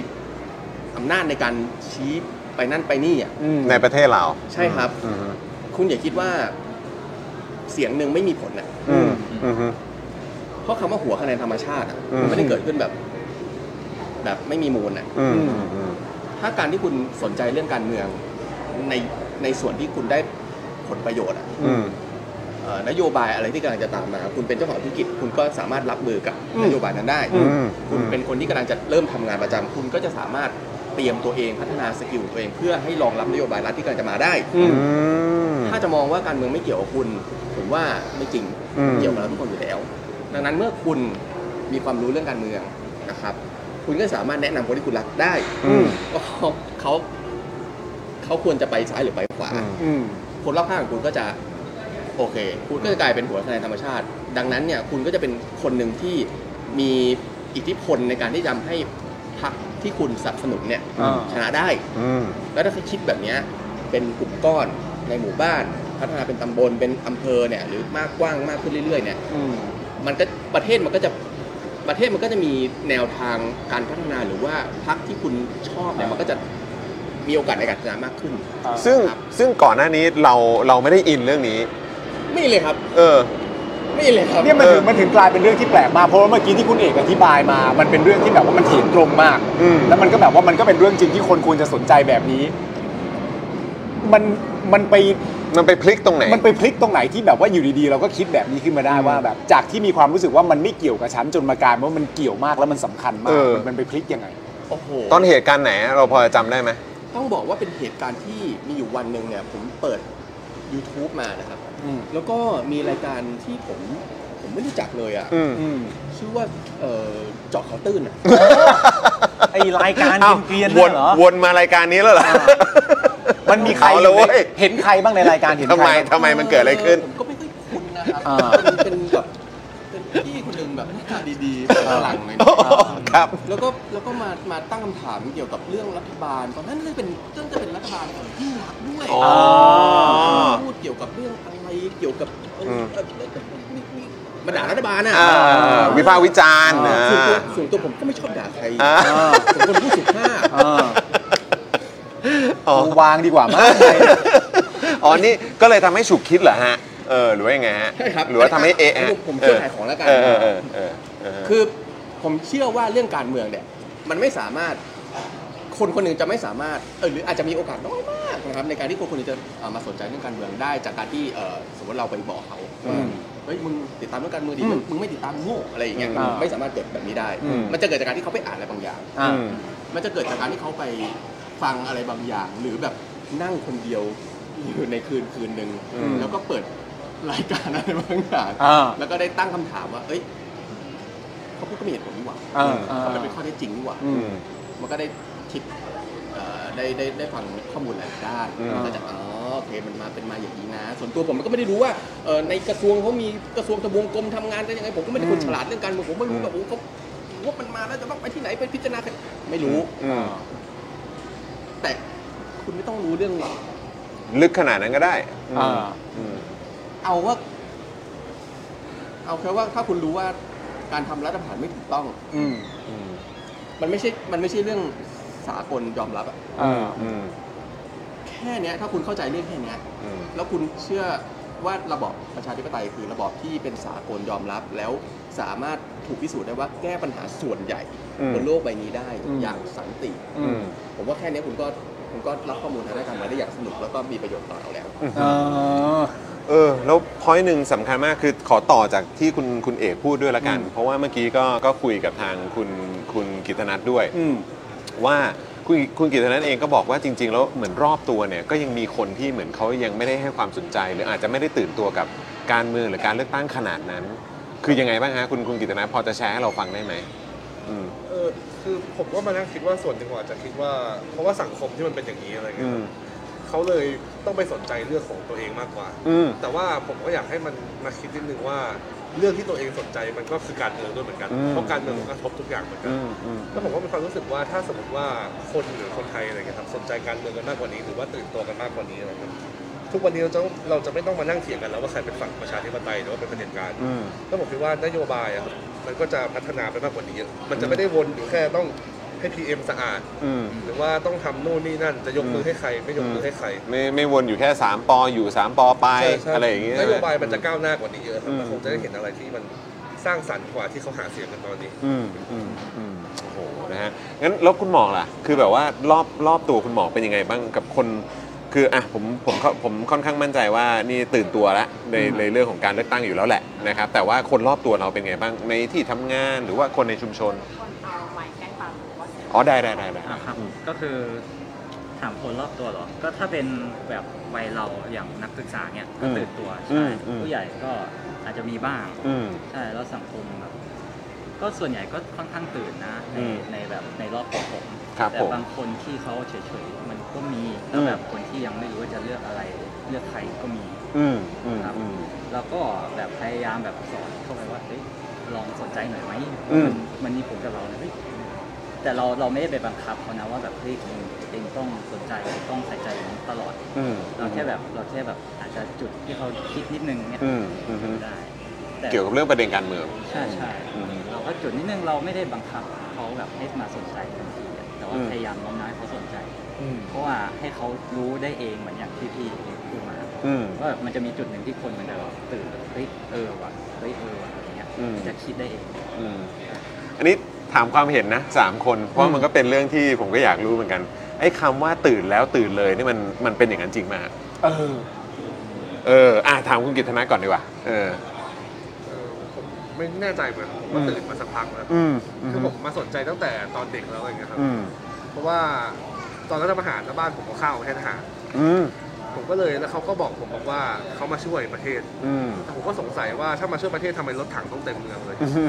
Speaker 15: อำนาจในการชี้ไปนั่นไปนี่อ่ะ
Speaker 1: ในประเทศเรา
Speaker 15: ใช่ครับ
Speaker 1: อืม
Speaker 15: คุณอย่าคิดว่าเสียงหนึ่งไม่มีผลอ่ะ
Speaker 1: อืมอืม
Speaker 15: เพราะคำว่าหัวคะแนนธรรมชาติอะ
Speaker 1: อืม
Speaker 15: มันไม่ได้เกิดขึ้นแบบ แบบไม่มีมูลอ่ะ
Speaker 1: อืมอืมอืม
Speaker 15: ถ้าการที่คุณสนใจเรื่องการเมืองในในส่วนที่คุณได้ผลประโยชน์อะ
Speaker 1: อืม
Speaker 15: เอ่อนโยบายอะไรที่กำลังจะตามมา คุณเป็นเจ้าของธุรกิจ คุณก็สามารถรับมือกับ
Speaker 3: อืม
Speaker 15: นโยบายนั้นได้
Speaker 3: อืม
Speaker 15: คุณเป็นคนที่กำลังจะเริ่มทำงานประจำคุณก็จะสามารถเตรียมตัวเองพัฒนาสกิลตัวเองเพื่อให้รองรับนโยบายรัฐที่กำลังจะมาได้
Speaker 1: อืม
Speaker 15: ถ้าจะมองว่าการเมืองไม่เกี่ยวกับคุณผมว่าไม่จริง
Speaker 1: อืม
Speaker 15: เกี่ยวกับเราทุกคนอยู่แล้ว ดังนั้นเมื่อคุณมีความรู้เรื่องการเมืองนะครับ คุณก็สามารถแนะนำคนที่คุณรักได้
Speaker 3: อืม
Speaker 15: ว่าเขาเขาเขาควรจะไปซ้ายหรือไปขวา
Speaker 3: อืม
Speaker 15: คนรอบข้างของคุณก็จะโอเค คุณก็จะกลายเป็นหัวคะแนนธรรมชาติ ดังนั้นเนี่ยคุณก็จะเป็นคนหนึ่งที่มีอิทธิพลในการที่จะทำให้พรรคที่คุณสนับสนุนเนี่ย
Speaker 3: อ่า
Speaker 15: ชนะได้
Speaker 1: อืม
Speaker 15: แล้วถ้าคิดแบบเนี้ยเป็นกลุ่มก้อนในหมู่บ้าน พัฒนาเป็นตำบลเป็นอำเภอเนี่ยหรือมากกว้างมากขึ้นเรื่อยๆเนี่ย
Speaker 3: อืม
Speaker 15: มันก็ประเทศมันก็จะประเทศมันก็จะมีแนวทางการพัฒนาหรือว่าพรรคที่คุณชอบเนี่ยมันก็จะมีโอกาสในการพัฒนามากขึ้น
Speaker 1: ซึ่งซึ่งก่อนหน้านี้เราเราไม่ได้อินเรื่องนี้
Speaker 15: ไม่เลยครับ
Speaker 1: เออ
Speaker 15: ไม่เลยครับ
Speaker 3: เนี่ยมันถึงมันถึงกลายเป็นเรื่องที่แปลกมากเพราะว่าเมื่อกี้ที่คุณเอกอธิบายมา มันเป็นเรื่องที่แบบว่ามันเถียงตรงมาก
Speaker 1: อืม
Speaker 3: แล้วมันก็แบบว่ามันก็เป็นเรื่องจริงที่คนควรจะสนใจแบบนี้ มันมันไป
Speaker 1: มันไปพลิกตรงไหน
Speaker 3: มันไปพลิกตรงไหนที่แบบว่าอยู่ดีๆ เราก็คิดแบบนี้ขึ้นมาได้ว่าแบบ จากที่มีความรู้สึกว่ามันไม่เกี่ยวกับฉันจนมากลายเป็นว่ามันเกี่ยวมากแล้วมันสำคัญมา
Speaker 1: เอก อ
Speaker 3: มันมันไปพลิกยังไง
Speaker 15: โอ้โห
Speaker 1: ตอนเหตุการณ์ไหนเราพอจะจำได้ไหม
Speaker 15: ต้องบอกว่าเป็นเหตุการณ์ที่มีอยู่วันหนึ่งเนี่ย ผมเปิด YouTube มานะครับ
Speaker 3: อืม
Speaker 15: แล้วก็มีรายการที่ผมผมไม่รู้จักเลยอ่ะ
Speaker 1: อืม
Speaker 3: อืม
Speaker 15: ชื่อว่าเอ่อเจาะเขาตื้นอ่ะ
Speaker 16: ไอรายการ
Speaker 1: อ้าว
Speaker 16: เกรียนๆ
Speaker 1: ว
Speaker 16: เนี่ย
Speaker 1: น
Speaker 16: เหรอ
Speaker 1: วนมารายการนี้แล้วเหรอ
Speaker 3: มันมีใคร
Speaker 1: เอาละเว้ย
Speaker 3: เห็นใครบ้างในรายการเห็น
Speaker 1: ทำ
Speaker 3: ใค
Speaker 1: ไม
Speaker 3: ร
Speaker 1: ทำไมมันเกิดอะไรขึ้น
Speaker 15: ผมก็ไม่ค่อยคุ้นนะครับ
Speaker 3: อ่า
Speaker 15: เป็นเป็นแบบเป็นพี่คนหนึ่งแบบหน้าตาดีๆเป็นฝรั่งเลยนะ
Speaker 1: รับ
Speaker 15: แล้วก็แล้วก็มามาตั้งคำถามเกี่ยวกับเรื่องรัฐบาลตอนนั้นน่าจะเป็นเรื่องจะเป็นรัฐบาลของยิ่งรักษณ์ด้วย
Speaker 1: อ๋อ
Speaker 15: พูดเกี่ยวกับเรื่องอะไรเกี่ยวกับเอ่อ
Speaker 1: อืม
Speaker 15: เอ่อมาด่ารัฐบาล
Speaker 1: อ่า
Speaker 15: อ่ะ
Speaker 1: วิพากษ์วิจารณ์อ่า
Speaker 15: ส่วนตัวส่วนตัวผมก็ไม่ชอบด่าใคร
Speaker 1: อ่า
Speaker 15: ผมเป็นคนพูดสุภาพ
Speaker 3: อ่า
Speaker 1: อ๋อ
Speaker 3: กูวางดีกว่ามั้ง
Speaker 1: อ๋อนี่ก็เลยทำให้ฉุกคิดเหรอฮะ เออ หรือว่ายังไงฮะ
Speaker 15: ใช่ครับ
Speaker 1: หรือว่าทำให้เอะฮะ
Speaker 15: ผมผมช่วยขายของแล้วกัน
Speaker 1: เออเออเออเออเออ
Speaker 15: คือผมเชื่อว่าเรื่องการเมืองเนี่ย มันไม่สามารถคนคนหนึ่งจะไม่สามารถเออหรืออาจจะมีโอกาสน้อยมากนะครับในการที่คนคนหนึงจะเอ่อมาสนใจเรื่องการเมืองได้ จากการที่เอ่อสมมติเราไปบอกเขาว่า
Speaker 3: อืม
Speaker 15: เฮ้ยมึงติดตามเรื่องการเมืองดิ
Speaker 3: อืม
Speaker 15: มึงไม่ติดตามโง่อะไรอย่างเงี้ย
Speaker 3: อ่า
Speaker 15: ไม่สามารถเกิดแบบนี้ได้
Speaker 3: อืม
Speaker 15: มันจะเกิดจากการที่เขาไปอ่านอะไรบางอย่าง
Speaker 3: อ่า
Speaker 1: อืม
Speaker 15: มันจะเกิดจากการที่เขาไปฟังอะไรบางอย่าง หรือแบบนั่งคนเดียวอยู่ในคืนคืนหนึ่ง
Speaker 3: อืม
Speaker 15: แล้วก็เปิดรายการอะไรบางอย่าง
Speaker 3: อ่า
Speaker 15: แล้วก็ได้ตั้งคำถามว่า เอ้ยเขาพูดก็มีเหตุผลนี่หว่า
Speaker 3: อ่าอ่า
Speaker 15: เขาเป็นข้อเท็จจริงนี่หว่า
Speaker 3: อืม
Speaker 15: มันก็ได้คิดเอ่อได้ได้ได้ฟังข้อมูลหลายด้าน
Speaker 1: อืม
Speaker 15: มันก็จะ อ๋อ โอเค มันมาเป็นมาอย่างนี้นะ ส่วนตัวผมมันก็ไม่ได้รู้ว่าเอ่อในกระทรวงเขามีกระทรวงทบวงกรมทำงานกันยังไง ผมก็ไม่ได้คนฉลาดเรื่องการเมืองผมไม่รู้แบบโอ้เขาว่ามันมาแล้วจะต้องไปที่ไหนไปพิจารณากันไม่รู้
Speaker 1: อืม
Speaker 15: แต่คุณไม่ต้องรู้เรื่อง
Speaker 1: ลึกขนาดนั้นก็ได้ม
Speaker 3: อ่า
Speaker 1: อืม
Speaker 15: เอาว่า เอาแค่ว่าถ้าคุณรู้ว่าการทำรัฐประหารไม่ถูกต้อง
Speaker 3: อืม
Speaker 1: อืม
Speaker 15: มันไม่ใช่ มันไม่ใช่เรื่องสากลยอมรับอะ
Speaker 3: อ่า
Speaker 1: อืม
Speaker 15: แข
Speaker 3: แค่เนี้ยถ้าคุณเข้าใจเรื่องแค่เนี้ยแล้วคุณเชื่อว่าระบอบประชาธิปไตยคือระบอบที่เป็นสากลยอมรับ แล้วสามารถถูกพิสูจน์ได้ว่าแก้ปัญหาส่วนใหญ่
Speaker 1: อืม
Speaker 3: บนโลกใบนี้ได้
Speaker 1: อืม
Speaker 3: อย่างสันติ
Speaker 1: อืม
Speaker 3: ผมว่าแค่เนี้ยคุณก็คุณก็รับข้อมูลทางด้านการเมืองได้อย่างสนุกแล้วก็มีประโยชน์ต่อเราแล้ว
Speaker 1: เออแล้วพอยหนึ่งสำคัญมากคือขอต่อจากที่คุณคุณเอกพูดด้วยละกัน เพราะว่าเมื่อกี้ก็ก็คุยกับทางคุณคุณกิตนัทด้วย ว่าคุณคุณกิตนัทเองก็บอกว่าจริง ๆ แล้วเหมือนรอบตัวเนี่ยก็ยังมีคนที่เหมือนเขายังไม่ได้ให้ความสนใจ หรืออาจจะไม่ได้ตื่นตัวกับการเมืองหรือการเลือกตั้งขนาดนั้น คือยังไงบ้างฮะคุณคุณกิตนัทพอจะแชร์ให้เราฟังได้ไหมอืม
Speaker 7: เออคือผมก็มานั่งคิดว่าส่วนหนึ่งอาจจะคิดว่า เพราะว่าสังคมที่มันเป็นอย่างนี้อะไรเงี้ยเขาเลยต้องไปสนใจเรื่องของตัวเองมากกว่า
Speaker 1: อืม
Speaker 7: แต่ว่าผมก็อยากให้มันมาคิดนิดนึงว่าเรื่องที่ตัวเองสนใจมันก็คือการเมืองด้วยเหมือนกัน
Speaker 1: อืม
Speaker 7: เพราะการเมืองมันกระทบทุกอย่างเหมือนกัน
Speaker 1: อืมอืม
Speaker 7: แล้วผมว่ามีความรู้สึกว่าถ้าสมมติว่าคนหรือคนไทยอะไรเงี้ยครับสนใจการเมืองกันมากกว่านี้ หรือว่าตื่นตัวกันมากกว่านี้อะไรครับทุกวันนี้เราจะเราจะไม่ต้องมานั่งเถียงกันแล้วว่าใครเป็นฝั่งประชาธิปไตยหรือว่าเป็นเผด็จการ
Speaker 1: อืม
Speaker 7: แล้วผมคิดว่านโยบายอะครับมันก็จะพัฒนาไปมากกว่านี้เยอะมันจะไม่ได้วนอยู่แค่ต้องให้ PM สะอาด
Speaker 1: อืม
Speaker 7: หรือว่าต้องทำนู่นนี่นั่นจะยกมือให้ใคร ไม่ยกมือให้ใคร
Speaker 1: ไม่ไม่วนอยู่แค่ 3 ปออยู่ 3 ปอไป
Speaker 7: ใช่
Speaker 1: อะไรอย่างเงี้ย
Speaker 7: นโยบายมันจะก้าวหน้ากว่านี้เยอะครับ
Speaker 1: อืม
Speaker 7: มันคงจะได้เห็นอะไรที่มันสร้างสรรค์กว่าที่เขาหาเสียงกันตอนนี้
Speaker 1: อืมอืมอืมโอ้โหนะฮะงั้นแล้วคุณหมอล่ะ คือแบบว่ารอบรอบตัวคุณหมอเป็นยังไงบ้างกับคน คืออ่ะผมผมผมผมค่อนข้างมั่นใจว่านี่ตื่นตัวแล้วในในเรื่องของการเลือกตั้งอยู่แล้วแหละนะครับ แต่ว่าคนรอบตัวเราเป็นไงบ้างในที่ทำงานหรือว่าคนในชุมชน อ๋อได้ได้ได้ได้
Speaker 15: อ่าครับก็คือถามคนรอบตัวเหรอ ก็ถ้าเป็นแบบวัยเราอย่างนักศึกษาเนี่ยก็
Speaker 1: อืม
Speaker 15: ตื่นตัว
Speaker 1: อื
Speaker 15: ใช่
Speaker 1: มอืม
Speaker 15: ผู้ใหญ่ก็อาจจะมีบ้าง
Speaker 1: อืม
Speaker 15: ใช่แล้วสังคมแบบก็ส่วนใหญ่ก็ค่อนข้างตื่นนะใน
Speaker 1: อืม
Speaker 15: ในแบบในรอบของผม
Speaker 1: ครับ
Speaker 15: แต่
Speaker 1: ผม
Speaker 15: บางคนที่เขาเฉยๆมันก็มีแล้วแบบคนที่ยังไม่รู้ว่าจะเลือกอะไร เลือกใครก็มี
Speaker 1: อืมอืม
Speaker 15: ครับ
Speaker 1: อืม
Speaker 15: แล้วก็แบบพยายามแบบสอนเข้าไปว่าเฮ้ยลองสนใจหน่อยไหม
Speaker 1: อืม
Speaker 15: นมันมีผลกับเรานะเฮ้ย แต่เราเราไม่ได้ไปบังคับเขานะว่าแบบเฮ้ยคุณเองต้องสนใจต้องใส่ใจอย่างนี้ตลอด
Speaker 1: อืม
Speaker 15: เราแค่แบบเราแค่แบบอาจจะจุดที่เขาคิดนิดนึงเนี่ย
Speaker 1: อืมอืม
Speaker 15: ได้แต่
Speaker 1: เกี่ยวกับเรื่องประเด็นการเมือง
Speaker 15: ใช่ใช่เราก็จุดนิดนึงเราไม่ได้บังคับเขาแบบให้มาสนใจทันทีอะแต่ว่า
Speaker 1: อืม
Speaker 15: พยายามโน้มน้าวให้เขาสนใจ
Speaker 1: อืม
Speaker 15: เพราะว่าให้เขารู้ได้เองเหมือนอย่างที่พี่พูดมา
Speaker 1: อืม
Speaker 15: ว่าแบบมันจะมีจุดหนึ่งที่คนมันจะตื่นแบบเฮ้ยเออว่ะเฮ้ยเออว่ะอะไรเงี้ย
Speaker 1: อืม
Speaker 15: จะคิดได้เอง
Speaker 1: อืมอันนี้ถามความเห็นนะสามคน เพราะมันก็เป็นเรื่องที่ผมก็อยากรู้เหมือนกัน ไอ้คำว่าตื่นแล้วตื่นเลยนี่มันมันเป็นอย่างนั้นจริงไหมฮะ
Speaker 17: เออ
Speaker 1: เอออ่ะถามคุณกิตนะก่อนดีกว่า เออ
Speaker 7: ไม่แน่ใจเหมือนกันผมก็ตื่นมาสักพักแล้ว
Speaker 1: อืมอืม
Speaker 7: คือผมมาสนใจตั้งแต่ตอนเด็กแล้วอะไรเงี้ยครับ
Speaker 1: อืม
Speaker 7: เพราะว่าตอนนั้นทำอาหารแล้วบ้านผมก็ข้าวแค่ทหาร
Speaker 1: อืม
Speaker 7: ผมก็เลยแล้วเขาก็บอกผมบอกว่าเขามาช่วยประเทศ
Speaker 1: อืม
Speaker 7: แต่ผมก็สงสัยว่าถ้ามาช่วยประเทศทำไมรถถังต้องเต็มเมืองเลย
Speaker 1: อืม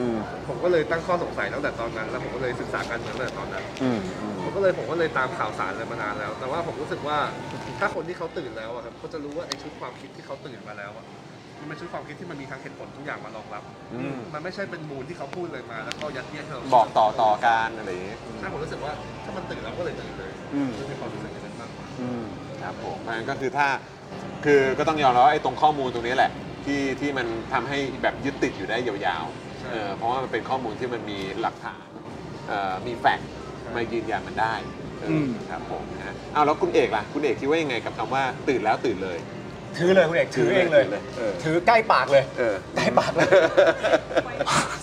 Speaker 1: อืม
Speaker 7: ผมก็เลยตั้งข้อสงสัยตั้งแต่ตอนนั้น แล้วผมก็เลยศึกษาการเมืองตั้งแต่ตอนนั้น
Speaker 1: อืม
Speaker 7: ผมก็เลยผมก็เลยตามข่าวสารอะไรมานานแล้ว แต่ว่าผมรู้สึกว่าถ้าคนที่เขาตื่นแล้วอะครับเขาจะรู้ว่าไอ้ชุดความคิดที่เขาตื่นมาแล้วอะมันเป็นชุดความคิดที่มันมีทางเหตุผลทุกอย่างมารองรับ
Speaker 1: อืม
Speaker 7: มันไม่ใช่เป็นมูลที่เขาพูดเลยมา แล้วก็ยัดเยียดให้เรา
Speaker 1: บอกต่อต่อการอะไรอย่างงี้
Speaker 7: ใช่ผมรู้สึกว่าถ้ามันตื่นแล้วก็เลยตื่นเลย
Speaker 1: อืม
Speaker 7: มีความรู้สึกอย่างนั้นมากกว่า
Speaker 1: อืมครับผมเพราะฉะนั้นก็คือถ้าคือก็ต้องยอมรับว่าไอ้ตรงข้อมูลตรงนี้แหละ ที่ที่มันทำให้แบบยึดติดอยู่ได้ยาวๆ
Speaker 7: ใช่
Speaker 1: เออเพราะว่ามันเป็นข้อมูลที่มันมีหลักฐานเอ่อมีแฟกต์มายืนยันมันได้เอออ
Speaker 18: ม
Speaker 1: ครับผมนะฮะเอาแล้วคุณเอกล่ะ คุณเอกคิดว่ายังไงกับคำว่าตื่นแล้วตื่นเลย
Speaker 18: ถือเลยคุณเอกถือเองเลย ถือใกล้ปากเลยใกล้ปากเลย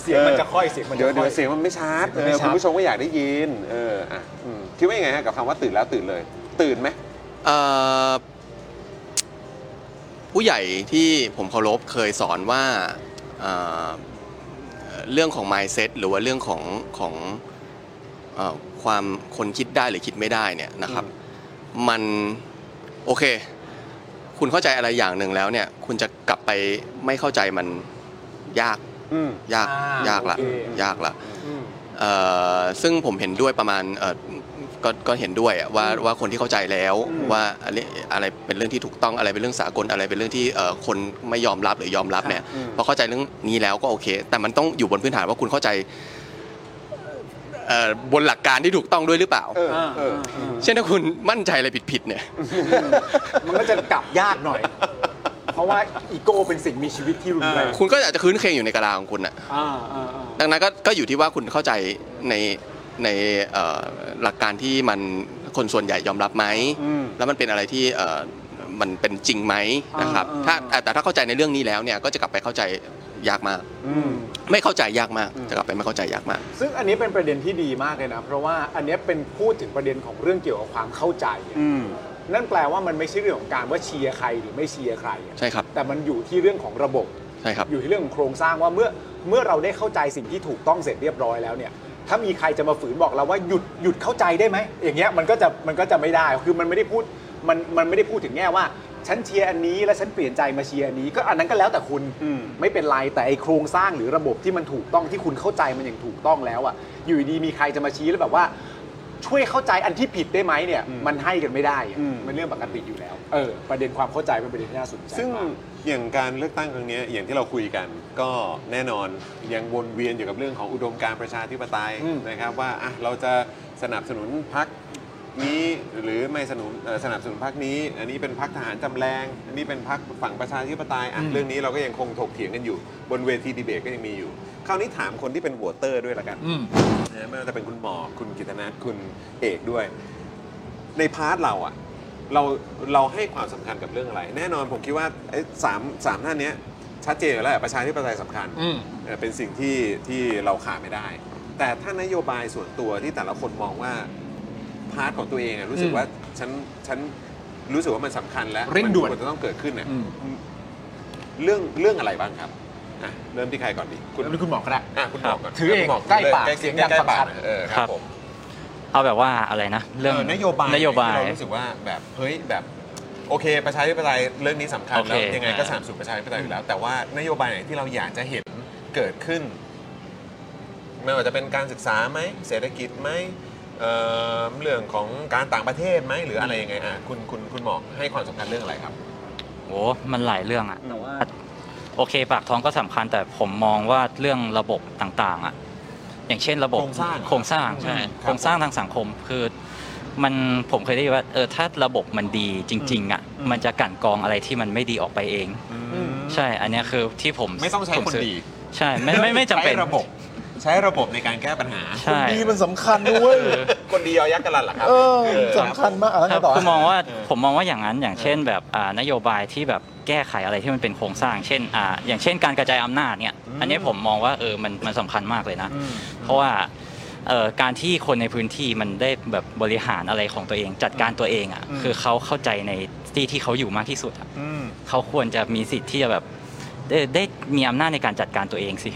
Speaker 18: เสียงมันจะค่อยเสียงมันจะ
Speaker 1: เดี๋ยว
Speaker 18: ค่
Speaker 1: เดี๋ย
Speaker 18: อ
Speaker 1: วย เสียงมันไม่ชัด
Speaker 18: เสียงมันไม่ชัด
Speaker 1: เออคุณผู้ชมก็อยากได้ยินเอออ่ะอืมคิดว่ายังไงฮะกับคำว่าตื่นแล้วตื่นเลย ตื่นไหม
Speaker 3: เอ่อผู้ใหญ่ที่ผมเคารพเคยสอนว่าเอ่อเรื่องของ mindset หรือว่าเรื่องของของเออความคนคิดได้หรือคิดไม่ได้เนี่ยนะครับ มันโอเค คุณเข้าใจอะไรอย่างหนึ่งแล้วเนี่ย คุณจะกลับไปไม่เข้าใจมันยากยากยากละ
Speaker 1: โอเค
Speaker 3: ยากละ เอ่อซึ่งผมเห็นด้วยประมาณเอ่อก็ก็เห็นด้วยอะว่าว่าคนที่เข้าใจแล้วว่าอะไรอะไรเป็นเรื่องที่ถูกต้องอะไรเป็นเรื่องสากลอะไรเป็นเรื่องที่เอ่อคนไม่ยอมรับหรือยอมรับเนี่ย
Speaker 1: อืม
Speaker 3: พอเข้าใจเรื่องนี้แล้วก็โอเค แต่มันต้องอยู่บนพื้นฐานว่าคุณเข้าใจเอ่อบนหลักการที่ถูกต้องด้วยหรือเปล่า
Speaker 1: เออเออเออ
Speaker 3: เช่นถ้าคุณมั่นใจอะไรผิดๆเนี่ย
Speaker 18: มันก็จะกลับยากหน่อย เพราะว่าอีโก้เป็นสิ่งมีชีวิตที่รุนแรง
Speaker 3: คุณก็อาจจะคืนเครงอยู่ในกะลาของคุณอะ
Speaker 18: อ่าอ่าอ่า
Speaker 3: ดังนั้นก็ก็อยู่ที่ว่าคุณเข้าใจในในเอ่อหลักการที่มัน
Speaker 19: คนส่วนใหญ่ยอมรับไหม แล้วมันเป็นอะไรที่เอ่อมันเป็นจริงไหมนะครับถ้าแต่ถ้าเข้าใจในเรื่องนี้แล้วเนี่ยก็จะกลับไปเข้าใจยากมาก ไม่เข้าใจยากมากจะกลับไปไม่เข้าใจยากมาก
Speaker 3: ซึ่งอันนี้เป็นประเด็นที่ดีมากเลยนะ เพราะว่าอันนี้เป็นพูดถึงประเด็นของเรื่องเกี่ยวกับความเข้าใจอะนั่นแปลว่ามันไม่ใช่เรื่องของการว่าเชียร์ใครหรือไม่เชียร์ใครอะ
Speaker 19: ใช่ครับ
Speaker 3: แต่มันอยู่ที่เรื่องของระบบ
Speaker 19: ใช่ครับ
Speaker 3: อยู่ที่เรื่องของโครงสร้างว่าเมื่อเมื่อเราได้เข้าใจสิ่งที่ถูกต้องเสร็จเรียบร้อยแล้วเนี่ย ถ้ามีใครจะมาฝืนบอกเราว่าหยุดหยุดเข้าใจได้ไหมอย่างเงี้ยมันก็จะมันก็จะไม่ได้คือมันไม่ได้พูดมันมันไม่ได้พูดถึงแง่ว่า ฉันเชียร์อันนี้แล้วฉันเปลี่ยนใจมาเชียร์อันนี้ ก็อันนั้นก็แล้วแต่คุณไม่เป็นไรแต่ไอโครงสร้างหรือระบบที่มันถูกต้องที่คุณเข้าใจมันอย่างถูกต้องแล้วอ่ะอยู่ดีๆมีใครจะมาชี้แล้วแบบว่า ช่วยเข้าใจอันที่ผิดได้ไหมเนี่ยมันให้กันไม่ได้อะมันเรื่องปกติอยู่แล้วเออประเด็นความเข้าใจเป็นประเด็นที่น่าสนใจ
Speaker 1: ซึ่ง
Speaker 3: มาก
Speaker 1: อย่างการเลือกตั้งครั้งเนี้ยอย่างที่เราคุยกัน ก็แน่นอนยังวนเวียนอยู่กับเรื่องของอุดมการณ์ประชาธิปไตยนะครับว่าอ่ะเราจะสนับสนุนพรรคนี้หรือไม่สนับสนุนเอ่อสนับสนุนพรรคนี้ อันนี้เป็นพรรคทหารจำแรงอันนี้เป็นพรรคฝั่งประชาธิปไตยอ่ะ
Speaker 3: อืม
Speaker 1: เรื่องนี้เราก็ยังคงถกเถียงกันอยู่ บนเวทีดีเบตก็ยังมีอยู่ คราวนี้ถามคนที่เป็นหัวเตอร์ด้วยละกัน
Speaker 3: อืม
Speaker 1: นะไม่ว่าจะเป็นคุณหมอคุณกิตนัทคุณเอกด้วย ในพาร์ทเราอะเราเราให้ความสำคัญกับเรื่องอะไร แน่นอนผมคิดว่าไอ้สามสามท่านเนี้ยชัดเจนอยู่แล้วแหละประชาธิปไตยสำคัญ
Speaker 3: อืม
Speaker 1: เอ่อเป็นสิ่งที่ที่เราขาดไม่ได้ แต่ถ้านโยบายส่วนตัวที่แต่ละคนมองว่าพาร์ทของตัวเองอะรู้สึก
Speaker 3: อืม
Speaker 1: ว่าฉันฉันรู้สึกว่ามันสำคัญและ
Speaker 3: เร่งด่วน
Speaker 1: มัควรจะต้องเกิดขึ้นเนี่ยเรื่องเรื่องอะไรบ้างครับอ่ะเริ่มที่ใครก่อนดีคุณ
Speaker 3: เริ่มที่คุณหมอก็ได้
Speaker 1: อ่ะคุณหมอก่อน
Speaker 3: ถือเอง
Speaker 1: คุณหม
Speaker 3: ใกล้ปาก
Speaker 1: ใกล้
Speaker 3: เสี
Speaker 1: เสี
Speaker 3: ย
Speaker 1: ย
Speaker 3: ง
Speaker 1: ง
Speaker 3: ดั
Speaker 1: ใก
Speaker 3: ง
Speaker 1: ล้
Speaker 3: ฟั
Speaker 1: ปาง ก
Speaker 3: ชัด
Speaker 1: หน่อยเออครับผม
Speaker 15: เอาแบบว่าอะไรนะ เรื่อง
Speaker 1: เออนโยบาย
Speaker 15: นโยบาย
Speaker 1: ที่เรารู้สึกว่าแบบเฮ้ยแบบโอเค ประชาธิปไตยเรื่องนี้สำคัญ
Speaker 15: โอเค
Speaker 1: แล้วยังไงก็
Speaker 15: อ่า
Speaker 1: สามสูตประชาธิปไตยอยู่แล้ว แต่ว่านโยบายไหนที่เราอยากจะเห็นเกิดขึ้น ไม่ว่าจะเป็นการศึกษาไหมเศรษฐกิจไหมเอ่อเรื่องของการต่างประเทศไหมหรืออะไรยังไงอ่ะคุณคุณคุณหมอให้ความสำคัญเรื่องอะไรครับ
Speaker 15: โอ้มันหลายเรื่องอะแต่ว่า โอเค ปากท้องก็สำคัญแต่ผมมองว่าเรื่องระบบต่างๆอะอย่างเช่นระบบ
Speaker 1: โครงสร้าง
Speaker 15: โครงสร้างใช่
Speaker 1: อืมครับ
Speaker 15: โครงสร้างทางสังคมคือมันผมเคยได้ยินว่าเออถ้าระบบมันดีจริง ๆอะมันจะกลั่นกรองอะไรที่มันไม่ดีออกไปเอง ใช่ อันเนี้ยคือที่ผม
Speaker 1: ไม่ต้องใช้
Speaker 15: ผม
Speaker 1: คน
Speaker 15: ซื้
Speaker 1: ดี
Speaker 15: ใช่ไม่ไม่ไม่จำเป็น
Speaker 1: ใช้ระบบ ใช้ระบบในการแก้ปัญหา
Speaker 15: ใช่
Speaker 20: ดีมันสำคัญด้วย
Speaker 1: คนดียอยักษ์กันลันเหรอครับ
Speaker 20: เออ
Speaker 1: เออ
Speaker 20: สำคัญมากอะไร
Speaker 15: ครับ
Speaker 20: ต่อ
Speaker 15: คือมองว่าผมมองว่าอย่างนั้นอย่างเช่นแบบอ่านโยบายที่แบบแก้ไขอะไรที่มันเป็นโครงสร้าง เช่นอ่าอย่างเช่นการกระจายอำนาจเนี่ยอันนี้ผมมองว่าเออมันมันสำคัญมากเลยนะ เพราะว่าเอ่อการที่คนในพื้นที่มันได้แบบบริหารอะไรของตัวเอง จัดการตัวเองอ่ะ
Speaker 1: อืม
Speaker 15: คือเขาเข้าใจในที่ที่เขาอยู่มากที่สุดอะเขาควรจะมีสิทธิ์ที่จะแบบได้ได้มีอำนาจในการจัดการตัวเองสิ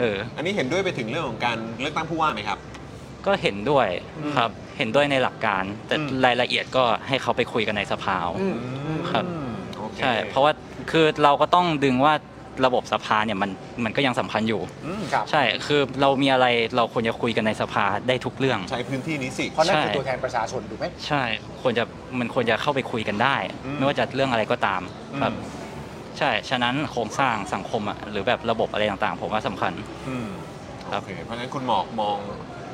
Speaker 15: เออ
Speaker 1: อันนี้เห็นด้วยไปถึงเรื่องของการเลือกตั้งผู้ว่าไหมครับ
Speaker 15: ก็เห็นด้วยครับ เห็นด้วยในหลักการ แต่รายละเอียดก็ให้เขาไปคุยกันในสภาเอาครับใช่เพราะว่าคือเราก็ต้องดึงว่าระบบสภาเนี่ยมันมันก็ยังสำคัญอยู่
Speaker 3: ครับ
Speaker 15: ใช่คือเรามีอะไรเราควรจะคุยกันในสภาได้ทุกเรื่อง
Speaker 1: ใช้พื้นที่นี้สิ
Speaker 3: เพราะนั่นคือ
Speaker 15: ใช่
Speaker 3: ตัวแทนประชาชนถูกไหม
Speaker 15: ใช่ควรจะมันควรจะเข้าไปคุยกันได้
Speaker 3: อืม
Speaker 15: ไม่ว่าจะเรื่องอะไรก็ตามครับ
Speaker 3: อืม
Speaker 15: ใช่ฉะนั้นโครงสร้างสังคมอ่ะหรือแบบระบบอะไรต่างๆ ผมว่าสำคัญ
Speaker 1: โอเคเพราะฉะนั้นคุณหมอกมอง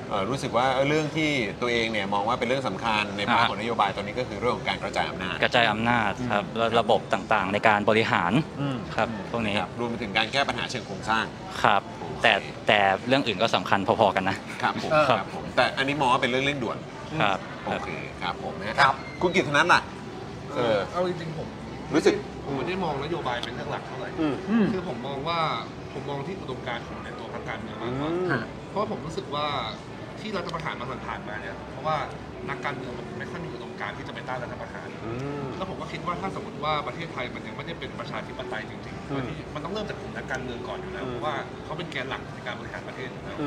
Speaker 1: เอ่อรู้สึกว่าเรื่องที่ตัวเองเนี่ยมองว่าเป็นเรื่องสำคัญในภาค
Speaker 15: อ่า
Speaker 1: ของนโยบายตอนนี้ก็คือเรื่องของการกระจายอำนาจ
Speaker 15: กระจายอำนาจครับแล้วระบบต่างๆ ในการบริหารครับพวกนี้
Speaker 1: ครับรวมไปถึงการแก้ปัญหาเชิงโครงสร้าง
Speaker 15: ครับแต่แต่เรื่องอื่นก็สำคัญพอๆกันนะ
Speaker 1: ครับผม
Speaker 15: เออ
Speaker 1: ครับผมแต่อันนี้มองว่าเป็นเรื่องเร่งด่วน
Speaker 15: ครับ
Speaker 1: โอเคครับผมนะครับคุณกิตธนัทล่ะเออ
Speaker 14: เอาจริงๆผม
Speaker 1: รู้สึก
Speaker 14: ผมไม่ได้มองนโยบายเป็นเรื่องหลักเท่าไหร่
Speaker 1: อืม
Speaker 14: คือผมมองว่าผมมองที่อุดมการณ์ของในตัวพรรคการเมืองมากกว่าเพราะผมรู้สึกว่าที่รัฐประหารมาผ่านๆมาเนี่ยเพราะว่านักการเมืองมันไม่ค่อยมีอุดมการณ์ที่จะไปต้านรัฐประหาร แล้วผมก็คิดว่าถ้าสมมติว่าประเทศไทยมันยังไม่ได้เป็นประชาธิปไตยจริง
Speaker 1: อืม
Speaker 14: ๆ มันต้องเริ่มจากกลุ่มนักการเมืองก่อนอยู่แล้วเพราะว่าเขาเป็นแกนหลักในการบริหารประเทศอยู่แล้ว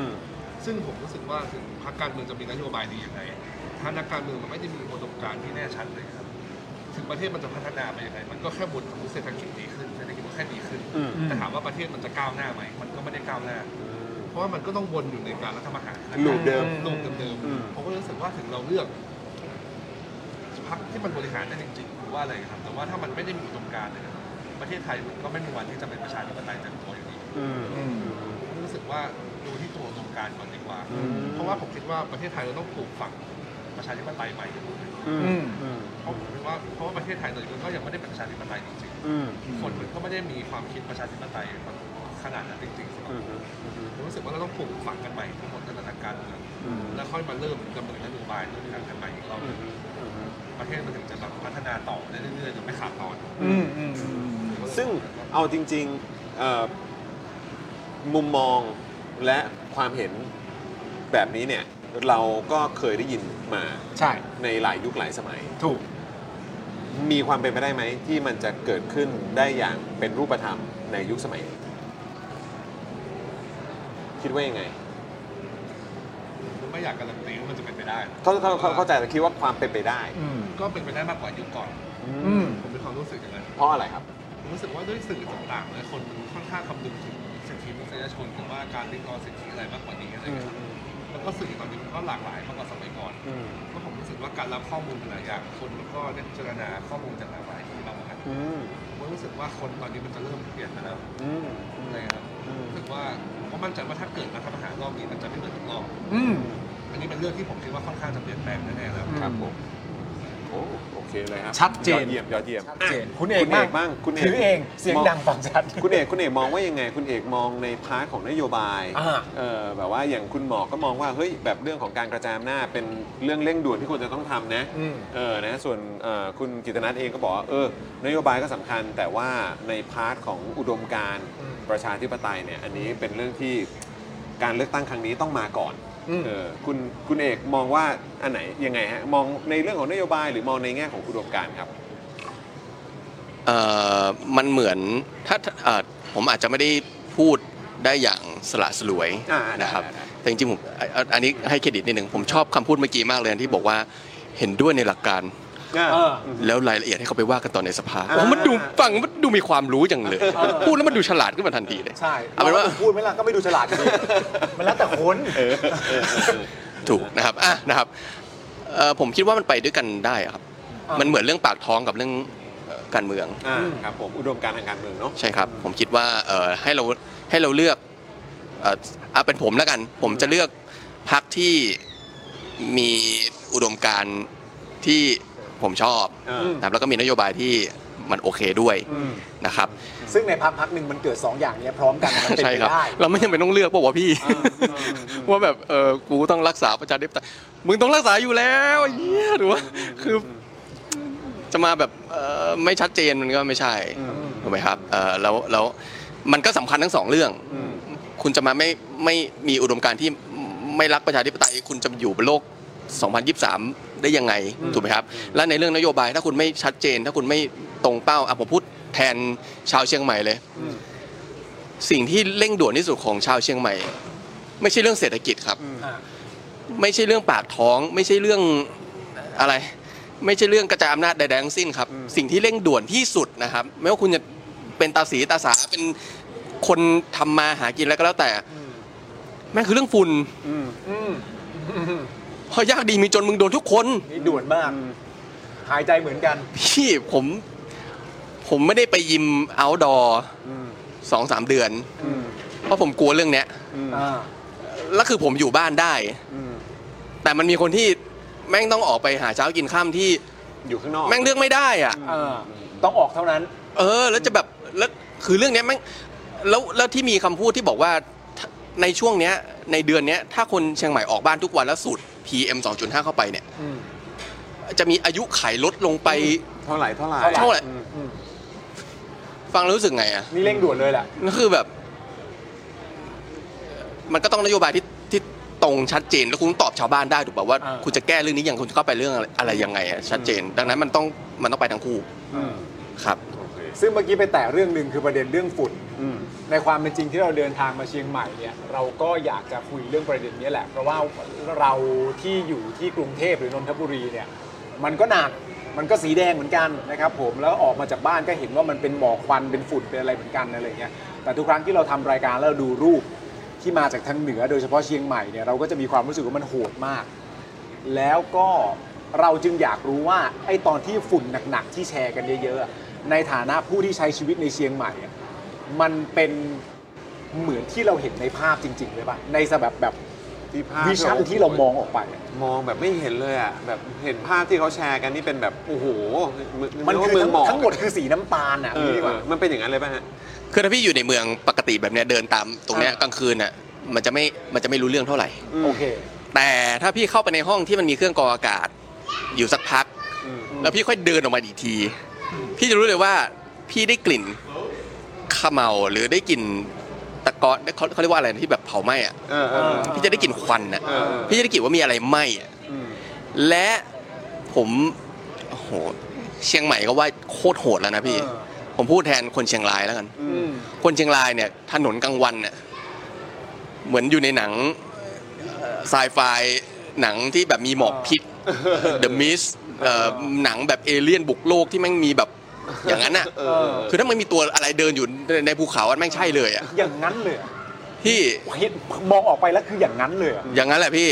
Speaker 14: ซึ่งผมรู้สึกว่าถึงพรรคการเมืองจะมีนโยบายดียังไง ถ้านักการเมืองมันไม่ได้มีอุดมการณ์ที่แน่ชัดเลยครับ ถึงประเทศมันจะพัฒนาไปยังไง มันก็แค่บนสมมติเศรษฐกิจดีขึ้นเศรษฐกิจมันแค่ดีขึ้น
Speaker 1: อืม
Speaker 14: แต่ถามว่าประเทศมันจะก้าวหน้าไหม มันก็ไม่ได้ก้าวหน้า เพราะว่ามันก็ต้องวนอยู่ในการรัฐประหารนะครับ
Speaker 1: ลูปเดิม
Speaker 14: ลูปเดิม
Speaker 1: อืม
Speaker 14: ๆผมก็รู้สึกว่าถึงเราเลือกพรรคที่มันบริหารได้จริงๆหรือว่าอะไรครับ แต่ว่าถ้ามันไม่ได้มีอุดมการณ์เลยนะครับประเทศไทยมันก็ไม่มีวันที่จะเป็นประชาธิปไตยเต็มตัวอยู่ดี ผมรู้สึกว่าดูที่ตัวตรงการก่อนดีกว่า
Speaker 1: อืม
Speaker 14: เพราะว่าผมคิดว่าประเทศไทยเราต้องปลูกฝังประชาธิปไตยใหม่กันหมดเลยเพราะผมคิดว่าเพราะว่าประเทศไทยตอนนี้มันก็ยังไม่ได้เป็นประชาธิปไตยจริงๆ คนมันก็ไม่ได้มีความคิดประชาธิปไตยมา
Speaker 12: ขนาดนั้นจริงๆสำหรับผมผมรู้สึกว่าเราต้องปลูกฝังกันใหม่ทั้งหมดในทางการเมืองแล้วค่อยมาเริ่มดำเนินนโยบายเรื่องการกันใหม่อีกรอบหนึ่งประเทศมันถึงจะแบบพัฒนาต่อได้เรื่อยๆจนไม่ขาดตอน
Speaker 1: ซึ่งเอาจริงๆเอ่อมุมมองและความเห็นแบบนี้เนี่ย เราก็เคยได้ยินมา
Speaker 3: ใช่
Speaker 1: ในหลายยุคหลายสมัย
Speaker 3: ถูก
Speaker 1: มีความเป็นไปได้ไหม ที่มันจะเกิดขึ้นได้อย่างเป็นรูปธรรมในยุคสมัยนี้คิดว่ายังไง
Speaker 12: ผมไม่อยากการันตีว่ามันจะเป็นไปได้นะ
Speaker 1: เขาเขาเขาเข้าใจแต่คิดว่าความเป็นไปได้
Speaker 12: ก็เป็นไปได้มากกว่ายุคก่อน
Speaker 1: อืม
Speaker 12: ผมมีความรู้สึกอย่างนั้น
Speaker 1: เพราะอะไรครับ
Speaker 12: ผมรู้สึกว่าด้วยสื่อต่างๆเนี่ยคนค่อนข้างคำนึงถึงสิทธิมนุษยชนหรือว่าการเรียกร้องสิทธิอะไรมากกว่านี้อะไรอย่างเงี้ยครับแล้วก็สื่อตอนนี้มันก็หลากหลายมากกว่าสมัยก่อนก็ผมรู้สึกว่าการรับข้อมูลหลายอย่างคนมันก็ได้พิจารณาข้อมูลจากหลากหลายที่มากกว่ากันผมก็รู้สึกว่าคนตอนนี้มันจะเริ่มเปลี่ยนไปแล้วอะไรครับรู้สึกว่าผมก็มั่นใจว่าถ้าเกิดรัฐประหารรอบนี้มันจะไม่เหมือนทุกรอบ
Speaker 3: อืม
Speaker 12: อันนี้เป็นเรื่องที่ผมคิดว่าค่อนข้างจะเปลี่ยนแปลงแน่ๆแล้ว
Speaker 1: ครับผม โอ้โอเคเลยครับ
Speaker 3: ชัดเจ
Speaker 1: ยอ
Speaker 3: น
Speaker 1: ดเยี่ยมยอดเยี่ยม
Speaker 3: ชัดเจน
Speaker 1: อ่ะ
Speaker 3: คุณเอก
Speaker 1: คุณเอก
Speaker 3: บ้าง
Speaker 1: บ้างคุณเอก
Speaker 3: ถือเองเสียง
Speaker 1: ม
Speaker 3: ดังฟังชัด
Speaker 1: คุณเอกคุณเอกมองว่ายังไง คุณเอกมองในพาร์ทของนโยบาย
Speaker 3: อ่า
Speaker 1: เออแบบว่าอย่างคุณหมอก็มองว่าเฮ้ยแบบเรื่องของการกระจายอำนาจเป็นเรื่องเร่งด่วนที่ควรจะต้องทำนะ
Speaker 3: อืม
Speaker 1: เออ นะ ส่วนเอ่อคุณกิตนัทเองก็บอกว่า เออ นโยบายก็สำคัญ แต่ว่าในพาร์ทของอุดมการณ์ประชาธิปไตยเนี่ย อันนี้เป็นเรื่องที่การเลือกตั้งครั้งนี้ต้องมาก่อน เออ คุณ คุณเอกมองว่าอันไหนยังไงฮะ มองในเรื่องของนโยบายหรือมองในแง่ของอุดมการณ์ครับ
Speaker 15: เอ่อมันเหมือนถ้าถ้าเอ่อผมอาจจะไม่ได้พูดได้อย่างสละสลวย
Speaker 1: อ่าได้
Speaker 15: นะครับ แต่จริงๆผมอ่ะอ่ะอันนี้ให้เครดิตนิดหนึ่งผมชอบคำพูดเมื่อกี้มากเลยอันที่บอกว่าเห็นด้วยในหลักการ
Speaker 1: เออ
Speaker 15: แล้วรายละเอียดให้เขาไปว่ากันตอนในสภาโอ้มันดูฟังมันดูมีความรู้จังเลย
Speaker 3: เออ
Speaker 15: พูดแล้วมันดูฉลาดขึ้นมาทันทีเลย
Speaker 3: ใช่
Speaker 15: เอาเป็นว่า
Speaker 3: พูดไหมล่ะก็ไม่ดูฉลาดดีมันแล้วแต่คน
Speaker 15: ถูกนะครับอ่ะนะครับเอ่อผมคิดว่ามันไปด้วยกันได้อะครับ
Speaker 1: อ่ามั
Speaker 15: มันเหมือนเรื่องปากท้องกับเรื่องเอ่อการเมือง
Speaker 1: อ่า ครับผม อุดมการณ์ทางการเมืองเนาะ
Speaker 15: ใช่ครับ ผมคิดว่าเอ่อให้เราให้เราเลือกเอ่อเอาเป็นผมแล้วกัน ผมจะเลือกพักที่มีอุดมการณ์ที่ผมชอบ
Speaker 3: อืม
Speaker 15: นะครับแล้วก็มีนโยบายที่มันโอเคด้วย
Speaker 3: อืม
Speaker 15: นะครับ
Speaker 3: ซึ่งในพักพักหนึ่งมันเกิด 2 อย่างเนี้ยพร้อมกันมันเป็น
Speaker 15: ใช่
Speaker 3: ไป
Speaker 15: ครับ
Speaker 3: ได้
Speaker 15: เราไม่จำเป็นต้องเลือกเปล่าวะพี่ ว่าแบบเออกูต้องรักษาประชาธิปไตยมึงต้องรักษาอยู่แล้วไอ้เหี้ยหรือว่าคือจะมาแบบเออไม่ชัดเจนมันก็ไม่ใช่ถูกไหมครับเออแล้วแล้วมันก็สำคัญทั้งสองเรื่อง คุณจะมาไม่ไม่มีอุดมการณ์ที่ไม่รักประชาธิปไตย คุณจะอยู่บนโลก 2023 ได้ยังไงถูกไหมครับ และในเรื่องนโยบายถ้าคุณไม่ชัดเจน ถ้าคุณไม่ตรงเป้าอ่ะผมพูดแทนชาวเชียงใหม่เลย สิ่งที่เร่งด่วนที่สุดของชาวเชียงใหม่ ไม่ใช่เรื่องเศรษฐกิจครับ ไม่ใช่เรื่องปากท้อง ไม่ใช่เรื่องอะไร ไม่ใช่เรื่องกระจายอำนาจใดๆทั้งสิ้นครับ สิ่งที่เร่งด่วนที่สุดนะครับ ไม่ว่าคุณจะเป็นตาสีตาสาเป็นคนทำมาหากินแล้วก็แล้วแต่แม่งคือเรื่องฝุ่นเพราะยากดีมีจนมึงโดนทุกคน
Speaker 3: นี่ด่วนมาก หายใจเหมือนกัน
Speaker 15: พี่ผมผมไม่ได้ไปยิมเอาดอสองสามเดือน เพราะผมกลัวเรื่องเนี้ย
Speaker 3: อ่า
Speaker 15: แล้วคือผมอยู่บ้านได้ แต่มันมีคนที่แม่งต้องออกไปหาเช้ากินข้ามที่
Speaker 1: อยู่ข้างนอก
Speaker 15: แม่งเลือกไม่ได้อ่ะ
Speaker 3: ต้องออกเท่านั้น
Speaker 15: เออ แล้วจะแบบแล้วคือเรื่องเนี้ยแม่งแล้วแล้วที่มีคำพูดที่บอกว่าถ้าในช่วงเนี้ยในเดือนเนี้ยถ้าคนเชียงใหม่ออกบ้านทุกวันแล้วสูตร PM 2.5 เข้าไปเนี่ย จะมีอายุไขลดลงไป
Speaker 1: เท่าไหร่เท่าไหร่
Speaker 15: เท่าไหร่ฟังแล้วรู้สึกไงอ่ะ
Speaker 3: นี่เร่งด่วนเลยแหละ
Speaker 15: แล้วคือแบบ มันก็ต้องนโยบายที่ที่ตรงชัดเจน แล้วคุณตอบชาวบ้านได้ถูกป่าว่า
Speaker 3: อ่า
Speaker 15: คุณจะแก้เรื่องนี้อย่างคุณจะเข้าไปเรื่องอะไรอะไรยังไงอะชัดเจน ดังนั้นมันต้องมันต้องไปทั้งคู่ครับ
Speaker 3: ซึ่งเมื่อกี้ไปแตะเรื่องหนึ่งคือประเด็นเรื่องฝุ่น ในความเป็นจริงที่เราเดินทางมาเชียงใหม่เนี่ยเราก็อยากจะคุยเรื่องประเด็นนี้แหละ เพราะว่าเราที่อยู่ที่กรุงเทพหรือนนทบุรีเนี่ย มันก็หนักมันก็สีแดงเหมือนกันนะครับผมแล้วออกมาจากบ้านก็เห็นว่ามันเป็นหมอกควันเป็นฝุ่นเป็นอะไรเหมือนกันอะไรเงี้ยแต่ทุกครั้งที่เราทำรายการแล้วเราดูรูปที่มาจากทางเหนือ โดยเฉพาะเชียงใหม่เนี่ยเราก็จะมีความรู้สึกว่ามันโหดมาก แล้วก็เราจึงอยากรู้ว่าไอ้ตอนที่ฝุ่นหนักๆที่แชร์กันเยอะๆอะในฐานะผู้ที่ใช้ชีวิตในเชียงใหม่อะมันเป็นเหมือนที่เราเห็นในภาพจริงๆเลยป่ะในสแบบแบบ
Speaker 1: ที่ภาพ
Speaker 3: วิชั่น
Speaker 1: โโห
Speaker 3: ที่เรามองออกไป
Speaker 1: มองแบบไม่เห็นเลยอ่ะแบบเห็นภาพที่เขาแชร์กันนี่เป็นแบบโอ้โห
Speaker 3: มัน
Speaker 1: เรียกว่า
Speaker 3: คือ
Speaker 1: เมือง
Speaker 3: ทั้ง
Speaker 1: หมอก
Speaker 3: ทั้งหมดคือสีน้ำตาลอ่ะ
Speaker 1: เอ
Speaker 3: นี่
Speaker 1: อ
Speaker 3: ดีกว่า
Speaker 1: เออมันเป็นอย่างนั้นเลยป่ะฮะ
Speaker 15: คือถ้าพี่อยู่ในเมืองปกติแบบเนี้ยเดินตามตรงเนี้ยกลางคืนน่ะมันจะไม่มันจะไม่รู้เรื่องเท่าไหร่
Speaker 3: โอเค
Speaker 15: แต่ถ้าพี่เข้าไปในห้องที่มันมีเครื่องกรองอากาศ อยู่สักพัก แล้วพี่ค่อยเดินออกมาอีกที พี่จะรู้เลยว่าพี่ได้กลิ่นขมเหลาหรือได้กลิ่นตะกอนเขาเขาเรียกว่าอะไรนะที่แบบเผาไหม้อะพี่จะได้กลิ่นควันอะ
Speaker 3: เออ
Speaker 15: พี่จะได้กลิ่นว่ามีอะไรไหม้อะและผมโอ้โหเชียงใหม่ก็ว่าโคตรโหดแล้วนะพี่ ผมพูดแทนคนเชียงรายแล้วกัน คนเชียงรายเนี่ยถนนกลางวันเนี่ยเหมือนอยู่ในหนังไซไฟหนังที่แบบมีหมอกพิษ The Mist เอ่อหนังแบบเอเลี่ยนบุกโลกที่แม่งมีแบบอย่างนั้นอ่ะ
Speaker 3: เออ
Speaker 15: คือถ้ามันมีตัวอะไรเดินอยู่ในในภูเขาอันแม่งใช่เลยอ่ะ
Speaker 3: อย่างนั้นเลยอะ
Speaker 15: พี่
Speaker 3: เห็นมองออกไปแล้วคืออย่างนั้นเลยอะ
Speaker 15: อย่างนั้นแหละพี่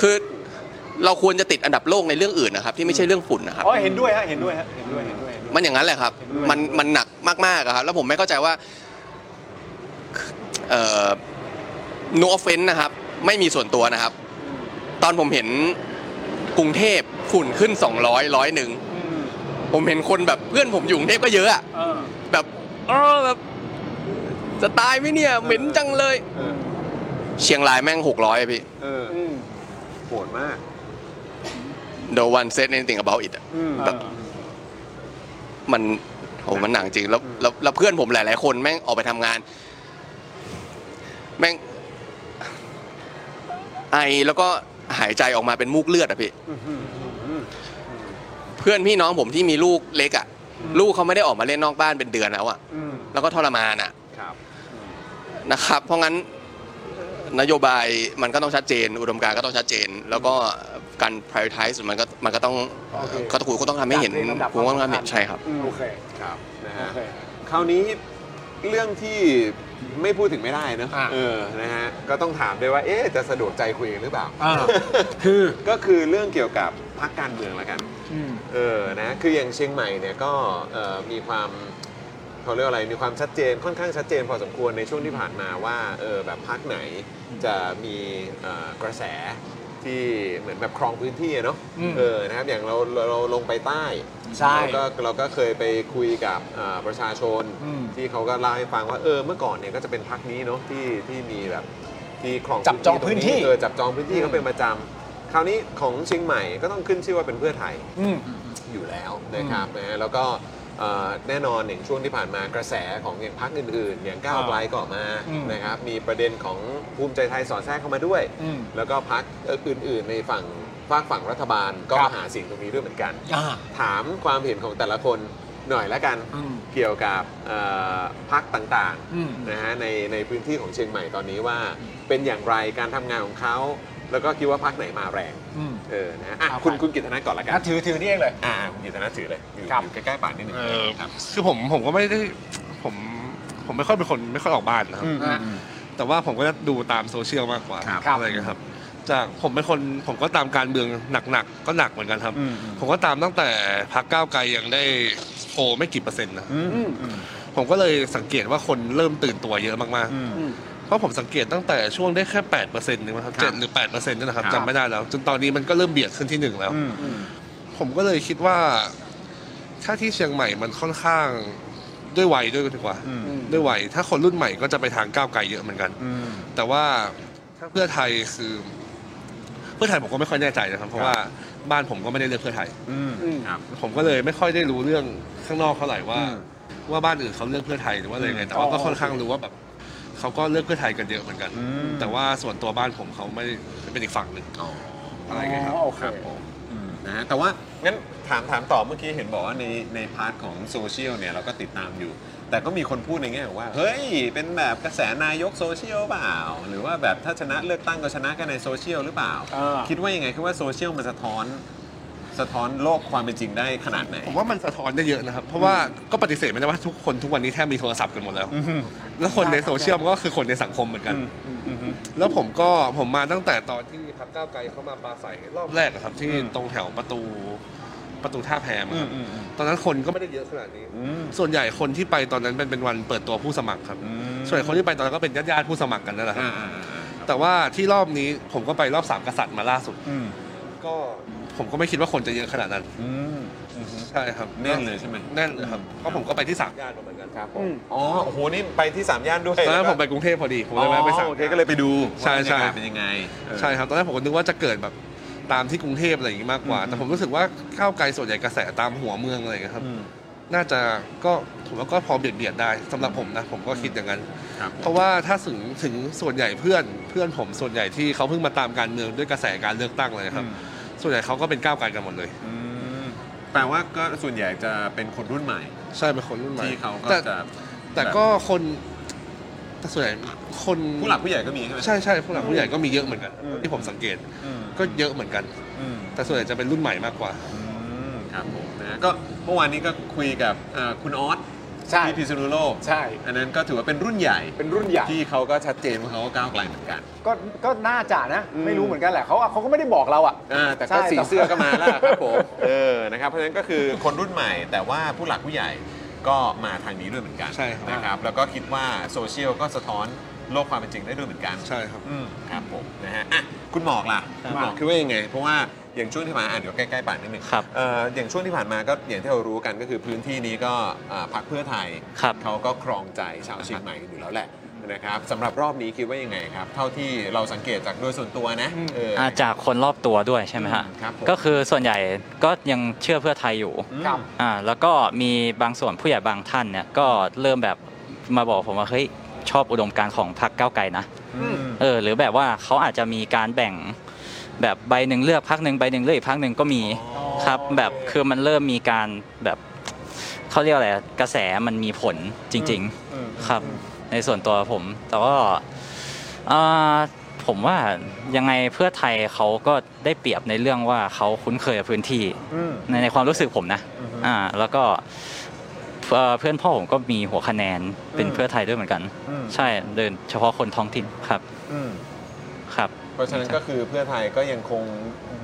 Speaker 15: คือเราควรจะติดอันดับโลกในเรื่องอื่นนะครับที่ไม่ใช่เรื่องฝุ่นนะครับ
Speaker 3: อ๋อเห็นด้วยฮะเห็นด้วยฮะเห็นด้วยเห็นด้วยเห็นด้วย
Speaker 15: มันอย่างนั้นแหละครับ มันมันหนักมากๆอะครับ แล้วผมไม่เข้าใจว่าเอ่อ no offense นะครับ ไม่มีส่วนตัวนะครับ ตอนผมเห็นกรุงเทพฝุ่นขึ้น 200ร้อยหนึ่ง ผมเห็นคนแบบเพื่อนผมอยู่กรุงเทพก็เยอะอะแบบเออแบบจะตายไหมเนี่ย เหม็นจังเลย เชียงรายแม่ง 600อะพี่
Speaker 1: เออโหดมาก
Speaker 15: no one said anything about it อะ แบบมันโหมันหนังจริงแล้วแล้วแล้วเพื่อนผมหลาย ๆ คนแม่งออกไปทำงาน แม่ง ไอแล้วก็หายใจออกมาเป็นมูกเลือดอะพี่ เพื่อนพี่น้องผมที่มีลูกเล็กอะลูกเขาไม่ได้ออกมาเล่นนอกบ้านเป็นเดือนแล้วอะแล้วก็ทรมานอะนะครับ เพราะงั้นนโยบายมันก็ต้องชัดเจน อุดมการณ์ก็ต้องชัดเจน แล้วก็การ prioritize มันก็มันก็ต้องก็ต้องคุยก็ต้องทำให้เห็น
Speaker 1: จัดในลำดับ
Speaker 15: คุณก็ต้องทำให้เห็นใช่ครับ
Speaker 3: โอเค
Speaker 1: ครับนะฮะคราวนี้เรื่องที่ไม่พูดถึงไม่ได้เนอะเออนะฮะก็ต้องถามด้วยว่าเอ๊ะจะสะดวกใจคุยกันหรือเปล่า
Speaker 3: คือ
Speaker 1: ก็คือเรื่องเกี่ยวกับพรรคการเมืองละกัน เออ นะ คืออย่างเชียงใหม่เนี่ยก็เอ่อมีความเขาเรียกอะไร มีความชัดเจน ค่อนข้างชัดเจนพอสมควรในช่วงที่ผ่านมาว่าเออแบบพักไหนจะมีเอ่อกระแสที่เหมือนแบบครองพื้นที่อะเนาะ
Speaker 3: อืม
Speaker 1: เออ นะครับ อย่างเราเราเราลงไปใต้
Speaker 3: ใช่
Speaker 1: เราก็เราก็เคยไปคุยกับเอ่อประชาชน
Speaker 3: อืม
Speaker 1: ที่เขาก็เล่าให้ฟังว่าเออ เมื่อก่อนเนี่ยก็จะเป็นพักนี้เนาะที่ที่มีแบบที่ครอง
Speaker 3: จับจองพื้นที่
Speaker 1: ตรเออจับจองพื้นที่เขาเป็นประจำคราวนี้ของเชียงใหม่ก็ต้องขึ้นชื่อว่าเป็นเพื่อไทย
Speaker 3: อืม
Speaker 1: อยู่แล้วนะครับนะฮะแล้วก็เอ่อแน่นอนอย่างช่วงที่ผ่านมากระแสของอย่างพรรคอื่น ๆ อย่างก้าวไกลก็ออกมา
Speaker 3: อืม
Speaker 1: นะครับมีประเด็นของภูมิใจไทยสอดแทรกเข้ามาด้วย
Speaker 3: อืม
Speaker 1: แล้วก็พรรคอื่น ๆ ในฝั่งฝากฝั่งรัฐบาลก็
Speaker 3: ครับ
Speaker 1: หาเสิ่งตรงนี้ด้วยเหมือนกัน
Speaker 3: อ่า
Speaker 1: ถามความเห็นของแต่ละคนหน่อยละกัน
Speaker 3: อืม
Speaker 1: เกี่ยวกับเอ่อพรรคต่าง
Speaker 3: อืม
Speaker 1: ๆนะฮะในในพื้นที่ของเชียงใหม่ตอนนี้ว่าเป็นอย่างไรการทำงานของเขาแล้วก็คิดว่าพรรคไหนมาแรง
Speaker 3: อืม
Speaker 1: เออนะอ่ะคุณคุณกิตธนัทก่อนละกัน
Speaker 3: อ่ะถือถือนี่เองเลย
Speaker 1: อ่าอยู่ตรงนั้นถือเลยอยู่อยู่ใกล้ๆปากนิดนึง
Speaker 14: เออ
Speaker 1: ครับ
Speaker 14: คือผมผมก็ไม่ได้ผมผมไม่ค่อยเป็นคนไม่ค่อยออกบ้านนะครับ แต่ว่าผมก็จะดูตามโซเชียลมากกว่า
Speaker 3: ครับ
Speaker 14: อะไรกันครับ จากผมเป็นคนผมก็ตามการเมืองหนักๆก็หนักเหมือนกันครับ
Speaker 3: อืมอืม
Speaker 14: ผมก็ตามตั้งแต่พักก้าวไกลยังได้โพลไม่กี่เปอร์เซ็นต์นะ
Speaker 3: อืมอืม
Speaker 14: ผมก็เลยสังเกตว่าคนเริ่มตื่นตัวเยอะมาก
Speaker 3: อืม
Speaker 14: ๆ เพราะผมสังเกตตั้งแต่ช่วงได้แค่แปดเปอร์เซ็นต์นึงนะครับเจ็ดหรือแปดเปอร์เซ็นต์นะครับ
Speaker 3: ครับ
Speaker 14: จำไม่ได้แล้ว จนตอนนี้มันก็เริ่มเบียดขึ้นที่หนึ่งแล้ว
Speaker 3: อืมอืม
Speaker 14: ผมก็เลยคิดว่า ถ้าที่เชียงใหม่มันค่อนข้างด้วยวัยด้วยดีกว่า
Speaker 3: อืม
Speaker 14: ด้วยวัยถ้าคนรุ่นใหม่ก็จะไปทางก้าวไกลเยอะเหมือนกัน
Speaker 3: อืม
Speaker 14: แต่ว่าถ้าเพื่อไทยคือ เพื่อไทยผมก็ไม่ค่อยแน่ใจนะครับ เพราะว่าบ้านผมก็ไม่ได้เลือกเพื่อไทย
Speaker 3: อืมครับ
Speaker 14: ผมก็เลยไม่ค่อยได้รู้เรื่องข้างนอกเท่าไหร่ว่า
Speaker 3: อืม
Speaker 14: ว่าบ้านอื่นเขาเลือกเพื่อไทยหรือว่าอะไรยังไงแต่
Speaker 3: อ๋
Speaker 14: ว่า
Speaker 3: อ
Speaker 14: ก็ค่อนข้างรู้ว่าแบบเขาก็เลือกเพื่อไทยกันเยอะเหมือนกัน
Speaker 3: อืม
Speaker 14: แต่ว่าส่วนตัวบ้านผมเขาไม่เป็นอีกฝั่งหนึ่งอะไรอย่างเงี้ยครับ
Speaker 3: โอเค
Speaker 1: นะฮะแต่ว่างั้นถามถามต่อเมื่อกี้เห็นบอกว่าในในพาร์ทของโซเชียลเนี่ยเราก็ติดตามอยู่ แต่ก็มีคนพูดในแง่ของว่า เฮ้ย เป็นแบบกระแสนายกโซเชียลเปล่า หรือว่าแบบถ้าชนะเลือกตั้งก็ชนะกันในโซเชียลหรือเปล่า
Speaker 3: เออ
Speaker 1: คิดว่ายังไงคิดว่าโซเชียลมันสะท้อน สะท้อนโลกความเป็นจริงได้ขนาดไหน
Speaker 14: ผมว่ามันสะท้อนได้เยอะนะครับ เพราะว่าก็ปฏิเสธไม่ได้ว่าทุกคนทุกวันนี้แทบมีโทรศัพท์กันหมดแล้ว แล้วคนในโซเชียลมันก็คือคนในสังคมเหมือนกัน แล้วผมก็ผมมาตั้งแต่ตอนที่พักก้าวไกลเข้ามาปราศัยรอบแรกอะครับ ที่ตรงแถวประตูประตูท่าแพมอะครับตอนนั้นคนก็ไม่ได้เยอะขนาดนี้ ส่วนใหญ่คนที่ไปตอนนั้นเป็นเป็นวันเปิดตัวผู้สมัครครับ ส่วนใหญ่คนที่ไปตอนนั้นก็เป็นญาติๆผู้สมัครกันนั่นแหละครับแต่ว่าที่รอบนี้ผมก็ไปรอบสามกษัตริย์มาล่าสุด ก็ผมก็ไม่คิดว่าคนจะเยอะขนาดนั้น
Speaker 3: อืม
Speaker 14: ผ ใช่ครับ
Speaker 1: แน่นเลยใช่ไหม
Speaker 14: แน่นเลยครับเพราะผมก็ไปที่สามย่านมาเหมือนกันครับผม
Speaker 1: อ๋อโอ้โหนี่ไปที่สามย่านด้วย
Speaker 14: ตอนนั้นผมไปกรุงเทพพอดีผมเลยแวะไปสาม
Speaker 1: อ๋อโอเคก็เลยไปดู
Speaker 14: ใช่
Speaker 1: ว่า
Speaker 14: ใช่
Speaker 1: เป็นยังไงเออ
Speaker 14: ใช่ครับตอนแรกผมก็นึกว่าจะเกิดแบบตามที่กรุงเทพอะไรอย่างงี้มากกว่า
Speaker 1: อืม
Speaker 14: แต่ผมรู้สึกว่าก้าวไกลส่วนใหญ่กระแสตามหัวเมืองอะไรอย่างเงี้ยครับ น่าจะก็ผมว่าก็พอเบียดเบียดได้สำหรับผมนะผมก็คิดอย่างนั้น เพราะว่าถ้าถึงถึงส่วนใหญ่เพื่อนเพื่อนผมส่วนใหญ่ที่เขาเพิ่งมาตามการเมืองด้วยกระแสการเลือกตั้งเลยครับ ส่วนใหญ่เขาก็เป็นก้าวไกลกันหมดเลย
Speaker 1: แปลว่าก็ส่วนใหญ่จะเป็นคนรุ่นใหม่
Speaker 14: ใช่เป็นคนรุ่นใหม่
Speaker 1: ที่เขาก็
Speaker 14: แต่
Speaker 1: จะ
Speaker 14: แต่
Speaker 1: บบ
Speaker 14: ก็คนแต่ส่วนใหญ่คน
Speaker 1: ผู้หลักผู้ใหญ่ก็มีใช่ไหม
Speaker 14: ใช่ใช่ผู้หลักผู้ใหญ่ก็มีเยอะเหมือนกัน
Speaker 1: อืม
Speaker 14: ที่ผมสังเกต
Speaker 1: อืม
Speaker 14: ก็เยอะเหมือนกัน
Speaker 1: อืม
Speaker 14: แต่ส่วนใหญ่จะเป็นรุ่นใหม่มากกว่า
Speaker 1: ครับผมนะก็เมื่อวานนี้ก็คุยกับเอ่อคุณออสที่พิษณุโลก
Speaker 3: ใช่
Speaker 1: อันนั้นก็ถือว่าเป็นรุ่นใหญ่
Speaker 3: เป็นรุ่นใหญ่
Speaker 1: ที่เขาก็ชัดเจนว่าเขาก็ก้าวไกลเหมือนกัน
Speaker 3: ก็ก็น่าจะนะ ไม่รู้เหมือนกันแหละเขาเขาก็ไม่ได้บอกเราอ่ะ
Speaker 1: อ่าแต่ก็
Speaker 3: ใช่
Speaker 1: สีเสื้อก็มาแล้วครับผม
Speaker 3: แต่
Speaker 1: เออ นะครับ เพราะฉะนั้นก็คือคนรุ่นใหม่ แต่ว่าผู้หลักผู้ใหญ่ก็มาทางนี้ด้วยเหมือนกัน
Speaker 14: ใช่ครับ
Speaker 1: นะครับ แล้วก็คิดว่าโซเชียลก็สะท้อนโลกความเป็นจริงได้ด้วยเหมือนกัน
Speaker 14: ใช่ครับ
Speaker 1: อืมครับผมนะฮะอ่ะคุณหมอกล่ะ
Speaker 14: ครับ
Speaker 1: คุณหมอก
Speaker 14: ครับ
Speaker 1: คิดว่ายังไง เพราะว่าอย่างช่วงที่ผ่านมาอ่ะเดี๋ยวใกล้ๆป่านนิดหนึ่ง
Speaker 21: ครับ
Speaker 1: เอ่ออย่างช่วงที่ผ่านมาก็อย่างที่เรารู้กันก็คือพื้นที่นี้ก็อ่าพรรคเพื่อไทย
Speaker 21: ครับ
Speaker 1: เขาก็ครองใจชาวเชียงใหม่กันอยู่แล้วแหละนะครับสำหรับรอบนี้คิดว่ายังไงครับ เท่าที่เราสังเกตจากโดยส่วนตัวนะเออ
Speaker 21: าจากคนรอบตัวด้วยใช่ไหมฮะ
Speaker 1: อืมครับผม
Speaker 21: ก็คือส่วนใหญ่ก็ยังเชื่อเพื่อไทยอยู่
Speaker 1: อืม
Speaker 21: อ่าแล้วก็มีบางส่วนผู้ใหญ่บางท่านเนี่ยก็เริ่มแบบมาบอกผมว่าเฮ้ยชอบอุดมการณ์ของพรรคก้าวไกลนะ เออหรือแบบว่าเขาอาจจะมีการแบ่งแบบใบหนึ่งเลือกพักหนึ่งใบหนึ่งเลือกอีกพักหนึ่งก็มีครับแบบคือมันเริ่มมีการแบบเขาเรียกอะไรกระแสมันมีผลจริง
Speaker 1: อืม
Speaker 21: ๆครับ ในส่วนตัวผม แต่ว่าเอ่อผมว่ายังไงเพื่อไทยเขาก็ได้เปรียบในเรื่องว่าเขาคุ้นเคยกับพื้นที่
Speaker 1: อืม
Speaker 21: ในในความรู้สึกผมนะ
Speaker 1: อือฮึ
Speaker 21: อ่า แล้วก็เอ่อเพื่อนพ่อผมก็มีหัวคะแนนเป็น
Speaker 1: อืม
Speaker 21: เพื่อไทยด้วยเหมือนกัน
Speaker 1: อืม
Speaker 21: ใช่ เดินเฉพาะคนท้องถิ่นครับ
Speaker 1: อืม
Speaker 21: ครับ
Speaker 1: เพราะฉะนั้นก็คือเพื่อไทยก็ยังคง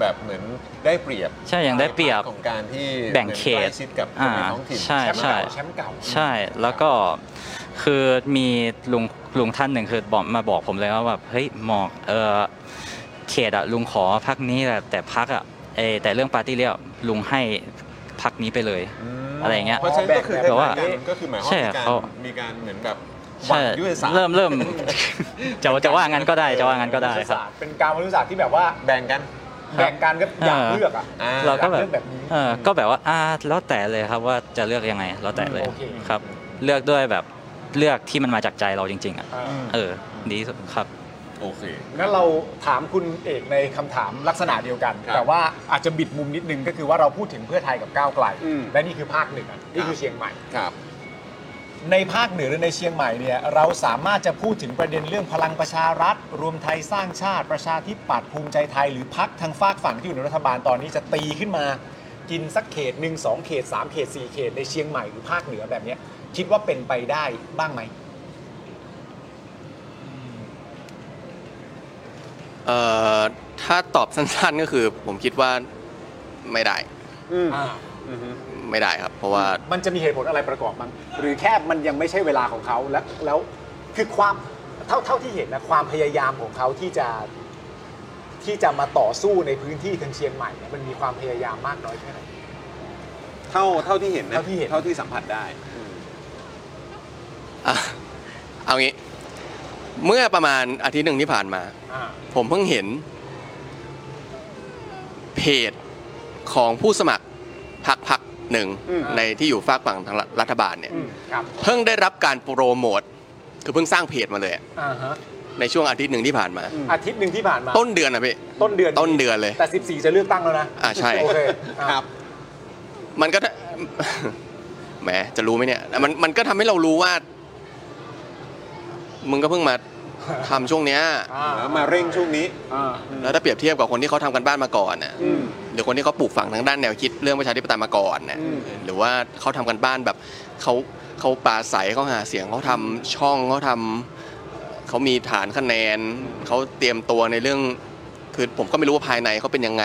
Speaker 1: แบบเหมือนได้เปรียบ
Speaker 21: ใช่ยังได้เปรียบ
Speaker 1: ของการที่
Speaker 21: แบ่งเข
Speaker 1: หมื
Speaker 21: ต
Speaker 1: อนใกล้ชิดกับคน
Speaker 21: อ่า
Speaker 1: ในท้องถิ่น
Speaker 21: ใช่ใช่
Speaker 1: แชมป์เก่า
Speaker 21: ใช่ แล้วก็คือมีลุงลุงท่านหนึ่งคือบอกมาบอกผมเลยว่าแบบเฮ้ยหมอกเออเขตอะลุงขอพักนี้แหละแต่พักอะเออแต่เรื่องปาร์ตี้เรียกลุงให้พักนี้ไปเลย อะไรอย่างเงี้ย
Speaker 1: เพราะฉะนั้นก็คือ
Speaker 21: แบบว่า
Speaker 1: แบบนั้นก็คือหมายความ
Speaker 21: ใช่
Speaker 1: ว่ามีการ
Speaker 21: เขา
Speaker 1: มีการเหมือนแบบ
Speaker 21: ใช่
Speaker 1: วางยุทธศาสตร์
Speaker 21: เริ่มเริ่ม จะว่าจะว่างั้นก็ได้จะว่างั้นก็ได้
Speaker 3: ยุท
Speaker 21: ค
Speaker 3: ธ
Speaker 21: รับ
Speaker 3: ศาสตร์เป็นการบริษัทที่แบบว่า
Speaker 1: แบ่งกัน
Speaker 3: แบ่งกันก็อยากเลือกอ่ะ
Speaker 21: เราก็แบ
Speaker 3: อ
Speaker 21: บ
Speaker 3: ยลือแบบนี้
Speaker 21: เออก็แบบว่าอ่าแล้วแต่เลยครับว่าจะเลือกยังไง แล้วแต่เลย
Speaker 3: โอเค
Speaker 21: ครับ เลือกด้วยแบบเลือกที่มันมาจากใจเราจริง ๆอ่ะ
Speaker 3: อ่า
Speaker 21: เออดีที่สุดครับ
Speaker 1: โอเค
Speaker 3: งั้นเราถามคุณเอกในคำถามลักษณะเดียวกัน แต่ว่าอาจจะบิดมุมนิดนึงก็คือว่าเราพูดถึงเพื่อไทยกับก้าวไกล และนี่คือภาคเหนือนี่คือเชียงใหม่
Speaker 1: ครับ
Speaker 3: ในภาคเหนือหรือในเชียงใหม่เนี่ยเราสามารถจะพูดถึงประเด็นเรื่องพลังประชารัฐ รวมไทยสร้างชาติประชาธิปัตย์ภูมิใจไทยหรือพักทางฝากฝั่งที่อยู่ในรัฐบาลตอนนี้จะตีขึ้นมา กินสักเขตหนึ่งสองเขตสามเขตสี่เขตในเชียงใหม่หรือภาคเหนือแบบเนี้ยคิดว่าเป็นไปได้บ้างไหม
Speaker 15: เอ่อถ้าตอบสั้นๆก็คือ ผมคิดว่าไม่ได้ไม่ได้ครับ เพราะ ว่า
Speaker 3: มันจะมีเหตุผลอะไรประกอบมั้งหรือแค่มันยังไม่ใช่เวลาของเขาแล้วแล้วคือความเท่าเท่าที่เห็นนะความพยายามของเขาที่จะที่จะมาต่อสู้ในพื้นที่ทางเชียงใหม่เนี่ยมันมีความพยายามมากน้อยแค่ไหน
Speaker 1: เท่าเท่าที่เห็นนะ
Speaker 3: เท่าที่เห็น
Speaker 1: เท่าที่สัมผัสได้
Speaker 15: อ่ะเอางี้ เมื่อประมาณอาทิตย์หนึ่งที่ผ่านมา ผมเพิ่งเห็น เพจของผู้สมัครพักพักหนึ่ง
Speaker 3: อืม
Speaker 15: ในที่อยู่ฝากฝั่งทางรัฐบาลเนี่ย
Speaker 3: ครับ
Speaker 15: เพิ่งได้รับการโปรโมทคือเพิ่งสร้างเพจมาเลยอะ
Speaker 3: อ่าฮะ
Speaker 15: ในช่วงอาทิตย์หนึ่งที่ผ่านมา
Speaker 3: อาทิตย์หนึ่งที่ผ่านมา
Speaker 15: ต้นเดือนนะพี่
Speaker 3: ต้นเดือน
Speaker 15: ต้นเดือนเลย
Speaker 3: แต่ 14 จะเลือกตั้งแล้วนะ
Speaker 15: อ่าใช่
Speaker 3: โอเคอ่า
Speaker 15: มันก็ แหมจะรู้ไหมเนี่ยมันมันก็ทำให้เรารู้ว่า มึงก็เพิ่งมาทำช่วงเนี้ย
Speaker 1: แล้วมาเร่งช่วงนี้
Speaker 15: แล้วถ้าเปรียบเทียบกับคนที่เขาทำกันบ้านมาก่อนน่ะหรือคนที่เขาปลูกฝังทางด้านแนวคิดเรื่องประชาธิปไตยมาก่อนน่ะ
Speaker 1: อืม
Speaker 15: หรือว่าเขาทำกันบ้านแบบเขาเขาปราศัยเขาหาเสียงเขาทำช่องเขาทำเขามีฐานคะแนนเขาเตรียมตัวในเรื่อง คือผมก็ไม่รู้ว่าภายในเขาเป็นยังไง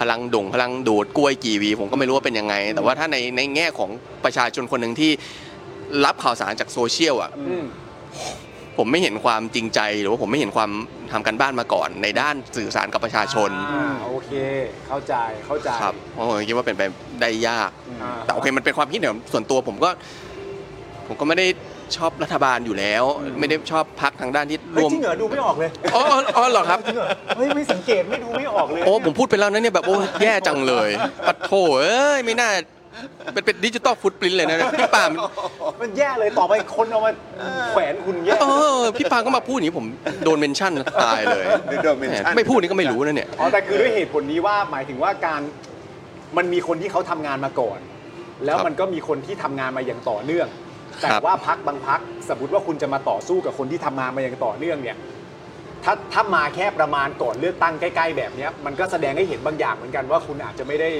Speaker 15: พลังดุ่งพลังดูดกล้วยกี่หวี ผมก็ไม่รู้ว่าเป็นยังไง แต่ว่าถ้าในในแง่ของประชาชนคนหนึ่งที่รับข่าวสารจากโซเชียลอ่ะ ผมไม่เห็นความจริงใจ หรือว่าผมไม่เห็นความทำการบ้านมาก่อน ในด้านสื่อสารกับประชาชน
Speaker 3: อ่าโอเค เข้าใจเข้าใจ
Speaker 15: ครับเพราะผมคิดว่าเป็นไปได้ยาก
Speaker 3: อ่า
Speaker 15: แต่โอเคมันเป็นความคิดเห็นส่วนตัวผมก็ ผมก็ไม่ได้ชอบรัฐบาลอยู่แล้ว ไม่ได้ชอบพักทางด้านที่ร
Speaker 3: เฮ้ยว
Speaker 15: ม
Speaker 3: จริงเหรอดูไม่ออกเลย
Speaker 15: อ๋ออ๋ออ๋อเหรอครับ
Speaker 3: จริงเหรอเฮ้ยไม่สังเกตไม่ดูไม่ออกเลย
Speaker 15: โอ้ผมพูดไปแล้วนะเนี่ยแบบโอ้แย่จังเลยปัดโถเอ้ยไม่น่าเป็นเป็นดิจิตอลฟุตปรินเลยนะเนี่ยพี่ปาม
Speaker 3: มันแย่เลยต่อไปคนเอามาแขวนคุณแย่
Speaker 15: เออพี่ปามก็มาพูดอย่างนี้ผมโดนเมนชั่นตายเลย
Speaker 1: โดนเมนชั่น
Speaker 15: ไม่พูดนี่ก็ไม่รู้นะเนี่ย
Speaker 3: อ๋อแต่คือด้วยเหตุผลนี้ว่าหมายถึงว่าการมันมีคนที่เขาทำงานมาก่อน แล้วมันก็มีคนที่ทำงานมาอย่างต่อเนื่อง แต่
Speaker 15: ครับ
Speaker 3: ว่าพักบางพักสมมติว่าคุณจะมาต่อสู้กับคนที่ทำงานมาอย่างต่อเนื่องเนี่ยถ้าถ้ามาแค่ประมาณก่อนเลือกตั้งใกล้ๆแบบเนี้ยมันก็แสดงให้เห็นบางอย่างเหมือนกันว่าคุณอาจจะไม่ได้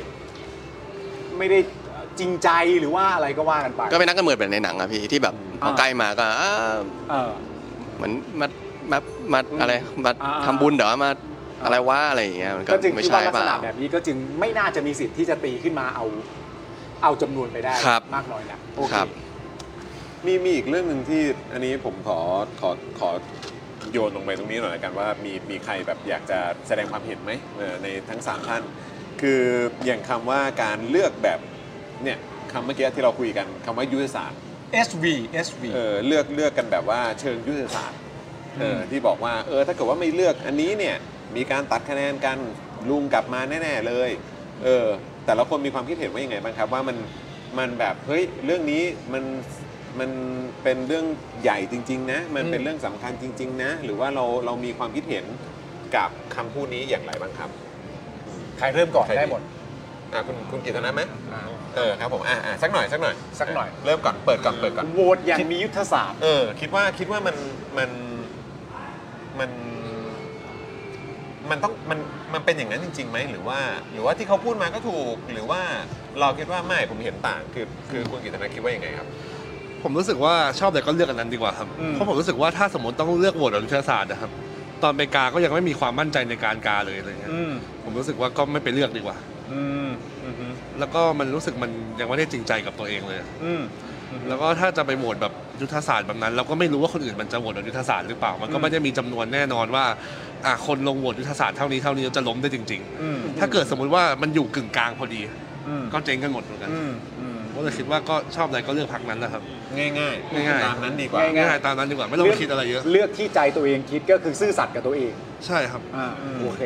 Speaker 3: ไม่ได้จริงใจหรือว่าอะไรก็ว่ากันไป
Speaker 15: ก็เป็นนักการเมืองแบบในหนังอะพี่ที่แบบพอใกล้มาก็อ่าเหมือนมามามาอะไรมา
Speaker 3: อ่า
Speaker 15: ทำบุญเดี๋ยวมาอะไรว่าอะไรอย่างเงี้ยมันก็
Speaker 3: ก็จึง
Speaker 15: ไม่
Speaker 3: คิด
Speaker 15: ใช่
Speaker 3: ว่าลัก
Speaker 15: เป
Speaker 3: ษณะ
Speaker 15: ล่า
Speaker 3: แบบนี้ก็จึงไม่น่าจะมีสิทธิ์ที่จะตีขึ้นมาเอา เอาจำนวนไปได้
Speaker 15: ครับ
Speaker 3: มากน้อยนะ
Speaker 15: ครับ
Speaker 1: มีมีอีกเรื่องหนึ่งที่อันนี้ผมขอขอขอโยนลงไปตรงนี้หน่อยละกันว่ามีมีใครแบบอยากจะแสดงความเห็นไหมเออในทั้งสามท่าน คืออย่างคำว่าการเลือกแบบเนี่ยคำเมื่อกี้ที่เราคุยกันคำว่ายุทธศาสตร์
Speaker 3: SV SV
Speaker 1: เออเลือกเลือกกันแบบว่าเชิงยุทธศาสตร์เออที่บอกว่าเออถ้าเกิดว่าไม่เลือกอันนี้เนี่ยมีการตัดคะแนนกันลุงกลับมาแน่ ๆเลยเออแต่ละคนมีความคิดเห็นว่ายังไงบ้างครับว่ามันมันแบบเฮ้ยเรื่องนี้มันมันเป็นเรื่องใหญ่จริง ๆ นะ มันเป็นเรื่องสำคัญจริง ๆ นะ หรือว่าเราเรามีความคิดเห็นกับคำพูดนี้อย่างไรบ้างครับ
Speaker 3: ใครเริ่มก่อนได้หมด
Speaker 1: อ่ะคุณคุณกิตนะไหมเออครับผมอ่ะอ่ะสักหน่อยสักหน่อยสักหน่อยเริ่มก่อนเปิดก่อนเปิดก่อน
Speaker 3: โหวตอย่างมียุทธศาสตร์
Speaker 1: เออคิดว่าคิดว่ามันมันมันมันต้องมันมันเป็นอย่างนั้นจริงๆไหมหรือว่า หรือว่าที่เขาพูดมาก็ถูก หรือว่าเราคิดว่าไม่ผมเห็นต่าง คือคือคุณกิตนาคิดว่ายังไงครับ
Speaker 14: ผมรู้สึกว่าชอบอะไรก็เลือกอันนั้นดีกว่าครับ
Speaker 1: อืม
Speaker 14: เพราะผมรู้สึกว่าถ้าสมมติต้องเลือกโหวตอนุชาศาสตร์นะครับ ตอนไปกาก็ยังไม่มีความมั่นใจในการกาเลยอะไรเงี้ยผมรู้สึกว่าก็ไม่ไปเลือกดีกว่า
Speaker 3: อืมอืม
Speaker 14: แล้วก็มันรู้สึกมันยังไม่ได้จริงใจกับตัวเองเลย
Speaker 3: อืม
Speaker 14: แล้วก็ถ้าจะไปโหวตแบบยุทธศาสตร์แบบนั้น เราก็ไม่รู้ว่าคนอื่นมันจะโหวตแบบยุทธศาสตร์หรือเปล่ามันก็ไม่ได้มีจำนวนแน่นอนว่าอ่ะคนลงโหวตยุทธศาสตร์เท่านี้เท่านี้แล้วจะล้มได้จริง
Speaker 3: อืม
Speaker 14: ๆ ถ้าเกิดสมมุติว่ามันอยู่กึ่งกลางพอดี
Speaker 3: อืม
Speaker 14: ก็เจ๊งกันหมดเหมือนกัน
Speaker 3: อืมอืม
Speaker 14: ผมก็เลยคิดว่าก็ชอบอะไรก็เลือกพักนั้นแหละครับ
Speaker 1: ง่ายๆง่าย
Speaker 14: ง่ายๆ
Speaker 1: ตามนั้นดีกว่า
Speaker 14: ง่ายๆตามนั้นดีกว่าไม่ต้องไปคิดอะไรเยอะ
Speaker 3: เลือกที่ใจตัวเองคิดก็คือซื่อสัตย์กับตัวเอง
Speaker 14: ใช่ครับ
Speaker 3: อ่าโอเค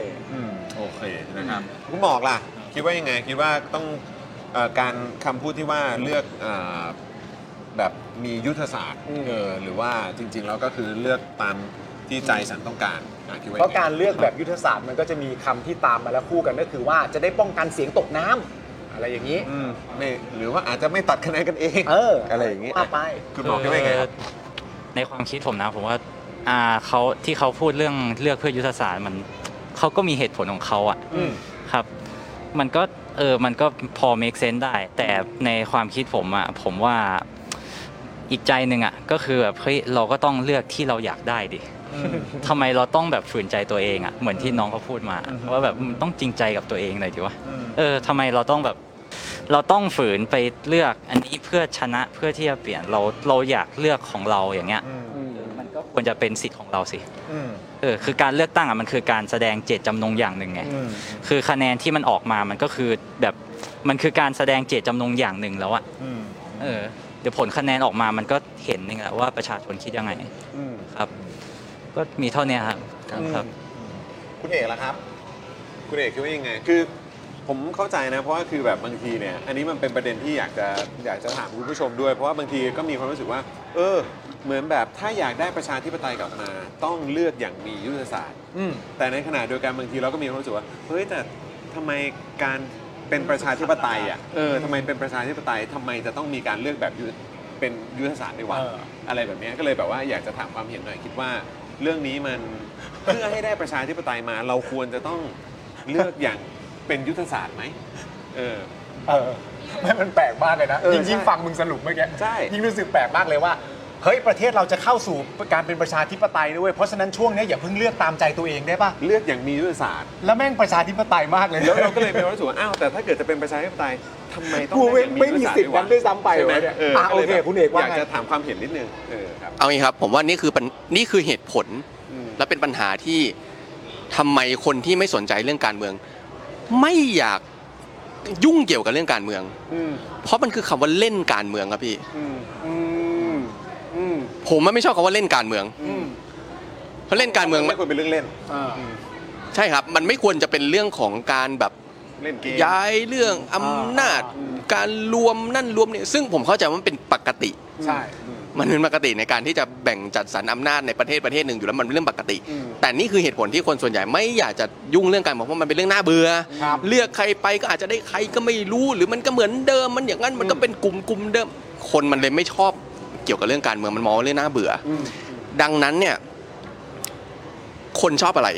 Speaker 1: โอเคนะครับคุณหมอกล่ะ คิดว่ายังไงคิดว่าต้องเอ่อการคำพูดที่ว่าเลือกเอ่อแบบมียุทธศาสตร์เออหรือว่าจริง ๆ แล้วก็คือเลือกตามที่ใจสันต้องการอ่ะคิดว่า
Speaker 3: เพ
Speaker 1: ยัง
Speaker 3: ราะ
Speaker 1: ไง
Speaker 3: การเลือกแบบยุทธศาสตร์มันก็จะมีคำที่ตามมาแล้วคู่กันก็คือว่าจะได้ป้องกันเสียงตกน้ำอะไรอย่างนี้
Speaker 1: ไม่หรือว่าอาจจะไม่ตัดคะแนนกันเอง
Speaker 3: เออ
Speaker 1: อะไรอย่างนี้
Speaker 3: ว่าไป
Speaker 1: คุณหมอคิดว่ายังไงครับ
Speaker 21: ในความคิดผมนะ ผมว่าอ่าเขาที่เขาพูดเรื่องเลือกเพื่อยุทธศาสตร์มันเขาก็มีเหตุผลของเขาอะ
Speaker 3: อืม
Speaker 21: ครับ มันก็เออมันก็พอ make sense ได้ แต่ในความคิดผมอะผมว่าอีกใจหนึ่งอะก็คือแบบเฮ้ยเราก็ต้องเลือกที่เราอยากได้ดิทำไมเราต้องแบบฝืนใจตัวเองอะเหมือนที่น้องเขาพูดมา ว่าแบบมันต้องจริงใจกับตัวเองหน่อยดิวะเออทำไมเราต้องแบบ เราต้องฝืนไปเลือกอันนี้เพื่อชนะเพื่อที่จะเปลี่ยนเราเราอยากเลือกของเราอย่างเงี้ยมันก็ควรจะเป็นสิทธิ์ของเราสิเออคือการเลือกตั้งอ่ะมันคือการแสดงเจตจำนงอย่างหนึ่งไงคือคะแนนที่มันออกมามันก็คือแบบมันคือการแสดงเจตจำนงอย่างหนึ่งแล้วอ่ะเออเดี๋ยวผลคะแนนออกมามันก็เห็นนึงแหละว่าประชาชนคิดยังไงครับ ก็มีเท่าเนี้ยครับครับ
Speaker 1: คุณเอกล่ะครับ คุณเอกคิดว่ายังไง คือผมเข้าใจนะ เพราะว่าคือแบบบางทีเนี่ย อันนี้มันเป็นประเด็นที่อยากจะอยากจะถามคุณผู้ชมด้วย เพราะว่าบางทีก็มีความรู้สึกว่า เออ เหมือนแบบถ้าอยากได้ประชาธิปไตยกลับมา ต้องเลือกอย่างมียุทธศาสตร์
Speaker 3: อืม
Speaker 1: แต่ในขณะเดียวกันบางทีเราก็มีความรู้สึกว่า เฮ้ยแต่ทำไมการเป็นประชาธิปไตยอ่ะ เออทำไมเป็นประชาธิปไตยทำไมจะต้องมีการเลือกแบบยุทธเป็นยุทธศาสตร์ด้วยวะ อะไรแบบเนี้ยก็เลยแบบว่าอยากจะถามความเห็นหน่อยคิดว่า เรื่องนี้มัน เพื่อให้ได้ประชาธิปไตยมา เราควรจะต้องเลือกอย่างเป็นยุทธศาสตร์ไหมเออ
Speaker 3: เออไม่มันแปลกมากเลยนะ
Speaker 1: เออ
Speaker 3: ยิ่ง
Speaker 1: ใช่
Speaker 3: ยิ่งฟังมึงสรุปเมื่อกี้
Speaker 1: ใช่
Speaker 3: ยิ่งรู้สึกแปลกมากเลยว่า เฮ้ยประเทศเราจะเข้าสู่การเป็นประชาธิปไตยด้วยเพราะฉะนั้นช่วงเนี้ยอย่าเพิ่งเลือกตามใจตัวเองได้ปะ
Speaker 1: เลือกอย่างมียุทธศาสตร์
Speaker 3: แล้วแม่งประชาธิปไตยมากเลย
Speaker 1: แล้วเราก็เลยมีความรู้สึกว่าอ้าวแต่ถ้าเกิดจะเป็นประชาธิปไตยทำไมต้อง
Speaker 3: กูไม่
Speaker 1: เลือก
Speaker 3: ไม่มีสิทธิ์นั้นด้วยซ้ำไป
Speaker 1: ใช่ไหม
Speaker 3: วะเนี่ย
Speaker 1: เออ
Speaker 3: อ่ะ
Speaker 1: ก็
Speaker 3: โอ
Speaker 1: ลย
Speaker 3: เค
Speaker 1: แบบ
Speaker 3: คุณเอกว่า
Speaker 1: อยาก
Speaker 3: ไง
Speaker 1: จะถามความเห็นนิดนึงเออครับ
Speaker 15: เอางี้ครับ ผมว่านี่คือปัญนี่คือเหตุผล และเป็นปัญหาที่ทำไมคนที่ไม่สนใจเรื่องการเมือง ไม่อยากยุ่งเกี่ยวกับเรื่องการเมือง เพราะมันคือคำว่าเล่นการเมืองครับพี่ ผมมันไม่ชอบคำว่าเล่นการเมืองเพราะเล่นการเมือง
Speaker 1: ไม่ควรเป็นเรื่องเล่น
Speaker 15: ใช่ครับ มันไม่ควรจะเป็นเรื่องของการแบบ
Speaker 1: เล่นเกม
Speaker 15: ย้ายเรื่องอำนาจ การรวมนั่นรวมนี่ซึ่งผมเข้าใจว่ามันเป็นปกติ
Speaker 3: ใช่
Speaker 15: มันเป็นปกติในการที่จะแบ่งจัดสรรอำนาจในประเทศประเทศหนึ่งอยู่แล้วมันเป็นเรื่องปกติ แต่นี่คือเหตุผลที่คนส่วนใหญ่ไม่อยากจะยุ่งเรื่องการเมืองเพราะมันเป็นเรื่องน่าเบื่อ
Speaker 3: ครับ
Speaker 15: เลือกใครไปก็อาจจะได้ใครก็ไม่รู้ หรือมันก็เหมือนเดิมมันอย่างนั้นมันก็เป็นกลุ่มกลุ่มเดิม คนมันเลยไม่ชอบเกี่ยวกับเรื่องการเมืองมันมองว่าเรื่องน่าเบื่ออดังนั้นเนี่ย คนชอบอะไร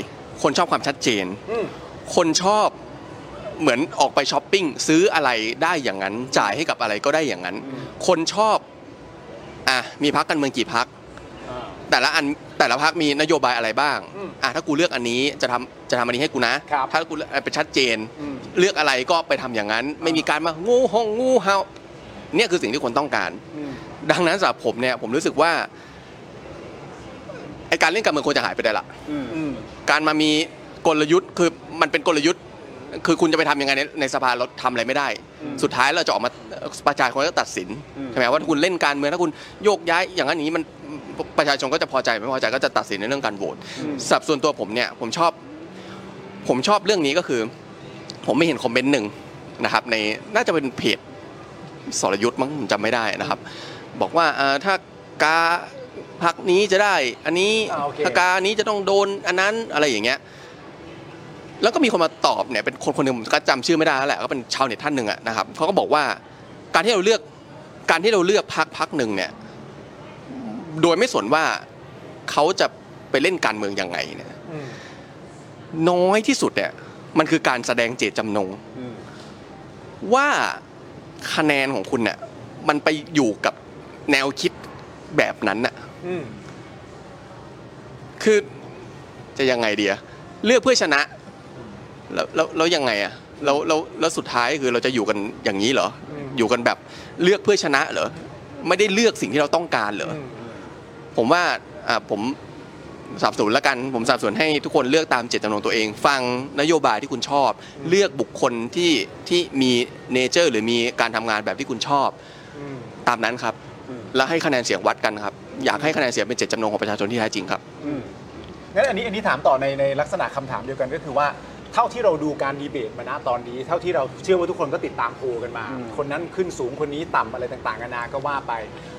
Speaker 15: คนชอบความชัดเจน คนชอบเหมือนออกไปช้อปปิ้งซื้ออะไรได้อย่างนั้น จ่ายให้กับอะไรก็ได้อย่างนั้น คนชอบ อ่ะมีพักการเมืองกี่พัก แต่ละอันแต่ละพักมีนโยบายอะไรบ้าง อ่ะถ้ากูเลือกอันนี้จะทำจะทำอันนี้ให้กูนะ ถ้ากูเลือกไปนชัดเจน เลือกอะไรก็ไปทำอย่างนั้น ไม่มีการมางูห้องงูเฮาเนี่ยคือสิ่งที่คนต้องการ ดังนั้นสำหรับผมเนี่ยผมรู้สึกว่าไอการเล่นการเมืองควรจะหายไปได้ละ การมามีกลยุทธ์คือมันเป็นกลยุทธ์ คือคุณจะไปทำยังไงในในสภาเราทำอะไรไม่ได้ สุดท้ายเราจะออกมาเอ่อประชาชนก็จะตัดสินใช่ไหมว่าถ้าคุณเล่นการเมืองถ้าคุณโยกย้ายอย่างนั้นอย่างนี้มันประชาชนก็จะพอใจไม่พอใจก็จะตัดสินในเรื่องการโหวตสับส่วนตัวผมเนี่ยผมชอบ ผมชอบเรื่องนี้ก็คือ ผมไม่เห็นคอมเมนต์หนึ่งนะครับในน่าจะเป็นเพจ สรยุทธ์มั้งผมจำไม่ได้นะครับ บอกว่าเอ่อถ้ากาพักนี้จะได้ อันนี้
Speaker 3: อ่าโอเค
Speaker 15: ถ้ากานี้จะต้องโดนอันนั้นอะไรอย่างเงี้ย แล้วก็มีคนมาตอบเนี่ยเป็นคนคนหนึ่งผมก็จำชื่อไม่ได้แล้วแหละก็เป็นชาวเน็ตท่านหนึ่งอะนะครับเขาก็บอกว่าการที่เราเลือกการที่เราเลือกพักพักหนึ่งเนี่ย โดยไม่สนว่าเขาจะไปเล่นการเมืองยังไงเนี่ยน้อยที่สุดเนี่ยมันคือการแสดงเจตจำนง ว่าคะแนนของคุณเนี่ยมันไปอยู่กับแนวคิดแบบนั้นน่ะ คือจะยังไงเดียเลือกเพื่อชนะ แล้วแล้วแล้วยังไงอะแล้วแล้วแล้วสุดท้ายคือเราจะอยู่กันอย่างนี้เหรอ อยู่กันแบบเลือกเพื่อชนะเหรอ ไม่ได้เลือกสิ่งที่เราต้องการเหรออผมว่าอ่าผมสนับสนุนละกัน ผมสนับสนุนให้ทุกคนเลือกตามเจตจำนงตัวเอง ฟังนโยบายที่คุณชอบ เลือกบุคคลที่ที่มีเนเจอร์ หรือมีการทำงานแบบที่คุณชอบ ตามนั้นครับ แล้วให้คะแนนเสียงวัดกันครับ อยากให้คะแนนเสียงเป็นเจตจำนงของประชาชนที่แท้จริงครับ
Speaker 3: งั้นอันนี้อันนี้ถามต่อในในลักษณะคำถามเดียวกันก็คือว่าเท่าที่เราดูการดีเบตมาณตอนนี้ เท่าที่เราเชื่อว่าทุกคนก็ติดตามโพลกันมา คนนั้นขึ้นสูงคนนี้ต่ำอะไรต่างๆนานาก็ว่าไป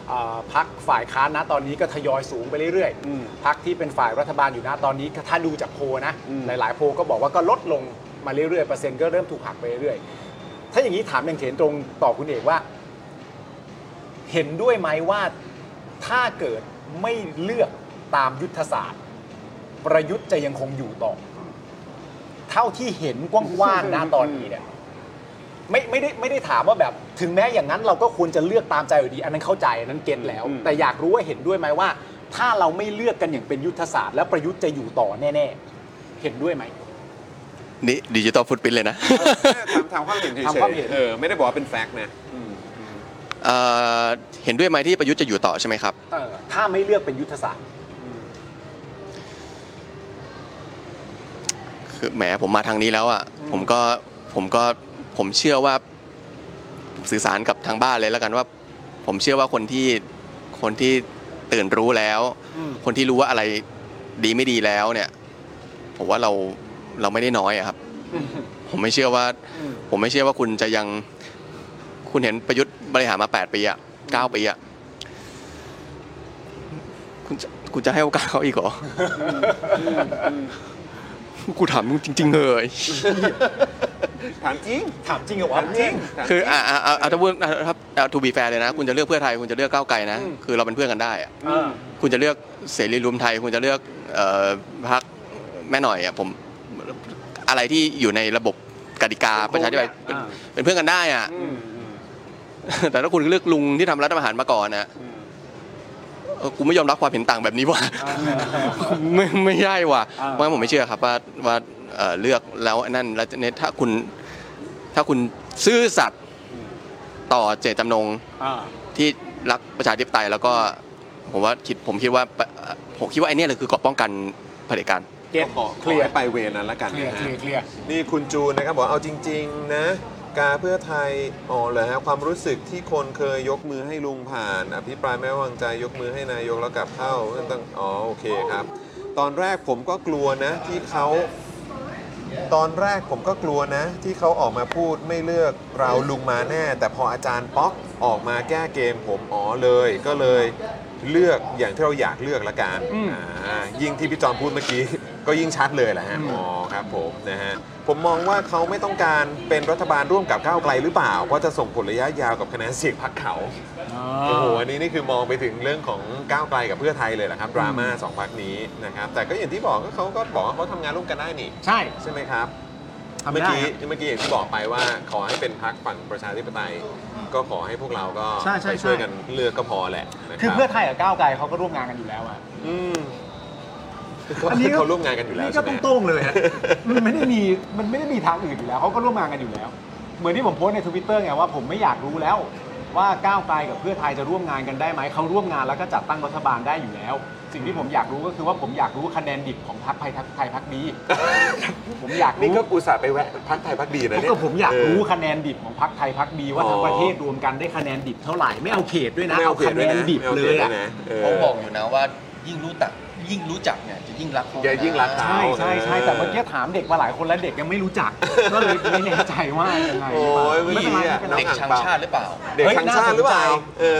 Speaker 3: เอ่อพักฝ่ายค้านณตอนนี้ก็ทยอยสูงไปเรื่อยๆพักที่เป็นฝ่ายรัฐบาลอยู่ณตอนนี้ก็ถ้าดูจากโพลนะ หลายๆโพลก็บอกว่าก็ลดลงมาเรื่อยๆเปอร์เซ็นต์ก็เริ่มถูกหักไปเรื่อยๆถ้าอย่างนี้ถามอย่างเห็นตรงต่อคุณเอกว่า เห็นด้วยไหมว่าถ้าเกิดไม่เลือกตามยุทธศาสตร์ ประยุทธ์จะยังคงอยู่ต่อ เท่าที่เห็นกว้างๆนะตอนนี้เนี่ยไม่ไม่ได้ไม่ได้ถามว่าแบบ ถึงแม้อย่างนั้นเราก็ควรจะเลือกตามใจอยู่ดี อันนั้นเข้าใจอันนั้นเก็ตแล้ว แต่อยากรู้ว่าเห็นด้วยไหมว่า ถ้าเราไม่เลือกกันอย่างเป็นยุทธศาสตร์แล้วประยุทธ์จะอยู่ต่อแน่ๆเห็นด้วยไหม
Speaker 15: นี่ดิจิตอลฟุตปรินเลยนะ
Speaker 1: ถามถามความเห็นเฉย
Speaker 3: ถามความเห็น
Speaker 1: ๆเออไม่ได้บอกว่าเป็นแฟกต์นะ
Speaker 15: เอ่อเห็นด้วยไหมที่ประยุทธ์จะอยู่ต่อใช่ไหมครับ
Speaker 3: เออถ้าไม่เลือกเป็นยุทธศาสตร์
Speaker 15: คือแหมผมมาทางนี้แล้วอ่ะผมก็ผมก็ผมเชื่อว่าสื่อสารกับทางบ้านเลยแล้วกันว่า ผมเชื่อว่าคนที่คนที่ตื่นรู้แล้ว คนที่รู้ว่าอะไรดีไม่ดีแล้วเนี่ย ผมว่าเราเราไม่ได้น้อยอะครับ ผมไม่เชื่อว่า ผมไม่เชื่อว่าคุณจะยัง คุณเห็นประยุทธ์บริหารมา 8 ปีอะ9ปีอะคุณจะคุณจะให้โอกาสเขาอีกเหรอ กูถามมึงจริงๆเลย
Speaker 1: ถามจริง
Speaker 3: ถามจริงเหรอวะจริง
Speaker 15: คืออ่าอ่าอ่าถ้าพูดอ่ะถ้าถ้าทูบีแฟร์เลยนะ คุณจะเลือกเพื่อไทย คุณจะเลือกก้าวไกลนะ คือเราเป็นเพื่อนกันได้อะคุณจะเลือกเสรีรวมไทย คุณจะเลือกเอ่อพักแม่หน่อยอ่ะผมอะไรที่อยู่ในระบบกติกาประชาธิปไตยเป็นเป็นเพื่อนกันได้อ่ะแต่ถ้าคุณเลือกลุงที่ทำรัฐประหารมาก่อนนะ ออกูไม่ยอมรับความเห็นต่างแบบนี้ว่ะ ไม่ไม่ใช่ว่ะเพราะงั้นผมไม่เชื่อครับว่าว่าเอ่อเลือกแล้วอันนั่นแล้วเนี่ยถ้าคุณถ้าคุณซื่อสัตย์ต่อเจตจำนง ที่รักประชาธิปไตยแล้วก็ผมว่าคิดผมคิดว่าเอ่อผมคิดว่าไอ้เนี่ยแหละคือเกราะป้องกันเผด็จการ
Speaker 1: เก็ตเคลียร์ไปเวรนั้นละกันนะฮะนี่คุณจูนนะครับบอกเอาจริง ๆ นะ กาเพื่อไทยอ๋อเหรอฮะความรู้สึกที่คนเคยยกมือให้ลุงผ่านอภิปรายไม่ไว้วางใจยกมือให้นายกแล้วกลับเข้าต้องอ๋อโอเคครับ ตอนแรกผมก็กลัวนะที่เขาตอนแรกผมก็กลัวนะ ที่เขาออกมาพูดไม่เลือกเราลุงมาแน่ แต่พออาจารย์ป๊อกออกมาแก้เกมผมอ๋อเลย ก็เลยเลือกอย่างที่เราอยากเลือกละกัน อ่ายิ่งที่พี่จอมพูดเมื่อกี้ ก็ยิ่งชัดเลยแหละฮะ อ๋อครับผมนะฮะ ผมมองว่าเขาไม่ต้องการเป็นรัฐบาลร่วมกับก้าวไกลหรือเปล่า เพราะจะส่งผลระยะยาวกับคะแนนเสียงพรรคเขา โอ้โห อันนี้นี่คือมองไปถึงเรื่องของก้าวไกลกับเพื่อไทยเลยแหละครับ ดราม่าสองพรรคนี้นะครับ แต่ก็อย่างที่บอกก็เขาก็บอกว่าเขาทำงานร่วมกันได้นี่
Speaker 3: ใช่
Speaker 1: ใช่ไหมครับ
Speaker 3: ทำ
Speaker 1: เมื่อ
Speaker 3: ได้
Speaker 1: กี้
Speaker 3: ครับ
Speaker 1: เมื่อกี้อย่างที่บอกไปว่าขอให้เป็นพรรคฝั่งประชาธิปไตย ก็ขอให้พวกเราก็
Speaker 3: ใช่ใช่
Speaker 1: ไป
Speaker 3: ใช่
Speaker 1: ช่วยกันเลือกก็พอแหละนะ
Speaker 3: คือ
Speaker 1: รับ
Speaker 3: เพื่อไทยกับก้าวไกลเขาก็ร่วมงานกันอยู่แล้วอ่ะ
Speaker 1: อืม
Speaker 3: อันนี้ก็
Speaker 1: เขาร่วมงานกันอยู่แล้ว
Speaker 3: นี่
Speaker 1: ใช่
Speaker 3: ก็
Speaker 1: ไหม
Speaker 3: ต้องโต้งๆเลยฮะ มันไม่ได้มีมันไม่ได้มีทางอื่นอยู่แล้วเขาก็ร่วมงานกันอยู่แล้ว เหมือนที่ผมโพสต์ในทวิตเตอร์ไงว่าผมไม่อยากรู้แล้ว ว่าก้าวไกลกับเพื่อไทยจะร่วมงานกันได้ไหมเขาร่วมงานแล้วก็จัดตั้งรัฐบาลได้อยู่แล้ว สิ่งที่ผมอยากรู้ก็คือว่าผมอยากรู้คะแนนดิบของพรรคไทยไทยพรรคดี ผมอยากรู้
Speaker 1: นี่ก็อุตส่าห์ไปแวะพักไทยพักดีนะเนี่ย
Speaker 3: ก็ผมอยากรู้คะแนนดิบของพรรคไทยพรรคดีว่า
Speaker 1: อ๋อ
Speaker 3: ทั้งประเทศรวมกันได้คะแนนดิบเท่าไหร่ไม่เอาเขตด้วยนะ
Speaker 1: ไม่เอา
Speaker 3: เอา
Speaker 1: เขต
Speaker 3: คะ
Speaker 1: ด้
Speaker 3: แน
Speaker 1: วยนะ
Speaker 3: นดิบ
Speaker 1: ไม่เอา
Speaker 3: เล
Speaker 1: เขต
Speaker 3: ย
Speaker 1: ด้
Speaker 3: อ่ะ
Speaker 1: วยนะเอ
Speaker 22: เขาบอกอยู่นะว่ายิ่งรู้ตักยิ่งรู้จักเนี่ยจะยิ่งรักเขา
Speaker 1: จะยิ่งรักเขา
Speaker 3: ใช่ใช่ใช่แต่เมื่อกี้ถามเด็กมาหลายคนแล้วเด็กยังไม่รู้จัก ก็เลยไม่แน่ใจว่ายังไง
Speaker 1: โอ้ย
Speaker 3: ไม่เป็นไร
Speaker 1: เมื่อกี้อะ
Speaker 3: ไม่เป็นไร
Speaker 22: เด็กชังชาติหรือเปล่า
Speaker 1: เด็กชังชาติหรือเปล่า เออ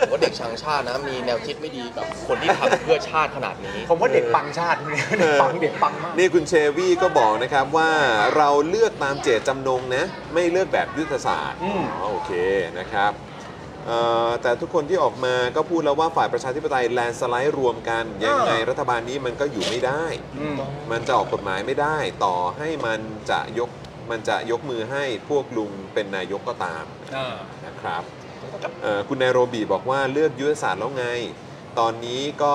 Speaker 22: ผมว่าเด็กชังชาตินะมีแนวคิดไม่ดีกับคนที่ทำเพื่อชาติขนาดนี้
Speaker 3: ผมว่าเด็กปังชาติเนี่ยเด็กปังเด็กปังมาก
Speaker 1: นี่คุณเชวี่ก็บอกนะครับว่าเราเลือกตามเจตจำนงนะ ไม่เลือกแบบยุทธศาสตร์
Speaker 3: อืม
Speaker 1: อ๋อโอเคนะครับเอ่อแต่ทุกคนที่ออกมาก็พูดแล้วว่าฝ่ายประชาธิปไตยแลนด์สไลด์รวมกัน ยังไงรัฐบาลนี้มันก็อยู่ไม่ได้ มันจะออกกฎหมายไม่ได้ ต่อให้มันจะยกมันจะยกมือให้พวกลุงเป็นนายกก็ตาม นะครับเอ่อคุณไนโรบีบอกว่าเลือกยุทธศาสตร์แล้วไง ตอนนี้ก็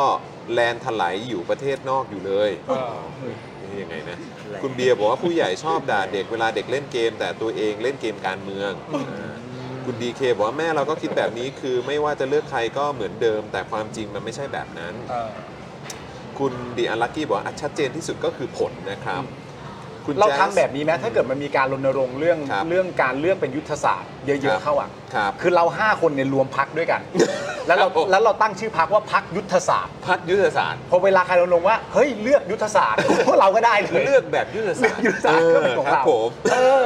Speaker 1: แลนถลายอยู่ประเทศนอกอยู่เลยนี่ยังไงนะ คุณเบียร์บอกว่าผู้ใหญ่ชอบด่าเด็กเวลาเด็กเล่นเกม แต่ตัวเองเล่นเกมการเมืองอ่าคุณดีเคบอกว่าแม่เราก็คิดแบบนี้คือไม่ว่าจะเลือกใครก็เหมือนเดิม แต่ความจริงมันไม่ใช่แบบนั้น คุณดีอัลลักกี้บอกว่าอ่ะชัดเจนที่สุดก็คือผลนะครับ คุณ
Speaker 3: เรา
Speaker 1: แจ๊ส
Speaker 3: ทำแบบนี้ไหมถ้าเกิดมันมีการรณรงค์เรื่องเรื่องการเลือกเป็นยุทธศาสตร์เย
Speaker 1: ครับ
Speaker 3: อะๆเข้าอ่ะ
Speaker 1: ครับ
Speaker 3: คือเราห้าคนเนี่ยรวมพักด้วย กัน แล้วเราแล้วเราตั้งชื่อพักว่าพักยุทธศาสตร์
Speaker 1: พักยุทธศาสตร์
Speaker 3: พอเวลาใครเราลงว่าเฮ้ยเลือกยุทธศาสตร์ พวกเราก็ ได้เลย
Speaker 1: เลือกแบบยุทธศาสตร์
Speaker 3: เลือกยุทธศาสตร์ก็เป็นของ
Speaker 1: ครับ
Speaker 3: เรา
Speaker 1: ผม
Speaker 3: เออ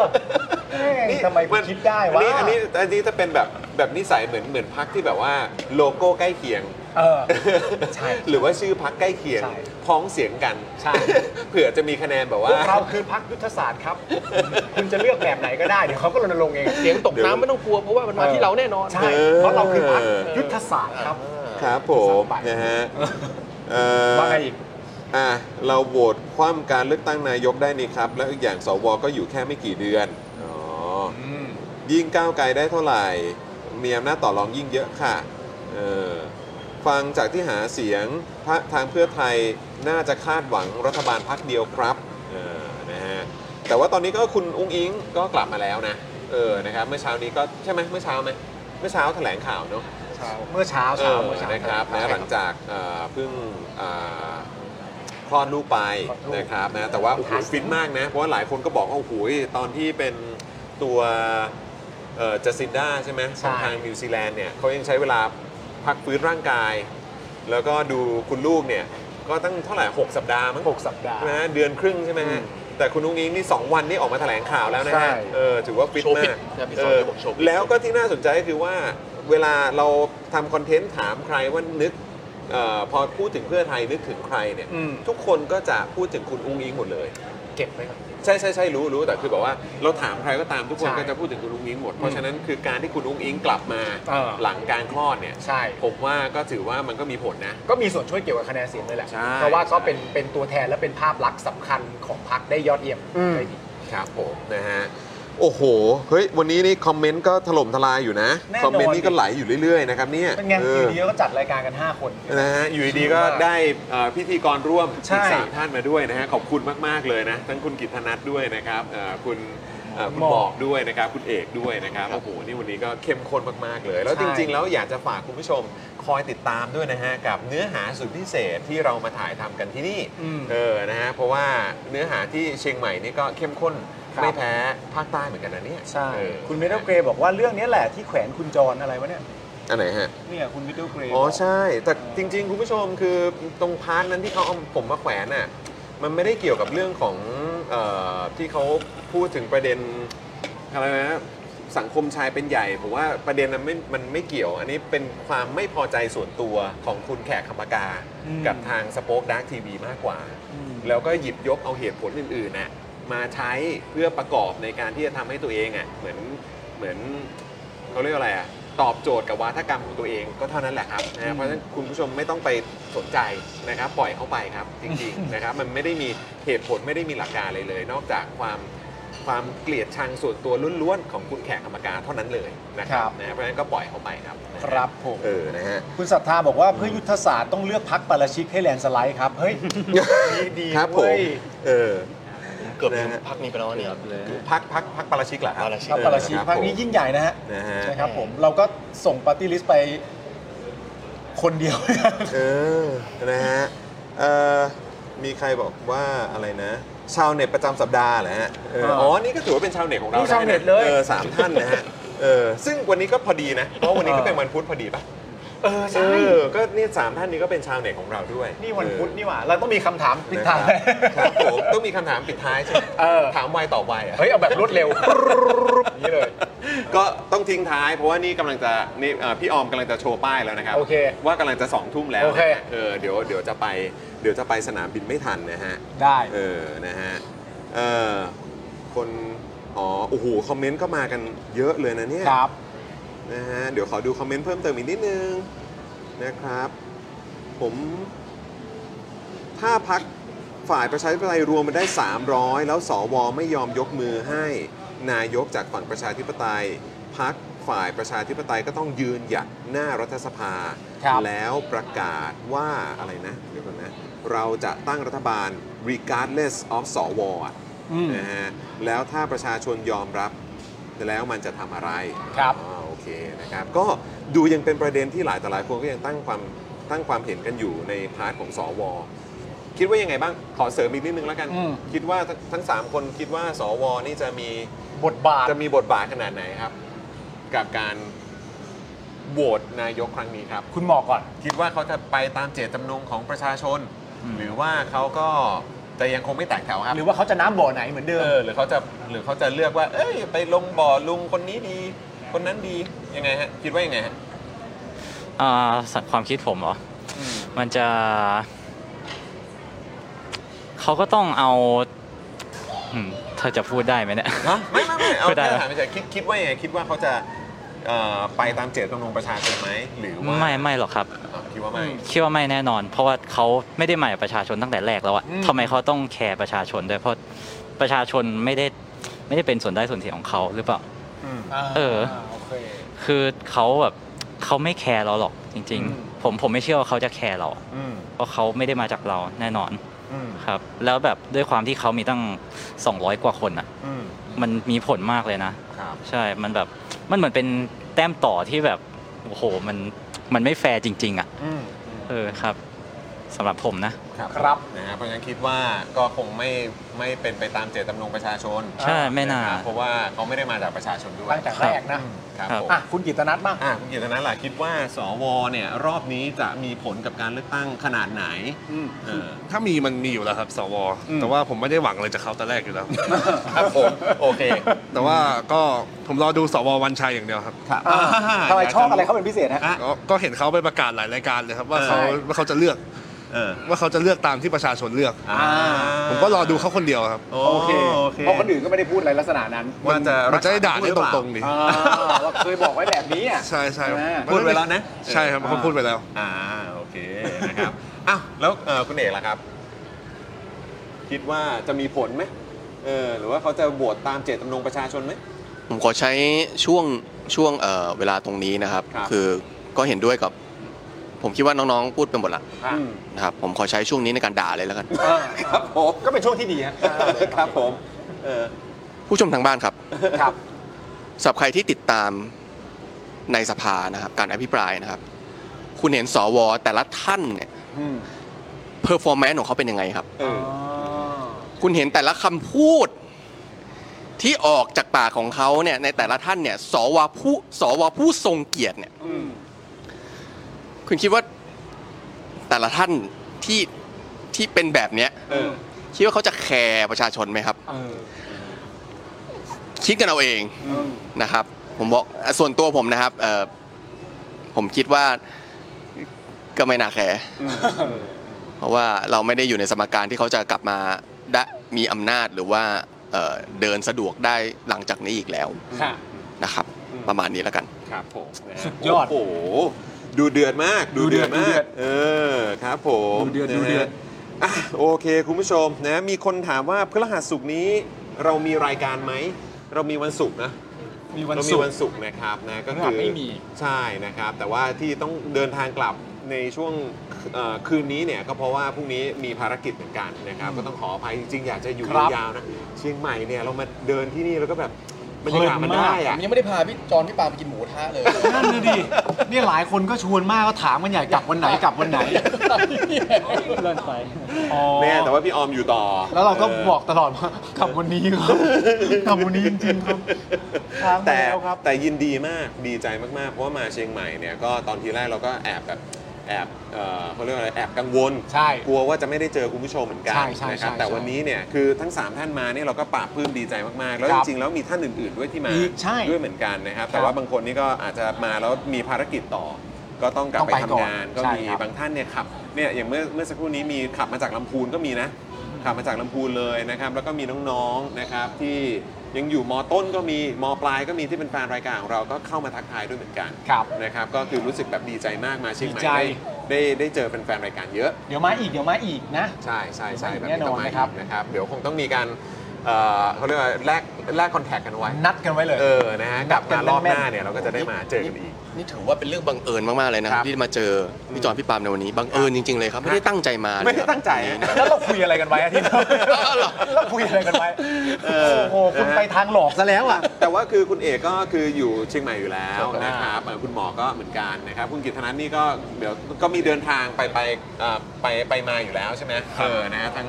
Speaker 3: เอ้ยทำไมคุณคิดได้
Speaker 1: อัน
Speaker 3: วะ
Speaker 1: นี้อันนี้อันนี้จะเป็นแบบแบบนิสัยเหมือนเหมือนพักที่แบบว่าโลโก้ใกล้เคียง
Speaker 3: เออ
Speaker 1: หรือว่าชื่อพักใกล้เคียง
Speaker 3: ใช่
Speaker 1: พ้องเสียงกัน
Speaker 3: ใช่
Speaker 1: เผื่อจะมีคะแนนแบบว่า
Speaker 3: พวกเราคือพักยุทธศาสตร์ครับ คุณจะเลือกแบบไหนก็ได้เดี๋ยวเขาก็รณรงค์เอง
Speaker 22: เสียงตกน้ำไม่ต้องกลัวเพราะว่ามันมาที่เราแน่นอน
Speaker 3: ใช่เพราะเราคือพักยุทธศาสตร์ครับ
Speaker 1: ครับผมนะฮะเอ่อ
Speaker 3: ว่าไงอีก
Speaker 1: อ่ะเราโหวตคว่ำการเลือกตั้งนายกได้นี่ครับ แล้วอีกอย่างสวก็อยู่แค่ไม่กี่เดือนอ๋ออยิ่งก้าวไกลได้เท่าไหร่มีอำนาจต่อรองยิ่งเยอะค่ะเออฟังจากที่หาเสียงพรรคทางเพื่อไทยน่าจะคาดหวังรัฐบาลพักเดียวครับเออนะฮะแต่ว่าตอนนี้ก็คุณอุ้งอิงก็กลับมาแล้วนะเออนะครับเมื่อเช้านี้ก็ใช่ไหมเมื่อเช้าไหมเมื่อเช้าแถลงข่าวเนาะ
Speaker 3: เมื่อเช้า
Speaker 1: เอ
Speaker 3: เช้า
Speaker 1: อ
Speaker 3: เมื่อเช้า
Speaker 1: นะครับนะหลังจากเอ่อเพิ่งเอ่อคลอดลูกไปนะครับนะแต่ว่าโอ้โหฟินมากนะ เพราะว่าหลายคนก็บอกว่าโอ้โหตอนที่เป็นตัวจัสินด้าใช่ไหมของทางนิวซีแลนด์เนี่ยเขายังใช้เวลาพักฟื้นร่างกาย แล้วก็ดูคุณลูกเนี่ย ก็ตั้งเท่าไหร่ 6 สัปดาห์มั้ง
Speaker 3: 6สัปดาห์
Speaker 1: นะฮะเดือนครึ่งใช่ไหมฮะแต่คุณนุ้งนิ้งนี่ 2 วันนี่ออกมาแถลงข่าวแล้วนะ
Speaker 3: ใช่
Speaker 1: ฮะเออถือว่าฟิต
Speaker 22: โชว์
Speaker 1: มา
Speaker 22: ฟิต
Speaker 1: ก
Speaker 22: นะพี่
Speaker 1: เอ
Speaker 22: สอน
Speaker 1: อ
Speaker 22: ที่ผมโชว์ฟิต
Speaker 1: แล้วก็ที่น่าสนใจก็คือว่าเวลาเราทำคอนเทนต์ถามใครว่านึกเออพอพูดถึงเพื่อไทยนึกถึงใครเนี่ย
Speaker 3: อืม
Speaker 1: ทุกคนก็จะพูดถึงคุณอุ้งอิงหมดเลย
Speaker 3: เก็บไว้ก่อน
Speaker 1: ใช่ใช่ใช่รู้รู้แต่คือแบบว่าเราถามใครก็ตามทุกคน
Speaker 3: ใช่
Speaker 1: ก็จะพูดถึงคุณอุ้งอิงหมด เพ
Speaker 3: อื
Speaker 1: ราะ
Speaker 3: ม
Speaker 1: ฉะนั้นคือการที่คุณอุ้งอิงกลับมา
Speaker 3: เออ
Speaker 1: หลังการคลอดเนี่ย
Speaker 3: ใช่
Speaker 1: ผมว่าก็ถือว่ามันก็มีผลนะ
Speaker 3: ก็มีส่วนช่วยเกี่ยวกับคะแนนเสียงเลยแหละ
Speaker 1: ใช่
Speaker 3: เพราะว่าก็เป็นเป็นตัวแทนและเป็นภาพลักษณ์สำคัญของพรรคได้ยอดเยี่ยมได้ดี
Speaker 1: ครับผมนะฮะ โอ้โห เฮ้ย วันนี้นี่คอมเมนต์ก็ถล่มทลายอยู่นะ
Speaker 3: แน่นอน
Speaker 1: คอมเมนต์นี่ก็ไหลอยู่เรื่อยๆนะครับเนี่ย
Speaker 3: เป็นไง
Speaker 1: เออ
Speaker 3: อ
Speaker 1: ยู่
Speaker 3: ดีๆก็จัดรายการกัน 5 คน
Speaker 1: นะฮะ อยู่ดีๆก็ได้เอ่อพิธีกรร่วม
Speaker 3: ใช่
Speaker 1: อีกสามท่านมาด้วยนะฮะ ขอบคุณมากๆเลยนะ ทั้งคุณกิตธนัทด้วยนะครับเอ่อคุณเอ่อคุณหมอกด้วยนะครับ คุณเอกด้วยนะครับ โอ้โห นี่วันนี้ก็เข้มข้นมากๆเลย แล้วจริงๆ แล้วอยากจะฝากคุณผู้ชมคอยติดตามด้วยนะฮะ กับเนื้อหาสุดพิเศษที่เรามาถ่ายทำกันที่นี่
Speaker 3: อืม
Speaker 1: เออ นะฮะ เพราะว่าเนื้อหาที่เชียงใหม่นี่ก็เข้มข้น
Speaker 3: ครับ
Speaker 1: ไม่แพ้ภาคใต้เหมือนกันนะเนี่ย
Speaker 3: ใช่
Speaker 1: เออ
Speaker 3: คุณมิดเดิลเกรบอกว่าเรื่องนี้แหละที่แขวนคุณจรอะไรวะเนี่ย
Speaker 1: อันไหนฮะ
Speaker 3: เนี่ยคุณมิดเดิลเกร
Speaker 1: อ๋อใช่ แต่จริง ๆ คุณผู้ชมคือตรงพาร์ทนั้นที่เขาเอาผมมาแขวนน่ะมันไม่ได้เกี่ยวกับเรื่องของเออที่เขาพูดถึงประเด็นอะไรนะสังคมชายเป็นใหญ่ผมว่าประเด็นนั้นไม่มันไม่เกี่ยว อันนี้เป็นความไม่พอใจส่วนตัวของคุณแขกคำปากา
Speaker 3: อืม
Speaker 1: กับทางสป็อคดักทีวีมากกว่า แล้วก็หยิบยกเอาเหตุผลอื่นๆน่ะมาใช้เพื่อประกอบในการที่จะทำให้ตัวเองอ่ะเหมือนเหมือนเขาเรียกว่าอะไรอ่ะตอบโจทย์กับวาทกรรมของตัวเองก็เท่านั้นแหละครับนะฮะเพราะฉะนั้นคุณผู้ชมไม่ต้องไปสนใจนะครับปล่อยเขาไปครับจริง ๆ นะครับมันไม่ได้มีเหตุผลไม่ได้มีหลักการอะไรเลย นอกจากความความเกลียดชังส่วนตัวล้วนๆของคุณแขกกรรมการเท่านั้นเลยนะครับนะฮะเพราะฉะนั้นก็ปล่อยเขาไปครับนะฮะ
Speaker 3: ครับผม
Speaker 1: เออนะ ฮะ
Speaker 3: คุณศรัทธาบอกว่าเพื่อยุทธศาสตร์ต้องเลือกพักปาราชิกให้แลนด์สไลด์ครับ เฮ้ย ดีดี
Speaker 1: ครับผม
Speaker 3: เว้ย
Speaker 1: เออ
Speaker 23: เกือบลืมพักนี้ไปแล้วเนี่ย
Speaker 1: พักพักพักปาราชิกเหรอครับ
Speaker 23: ปาราชิก
Speaker 3: พักปาราชิกพักนี้ยิ่งใหญ่นะฮะ
Speaker 1: นะฮะ
Speaker 3: ใช่ครับผมเราก็ส่งปาร์ตี้ลิสต์ไปคนเดียว
Speaker 1: เออ นะฮะ เอ่อ มีใครบอกว่าอะไรนะ ชาวเน็ตประจำสัปดาห์เหรอฮะเออ
Speaker 3: เอออ๋
Speaker 1: อ๋อ นี่ก็ถือว่าเป็นชาวเน็ตของเรา
Speaker 3: นี่ชาวเน็ตเลย
Speaker 1: ออสามท่านนะฮะ เออ ซึ่งวันนี้ก็พอดีนะ เพราะวันนี้ก็เป็นวันพุธพอดีปะ
Speaker 3: เออ
Speaker 1: เอ
Speaker 3: ใช่
Speaker 1: อ ก็เนี่ยสามท่านนี้ก็เป็นชาวเน็ตของเราด้วย
Speaker 3: นี่วันพุธ
Speaker 1: เออ
Speaker 3: นี่หว่า เราต้องมีคำถามปิดท้าย
Speaker 1: ครับผมต้องมีคำถามปิดท้ายใช่ไหมถามไวตอบไวอะ
Speaker 3: เฮ้ย เอาแบบรวดเร็ว
Speaker 1: นี่เลยก็ต้องทิ้งท้ายเพราะว่านี่กำลังจะนี่เอ่อพี่ออมกำลังจะโชว์ป้ายแล้วนะครับ
Speaker 3: โอเค
Speaker 1: ว่ากำลังจะสองทุ่มแล้ว
Speaker 3: โอเค
Speaker 1: เออเดี๋ยวเดี๋ยวจะไปเดี๋ยวจะไปสนามบินไม่ทันนะฮะ
Speaker 3: ได้
Speaker 1: เออนะฮะเออคนอ๋อโอ้โหคอมเมนต์ก็มากันเยอะเลยนะเนี่ย
Speaker 3: ครับ
Speaker 1: นะฮะเดี๋ยวขอดูคอมเมนต์เพิ่มเติมอีกนิดนึงนะครับ ผมถ้าพักฝ่ายประชาธิปไตยรวมมันได้ 300 แล้วสวไม่ยอมยกมือให้นายกจากฝั่งประชาธิปไตยพักฝ่ายประชาธิปไตยก็ต้องยืนหยัดหน้ารัฐสภา
Speaker 3: ครับ
Speaker 1: แล้วประกาศว่าอะไรนะเดี๋ยวก่อนนะ เราจะตั้งรัฐบาล regardless of สวอะนะฮะแล้วถ้าประชาชนยอมรับแล้วมันจะทำอะไร
Speaker 3: ครับ
Speaker 1: อ่าโอเคนะครับก็ดูยังเป็นประเด็นที่หลายต่อหลายคนก็ยังตั้งความตั้งความเห็นกันอยู่ในพาร์ทของสวคิดว่ายังไงบ้างขอเสริมอีกนิดนึงแล้วกัน
Speaker 3: อืม
Speaker 1: คิดว่าทั้งทั้งสามคนคิดว่าสวนี่จะมี
Speaker 3: บทบาท
Speaker 1: จะมีบทบาทขนาดไหนครับ กับการโหวตนายกครั้งนี้ครับ
Speaker 3: คุณหมอก่อน
Speaker 1: คิดว่าเขาจะไปตามเจตจำนงของประชาชน หรือว่าเขาก็จะยังคงไม่แตกแถวครับ
Speaker 3: หรือว่าเขาจะน้ำบ่อไหนเหมือนเดิ
Speaker 1: เอ
Speaker 3: ม
Speaker 1: อหรือเขาจะหรือเขาจะเลือกว่า เอ้ยไปลงบ่อลุงคนนี้ดี คนนั้นดียังไงฮะคิดว่ายังไงฮะ
Speaker 21: อ่าสัตว์ความคิดผมเหรออมันจะ เขาก็ต้องเอาอืมเธอจะพูดได้ไหมเนี่ย
Speaker 1: ไม่ไม่ไม่เอา
Speaker 21: ไม่ได้ห
Speaker 1: แค่
Speaker 21: รอ
Speaker 1: ถามเฉยๆคิดคิดว่ายังไงคิดว่าเขาจะเอ่อไปตามเจตจำนงประชาชนไหมหรือว่า
Speaker 21: ไม่ไม่หรอกครับ
Speaker 1: อ๋อคิดว่าไม่
Speaker 21: คิดว่าไม่แน่นอน เพราะว่าเขาไม่ได้หมายประชาชนตั้งแต่แรกแล้วอะ
Speaker 1: อืม
Speaker 21: ทำไมเขาต้องแคร์ประชาชนด้วยเพราะประชาชนไม่ได้ไม่ได้เป็นส่วนได้ส่วนเสียของเขาหรือเปล่า เออ คือเขาแบบเขาไม่แคร์เราหรอกจริง ๆ ผมผมไม่เชื่อว่าเขาจะแคร์เรา
Speaker 1: อืม
Speaker 21: เพราะเขาไม่ได้มาจากเราแน่นอน
Speaker 1: อืม
Speaker 21: ครับ แล้วแบบด้วยความที่เขามีตั้ง 200 กว่าคนอะ
Speaker 1: อืม
Speaker 21: มันมีผลมากเลยนะครับ ใช่ มันแบบ มันเหมือนเป็นแต้มต่อที่แบบ โอ้โห มัน มันไม่แฟร์จริง ๆ อ่ะ
Speaker 1: อืม
Speaker 21: เออครับ สำหรับผมนะ
Speaker 1: ครับ
Speaker 3: ครับ
Speaker 1: นะฮะเพราะฉะนั้นคิดว่าก็คงไม่ไม่เป็นไปตามเจตจำนงประชาชน
Speaker 21: ใช่ไม่น่า
Speaker 1: ะครับเพราะว่าเขาไม่ได้มาจากประชาชนด้วย
Speaker 3: ตั้งแต่แรกนะ
Speaker 1: ครับผม
Speaker 3: อ่ะ คุณกิตนัทบ้าง
Speaker 1: อ่ะคุณเกียรตินั้นล่ะคิดว่าสวเนี่ยรอบนี้จะมีผลกับการเลือกตั้งขนาดไหนเออ
Speaker 14: ถ้ามีมันมีอยู่แล้วครับสวแต่ว่าผมไม่ได้หวังอะไรจากเขาแต่แรกอยู่แล้ว
Speaker 1: ครับผมโอเค
Speaker 14: แต่ว่าก็ผมรอดูสววันชัยอย่างเดียวครับ
Speaker 1: ครับ
Speaker 3: ทำไมชอบอะไรเขาเป็นพิเศษฮะ
Speaker 14: ก็เห็นเขาไปประกาศหลายรายการเลยครับว่าเขา
Speaker 3: ใช่
Speaker 14: ว่าเขาจะเลือกว่าเขาจะเลือกตามที่ประชาชนเลือก
Speaker 1: อ่า
Speaker 14: ผมก็รอดูเขาคนเดียวครับ
Speaker 3: โอเค เพราะคนอื่นก็ไม่ได้พูดอะไรลักษณะนั้น
Speaker 1: ว่าจะ
Speaker 14: มันจะได้ด่าได้
Speaker 1: หอเปล่
Speaker 14: ตรงๆดิ
Speaker 3: อ่าว่าเคยบอกไว้แบบนี้อ่ะ
Speaker 14: ใช่ใช่
Speaker 3: ใช่ไหม
Speaker 14: มันม่
Speaker 1: พูดไปแล้วนะ
Speaker 14: ใช่ครับเขาพูดไปแล้ว
Speaker 1: อ่าโอเคนะครับอ้าวแล้วเอ่อคุณเอกล่ะครับ คิดว่าจะมีผลไหม เออหรือว่าเขาจะโหวตตามเจตจำนงประชาชนไหม
Speaker 15: ผมขอใช้ช่วงช่วงเอ่อเวลาตรงนี้นะครับ
Speaker 1: ครับ
Speaker 15: คือก็เห็นด้วยกับ ผมคิดว่าน้องๆพูดไปหมดละ
Speaker 1: อ่ะ
Speaker 15: นะครับ ผมขอใช้ช่วงนี้ในการด่าเลยแล้วกัน
Speaker 1: ครับผมก็เป็นช่วงที่ดีครับผมเออ
Speaker 15: ผู้ชมทางบ้านครับ
Speaker 3: ครับ
Speaker 15: สำหรับใครที่ติดตามในสภานะครับ การอภิปรายนะครับ คุณเห็นสวแต่ละท่านเนี่ยเพอร์ฟอร์แมนซ์ของเขาเป็นยังไงครับ คุณเห็นแต่ละคำพูดที่ออกจากปากของเขาเนี่ยในแต่ละท่านเนี่ยสวผู้สวผู้ทรงเกียรติเนี่ย คุณคิดว่าแต่ละท่านที่ที่เป็นแบบเนี้ยคิดว่าเขาจะแคร์ประชาชนไหมครับ คิดกันเอาเองนะครับ ผมบอกส่วนตัวผมนะครับเอ่อผมคิดว่าก็ไม่น่าแคร์เพราะว่าเราไม่ได้อยู่ในสมการที่เขาจะกลับมาได้มีอำนาจหรือว่าเอ่อเดินสะดวกได้หลังจากนี้อีกแล้ว
Speaker 1: ค่ะ
Speaker 15: นะครับ ประมาณนี้แล้วกัน
Speaker 1: ครับผมนะ
Speaker 15: สุดยอด
Speaker 1: โอ้โห ดูเดือดมาก ดูเดือด
Speaker 15: ดู
Speaker 1: มา
Speaker 15: เดื
Speaker 1: ก
Speaker 15: อด
Speaker 1: เออ ครับผม
Speaker 15: ดูเดือด
Speaker 1: นะ
Speaker 15: ดูเดือด
Speaker 1: อ่ะโอเค คุณผู้ชมนะ มีคนถามว่าพฤหัสศุกร์นี้เรามีรายการไหม เรามีวันศุกร์นะ
Speaker 3: มีวัน
Speaker 1: เรา
Speaker 3: ศุ
Speaker 1: มี
Speaker 3: ก
Speaker 1: วัน
Speaker 3: ร์
Speaker 1: ศุกร์นะครับนะก็
Speaker 3: พฤ
Speaker 1: คื
Speaker 3: หัส
Speaker 1: อ
Speaker 3: ไม่มี
Speaker 1: ใช่นะครับ แต่ว่าที่ต้องเดินทางกลับในช่วงเอ่อคืนนี้เนี่ยก็เพราะว่าพรุ่งนี้มีภารกิจเหมือนกันนะครับ ก็ต้องขออภัยจริงๆ อยากจะอยู่
Speaker 22: ครับ
Speaker 1: ยาวๆนะเชียงใหม่เนี่ยเรามาเดินที่นี่แล้วก็แบบบรรยากาศมันได้อะ
Speaker 22: ผมยังไม่ได้พาพี่จอนพี่ปาไปกินหมูกระทะเลย
Speaker 3: นั่นเลยดิเนี่ยหลายคนก็ชวนมากก็ถามกันใหญ่กลับวันไหนกลับวันไหน
Speaker 23: เลื่อนไป
Speaker 3: อ๋อ
Speaker 1: เนี่ยแต่ว่าพี่ออมอยู่ต่อ
Speaker 3: แล้วเราก็
Speaker 1: ออ
Speaker 3: บอกตลอดว่ากลับวันนี้ครับกลับวันนี้จริงๆครับ
Speaker 1: แต่แต่ยินดีมากดีใจมากๆ เพราะว่ามาเชียงใหม่เนี่ยก็ตอนทีแรกเราก็แอบแบบแอบเอ่อเขาเรียกว่าอะไรแอบกังวล
Speaker 3: ใช่
Speaker 1: กลัวว่าจะไม่ได้เจอคุณผู้ชมเหมือนกัน
Speaker 3: ใช่ใช่
Speaker 1: นะครั
Speaker 3: ใช่
Speaker 1: แต่วัน
Speaker 3: ใช่
Speaker 1: นี้เนี่ยคือทั้ง 3 ท่านมาเนี่ยเราก็ปราบปลื้มดีใจมากๆ แล้ว
Speaker 3: ค
Speaker 1: จ
Speaker 3: รับ
Speaker 1: ริงๆแล้วมีท่านอื่นๆด้วยที่มา
Speaker 3: อีกใช่
Speaker 1: ด้วยเหมือนกันนะครับแต่ว่าบางคนนี่ก็อาจจะมาแล้วมีภารกิจต่อ ก็ต้องกลับ
Speaker 3: ต้อง
Speaker 1: ไป
Speaker 3: ไป
Speaker 1: ทำงาน
Speaker 3: ก่อน
Speaker 1: ก็
Speaker 3: ใช่
Speaker 1: มี
Speaker 3: ครับ
Speaker 1: บางท่านเนี่ยขับเนี่ยอย่างเมื่อเมื่อสักครู่นี้มีขับมาจากลำพูนก็มีนะ ขับมาจากลำพูนเลยนะครับ แล้วก็มีน้องๆนะครับที่ยังอยู่มต้นก็มีมปลายก็มีที่เป็นแฟนรายการของเราก็เข้ามาทักทายด้วยเหมือนกัน
Speaker 3: ครับ
Speaker 1: นะครับ ก็คือรู้สึกแบบดีใจมากมาเชียงใหม่
Speaker 3: ดีใจ
Speaker 1: ได้ได้ได้เจอแฟนๆรายการเยอะ
Speaker 3: เดี๋ยวมาอีกเดี๋ยวมาอีกนะ
Speaker 1: ใช่ใช่ใช่แบบ
Speaker 3: แน่นอน
Speaker 1: นี้ต้องมา
Speaker 3: นะครับ
Speaker 1: อีกนะครับ เดี๋ยวคงต้องมีการเอ่อเขาเรียกว่าแลกแลกคอนแทคกันไว้
Speaker 3: นัดกันไว้เลย
Speaker 1: เออนะฮะกลับมารอบหน้าเนี่ยเราก็จะได้มาเจอกันอีก
Speaker 15: นี่ถือว่าเป็นเรื่องบังเอิญมากๆเลยนะครับที่มาเจอพี่จอนพี่ปาล์มในวันนี้บังเอิญจริงๆเลยครับไม่ได้ตั้งใจมา
Speaker 1: ไม่ได้ตั้งใจ
Speaker 3: แล้วเราคุยอะไรกันไว้อาทิตย์เราคุยอะไรกันไว้
Speaker 1: เออ
Speaker 3: โอ้โหคุณไปทางหลอกซะแล้วอ่ะ
Speaker 1: แต่ว่าคือคุณเอกก็คืออยู่เชียงใหม่อยู่แล้ว
Speaker 3: ครับ
Speaker 1: นะครับเอ่อคุณหมอก็เหมือนกันนะครับคุณกิตนันนี่ก็เดี๋ยวก็มีเดินทางไปไปเอ่อไปไปมาอยู่แล้วใช่ไหมเออนะฮะทั้ง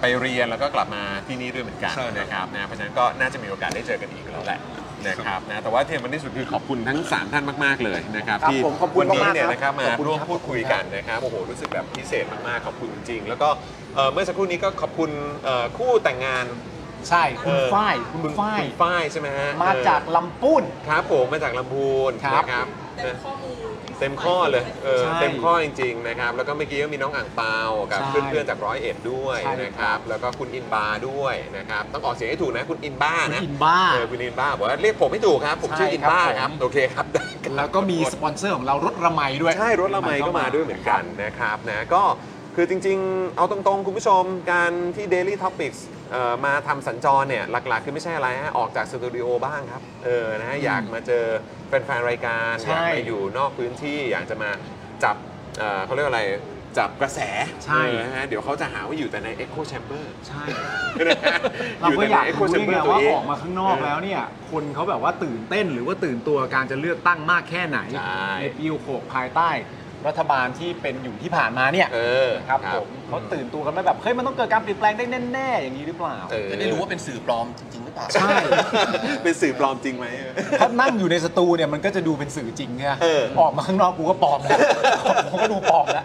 Speaker 1: ไปเรียนแล้วก็กลับมาที่นี่ด้วยเหมือนกันนะครับนะเพราะฉะนั้นก็น่าจะมีโอกาสได้เจอกันอีกแล้วแหละนะครับนะแต่ว่าที่มันที่สุดคือขอบคุณทั้งสามท่านมาก ๆเลยนะครับ
Speaker 3: ครับ
Speaker 1: ที่
Speaker 3: ผมขอบคุณ
Speaker 1: วันนี้
Speaker 3: มากๆ
Speaker 1: เนี่ย
Speaker 3: ครับ
Speaker 1: นะครับมา
Speaker 3: ขอบคุณ
Speaker 1: ร่วม
Speaker 3: ครับ
Speaker 1: พูดคุยกันนะครับโอ้โหรู้สึกแบบพิเศษมากๆขอบคุณจริงๆแล้วก็เอ่อเมื่อสักครู่นี้ก็ขอบคุณเอ่อคู่แต่งงาน
Speaker 3: ใช่คุณ
Speaker 1: เอ่อ
Speaker 3: ฝ้ายคุณฝ้าย
Speaker 1: คุณฝ้ายใช่ไหมฮะ
Speaker 3: มาจากลำปูน
Speaker 1: ครับผมมาจากลำพูน
Speaker 3: ครับ
Speaker 1: นะครับเต็มข้อเลยเออ
Speaker 3: ใช่
Speaker 1: เต็มข้อจริงๆนะครับแล้วก็เมื่อกี้ก็มีน้องอ่างเปากับ
Speaker 3: ใช่
Speaker 1: เพื่อนๆจากร้อยเอ็ดด้วย
Speaker 3: ใช่
Speaker 1: นะครับแล้วก็คุณอินบาด้วยนะครับต้องออกเสียงให้ถูกนะคุณอินบ้านะ
Speaker 3: คุณอินบ้า
Speaker 1: เออคุณอินบ้าบอกว่าเรียกผมไม่ถูกครับผมชื่อ
Speaker 3: ใช่
Speaker 1: อิน
Speaker 3: ครับ
Speaker 1: บ้า
Speaker 3: ผม
Speaker 1: ครับโอเคครับได้ครับ
Speaker 3: แล้วก็มีสปอนเซอร์ของเรารถระไมด้วย
Speaker 1: ใช่รถละไมก็มาด้วยเหมือนกันนะครับนะก็คือจริงๆ เอาตรงๆ คุณผู้ชมการที่ Daily Topics เอ่อมาทำสัญจรเนี่ยหลักๆ คือไม่ใช่อะไรฮะออกจากสตูดิโอบ้างครับเออนะฮะอยากมาเจอแฟนๆรายการอ
Speaker 3: ใช่
Speaker 1: ยากมาอยู่นอกพื้นที่อยากจะมาจับเอ่อเขาเรียกว่าอะไรจับกระแส
Speaker 3: ใช่
Speaker 1: เออนะฮะเดี๋ยวเขาจะหาว่าอยู่แต่ใน Echo Chamber
Speaker 3: ใช่
Speaker 1: อ
Speaker 3: เรา
Speaker 1: ยู่
Speaker 3: ก็
Speaker 1: แต่ใน
Speaker 3: อยาก
Speaker 1: Echo
Speaker 3: รู้ด้วย
Speaker 1: Chamber
Speaker 3: ไง
Speaker 1: ตัว
Speaker 3: ว่า
Speaker 1: เอง
Speaker 3: ออกมาข้างนอกแล้วเนี่ย คนเขาแบบว่าตื่นเต้นหรือว่าตื่นตัวกับการจะเลือกตั้งมากแค่ไหนในปีหกภายใต้ รัฐบาลที่เป็นอยู่ที่ผ่านมาเนี่ยครับ
Speaker 1: ครับ
Speaker 3: ผมเขาตื่นตัวกันไหมแบบเฮ้ยมันต้องเกิดการเปลี่ยนแปลงได้แน่ๆอย่างนี้หรือเปล่า
Speaker 22: จะได้รู้ว่าเป็นสื่อปลอมจริงๆหรือเปล่า
Speaker 3: ใช่
Speaker 1: เป็นสื่อปลอมจริงไหม
Speaker 3: เพราะนั่งอยู่ในสตูเนี่ยมันก็จะดูเป็นสื่อจริงไง
Speaker 1: เออ
Speaker 3: ออกมาข้างนอกกูก็ปลอมแล้ว ผมก็ดูปลอมแล้ว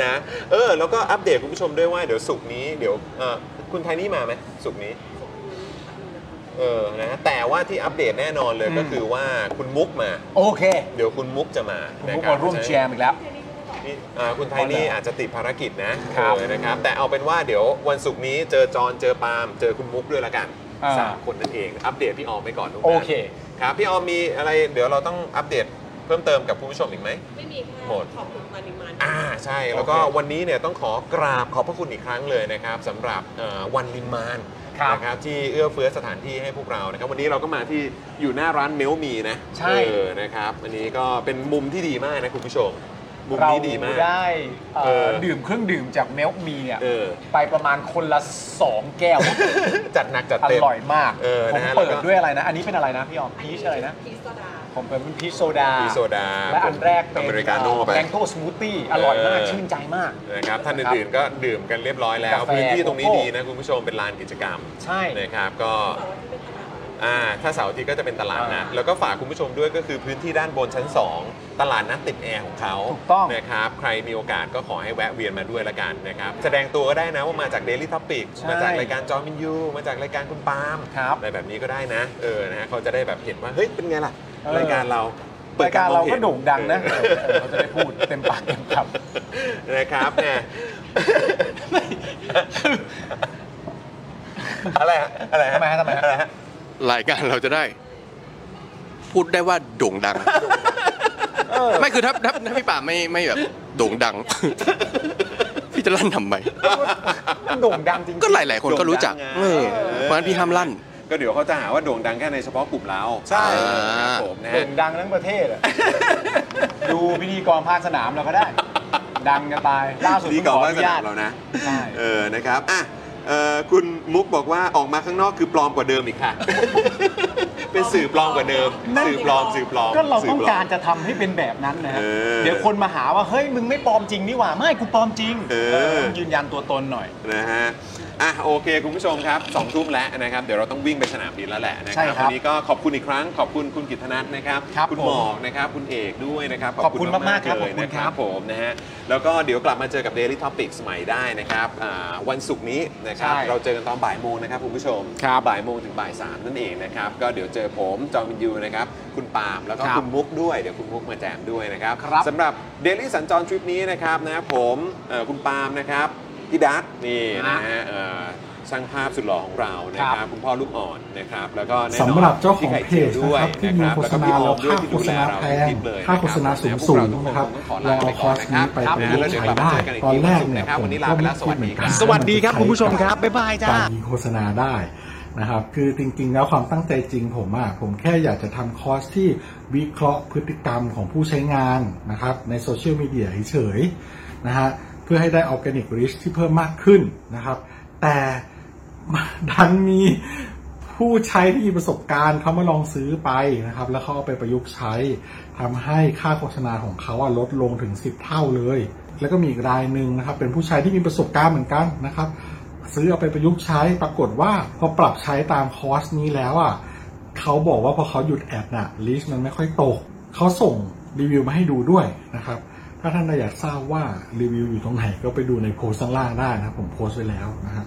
Speaker 1: นะเออแล้วก็อัปเดตคุณผู้ชมด้วยว่าเดี๋ยวสุกร์นี้เดี๋ยวเอ่อคุณไทนี่มาไหมสุกร์นี้เออนะแต่ว่าที่อัปเดตแน่นอนเลย
Speaker 3: อืม
Speaker 1: ก็คือว่าคุณมุกมา
Speaker 3: โอเค
Speaker 1: เดี๋ยวคุณมุกจะมา
Speaker 3: คุณ
Speaker 1: นะ
Speaker 3: มุก
Speaker 1: คบ
Speaker 3: มาร่วมเชียร์อีกแล้ว
Speaker 1: นี่อ่าคุณไทนี่อาจจะติดภารกิจนะครับ เออนะครับ แต่เอาเป็นว่าเดี๋ยววันศุกร์นี้เจอจอนเจอปาล์มเจอคุณมุกด้วยละกัน
Speaker 3: อ่า
Speaker 1: สามคนนั่นเอง อัปเดตพี่ออมไปก่อนลูกนะ
Speaker 3: โอเค
Speaker 1: ครับพี่ออมมีอะไรเดี๋ยวเราต้องอัปเดตเพิ่มเติมกับคุณผู้ชมอีกไหม
Speaker 4: ไม่มีค่ะ
Speaker 1: หมด
Speaker 4: ขอบคุณมานิมาน
Speaker 1: อ่าใช่แล้วก็วันนี้เนี่ยต้องขอกราบขอบพระคุณอีกครั้งเลยนะครับสำหรับเอ่อวันนิมมาน นะครับที่เอื้อเฟื้อสถานที่ให้พวกเรานะครับวันนี้เราก็มาที่อยู่หน้าร้านเมลมีนะ
Speaker 3: ใช่
Speaker 1: เออนะครับอันนี้ก็เป็นมุมที่ดีมากนะคุณผู้ชม มุม
Speaker 3: เรา
Speaker 1: นี้ดีมาก
Speaker 3: ได้เอ่อ
Speaker 1: เออ
Speaker 3: ดื่มเครื่องดื่มจากเมลมีเนี่ย
Speaker 1: เออ
Speaker 3: ไปประมาณคนละ 2 แก้ว
Speaker 1: จัดหนักจัด
Speaker 3: อ
Speaker 1: เต็ม
Speaker 3: ร่อยมาก
Speaker 1: เออ
Speaker 3: ผม
Speaker 1: นะฮะ
Speaker 3: เปิด
Speaker 1: แล้วก็
Speaker 3: ด้วยอะไรนะ อันนี้เป็นอะไรนะพี่ออมพีชอะไรนะพีชโซดาผมเปิดเป็นพีชโซดา
Speaker 1: มีโซดา
Speaker 3: และอันแรกเป็น
Speaker 1: อเมริกาโน่ไป
Speaker 3: แมงโก้สมูทตี้อร่อยมาก
Speaker 1: เออ
Speaker 3: ชื่นใจมาก
Speaker 1: นะครับท่านอื่นๆก็ดื่มกันเรียบร้อยแล้ว
Speaker 3: กาแฟ
Speaker 1: พื้นที่ตรงนี้
Speaker 3: โกโก้
Speaker 1: ดีนะคุณผู้ชมเป็นลานกิจกรรม
Speaker 3: ใช่
Speaker 1: นะครับก็อ่าถ้าเสาร์อาทิตย์ก็จะเป็นตลาดนัดแล้วก็ฝากคุณผู้ชมด้วยก็คือพื้นที่ด้านบนชั้น 2 ตลาดนัดติดแอร์ของเขาถูกต้องนะครับใครมีโอกาสก็ขอให้แวะเวียนมาด้วยละกันนะครับแสดงตัวก็ได้นะว่ามาจาก Daily Topic
Speaker 3: ใช่
Speaker 1: มาจากรายการจอมินยูมาจากรายการคุณปาล์มอะไรแบบนี้ก็ได้นะเออนะฮะเขาจะได้แบบเห็นว่าเฮ้ยเป็นไงล่ะรายการเราปิ
Speaker 3: รายการ
Speaker 1: ม
Speaker 3: เรา
Speaker 1: องห็
Speaker 3: ก็
Speaker 1: น
Speaker 3: โด่งดังนะเออเออเขาจะได้พูดเต็มปากเต็มค
Speaker 1: นะครับเนี่ย อะไรฮะอะไรทำไม
Speaker 3: ฮะทำไม
Speaker 1: อะไรฮะ
Speaker 15: รายการเราจะได้ พูดได้ว่าโด่ง ดัง ไม่คือถ้าถ้าถ้าพี่ป่าไม่ไม่แบบโด่ง ดัง พี่จะลั่นทำไม
Speaker 3: ำมันโด่งดังจริงๆ
Speaker 15: ก็หลายๆคนก็รู้จัก เอ
Speaker 1: โด่งดังไง
Speaker 15: อเพราะฉะนั้นพี่ห้ามลั่น
Speaker 1: ก็เดี๋ยวเขาจะหาว่าโด่งดังแค่ในเฉพาะกลุ่มเรา
Speaker 15: ใช่
Speaker 1: ครับผมนะ
Speaker 3: โด่
Speaker 1: ฮะ
Speaker 3: งดังทั้งประเทศ อะดูพิธีกรภาคสนามเราก็ได้ ดังจะตายล่าสุด
Speaker 1: ดี
Speaker 3: เพิ่ง
Speaker 1: ก
Speaker 3: ข
Speaker 1: ว่า
Speaker 3: ออ
Speaker 1: ว่าส
Speaker 3: นุ
Speaker 1: นา
Speaker 3: ญาต
Speaker 1: มเรานะ
Speaker 3: ใช่
Speaker 1: เออนะครับอ่ะเอ่อคุณมุกบอกว่าออกมาข้างนอกคือปลอมกว่าเดิมอีกค่ะ เป็นสื่อปลอมกว่าเดิม
Speaker 3: นั่น
Speaker 1: สื่อปลอมสื่อปลอม
Speaker 3: ก็เราต้อง
Speaker 1: สื่ปลม
Speaker 3: การจะทำให้เป็นแบบนั้นนะฮะ
Speaker 1: เออ
Speaker 3: เดี๋ยวคนมาหาว่าเฮ้ยมึงไม่ปลอมจริงนี่หว่าไม่กูปลอมจริง
Speaker 1: เออ
Speaker 3: เออต้องยืนยันตัวตนหน่อย
Speaker 1: นะฮะ อ่ะโอเค คุณผู้ชมครับสองทุ่มแล้วนะครับ เดี๋ยวเราต้องวิ่งไปสนามบินแล้วแหละนะค
Speaker 3: ใช่
Speaker 1: รับ
Speaker 3: ครับ
Speaker 1: วันนี้ก็ขอบคุณอีกครั้ง ขอบคุณคุณกิตนัทนะครับ
Speaker 3: ครับ
Speaker 1: ณ
Speaker 3: ผม
Speaker 1: หมอกนะครับ คุณเอกด้วยนะครับ
Speaker 3: ขอบคุณมากๆครับ
Speaker 1: เลย
Speaker 3: ขอบคุณ
Speaker 1: นะค
Speaker 3: ครับ
Speaker 1: รับผมนะฮะ แล้วก็เดี๋ยวกลับมาเจอกับ Daily Topics ใหม่ได้นะครับอ่าวันศุกร์นี้นะครับ
Speaker 3: ใช่
Speaker 1: เราเจอกันตอนบ่ายโมงนะครับคุณผู้ชมบ่ายโมงถึงบ่ายสามนั่นเองนะครับ ก็เดี๋ยวเจอผมจอมินยูนะครับ คุณปาล์มแล้วก็
Speaker 3: ครับ
Speaker 1: คุณมุกด้วย เดี๋ยวคุณมุกมาแจมด้วยนะครับ
Speaker 3: ครับ
Speaker 1: สำหรับ Daily สัญจรทริปนี้นะครับนะผมเอ่อคุณปาล์มนะครับพี่ดักนี่ นี่นะฮะเอ่อช่างภาพสุดหล่อของเรานะครับคุณพ่อลูกอ่อนนะครับแล้วก็แน่นน
Speaker 2: สำหรับเจ้าของ
Speaker 1: พี่ไข่
Speaker 2: เพ
Speaker 1: จีย
Speaker 2: จ
Speaker 1: วด้
Speaker 2: นะ
Speaker 1: ว
Speaker 2: ค
Speaker 1: ย
Speaker 2: รับที่มี
Speaker 1: นะ
Speaker 2: โฆ
Speaker 1: รับ
Speaker 2: ษณา
Speaker 1: แล้ก็
Speaker 2: แล้วว
Speaker 1: พี่
Speaker 2: ค่าโฆ
Speaker 1: ออมด้วยที่ดูแลเรา
Speaker 2: ษณาแพง
Speaker 1: ทิพย์เลย
Speaker 2: ค่าโฆษณาสูงสูงนะครับลองเอาคอร์สนี้ไปประยุกต์ใช้ได้ตอนแรกเนี่ยผมก็ไม่คิดเหมือนกัน
Speaker 3: สวัสดีครับคุณผู้ชมครับบ๊ายบายจ้า
Speaker 2: การยิงโฆษณาได้นะครับคือจริงๆ แล้วความตั้งใจจริงผมอะผมแค่อยากจะทำคอร์สที่วิเคราะห์พฤติกรรมของผู้ใช้งานนะครับในโซเชียลมีเดียเฉยๆนะฮะเพื่อให้ได้ออร์แกนิกริชที่เพิ่มมากขึ้นนะครับ แต่ ดันมี ผู้ใช้ที่มีประสบการณ์เขามาลองซื้อไปนะครับ แล้วเขาเอาไปประยุกต์ใช้ทำให้ค่าโฆษณาของเขาอะลดลงถึง 10 เท่าเลย แล้วก็มีอีกรายหนึ่งนะครับ เป็นผู้ใช้ที่มีประสบการณ์เหมือนกันนะครับ ซื้อเอาไปประยุกต์ใช้ปรากฏว่าพอปรับใช้ตามคอร์สนี้แล้วอ่ะเขาบอกว่าพอเขาหยุดแอดน่ะลิสต์มันไม่ค่อยตกเขาส่งรีวิวมาให้ดูด้วยนะครับ ถ้าท่านอยากทราบว่ารีวิวอยู่ตรงไหนก็ไปดูในโพสต์ข้างล่างได้นะครับผมโพสต์ไว้แล้วนะฮะ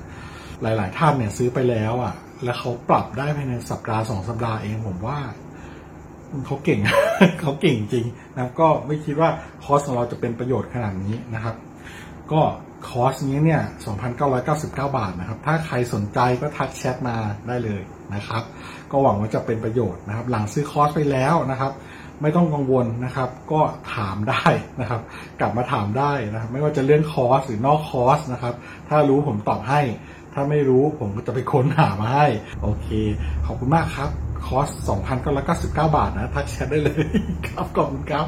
Speaker 2: หลาย ๆ ท่านเนี่ยซื้อไปแล้วอ่ะ แล้วเขาปรับได้ภายในสัปดาห์สองสัปดาห์เองผมว่าเขาเก่ง เขาเก่งจริงนะครับก็ไม่คิดว่าคอร์สของเราจะเป็นประโยชน์ขนาดนี้นะครับ ก็คอร์สนี้เนี่ย 2,999 บาทนะครับ ถ้าใครสนใจก็ทักแชทมาได้เลยนะครับ ก็หวังว่าจะเป็นประโยชน์นะครับ หลังซื้อคอร์สไปแล้วนะครับ ไม่ต้องกังวลนะครับ ก็ถามได้นะครับ กลับมาถามได้นะครับ ไม่ว่าจะเรื่องคอร์สหรือนอกคอร์สนะครับ ถ้ารู้ผมตอบให้ ถ้าไม่รู้ผมก็จะไปค้นหามาให้ โอเค ขอบคุณมากครับ คอร์ส 2,999 บาทนะ ทักแชทได้เลยครับขอบคุณครับ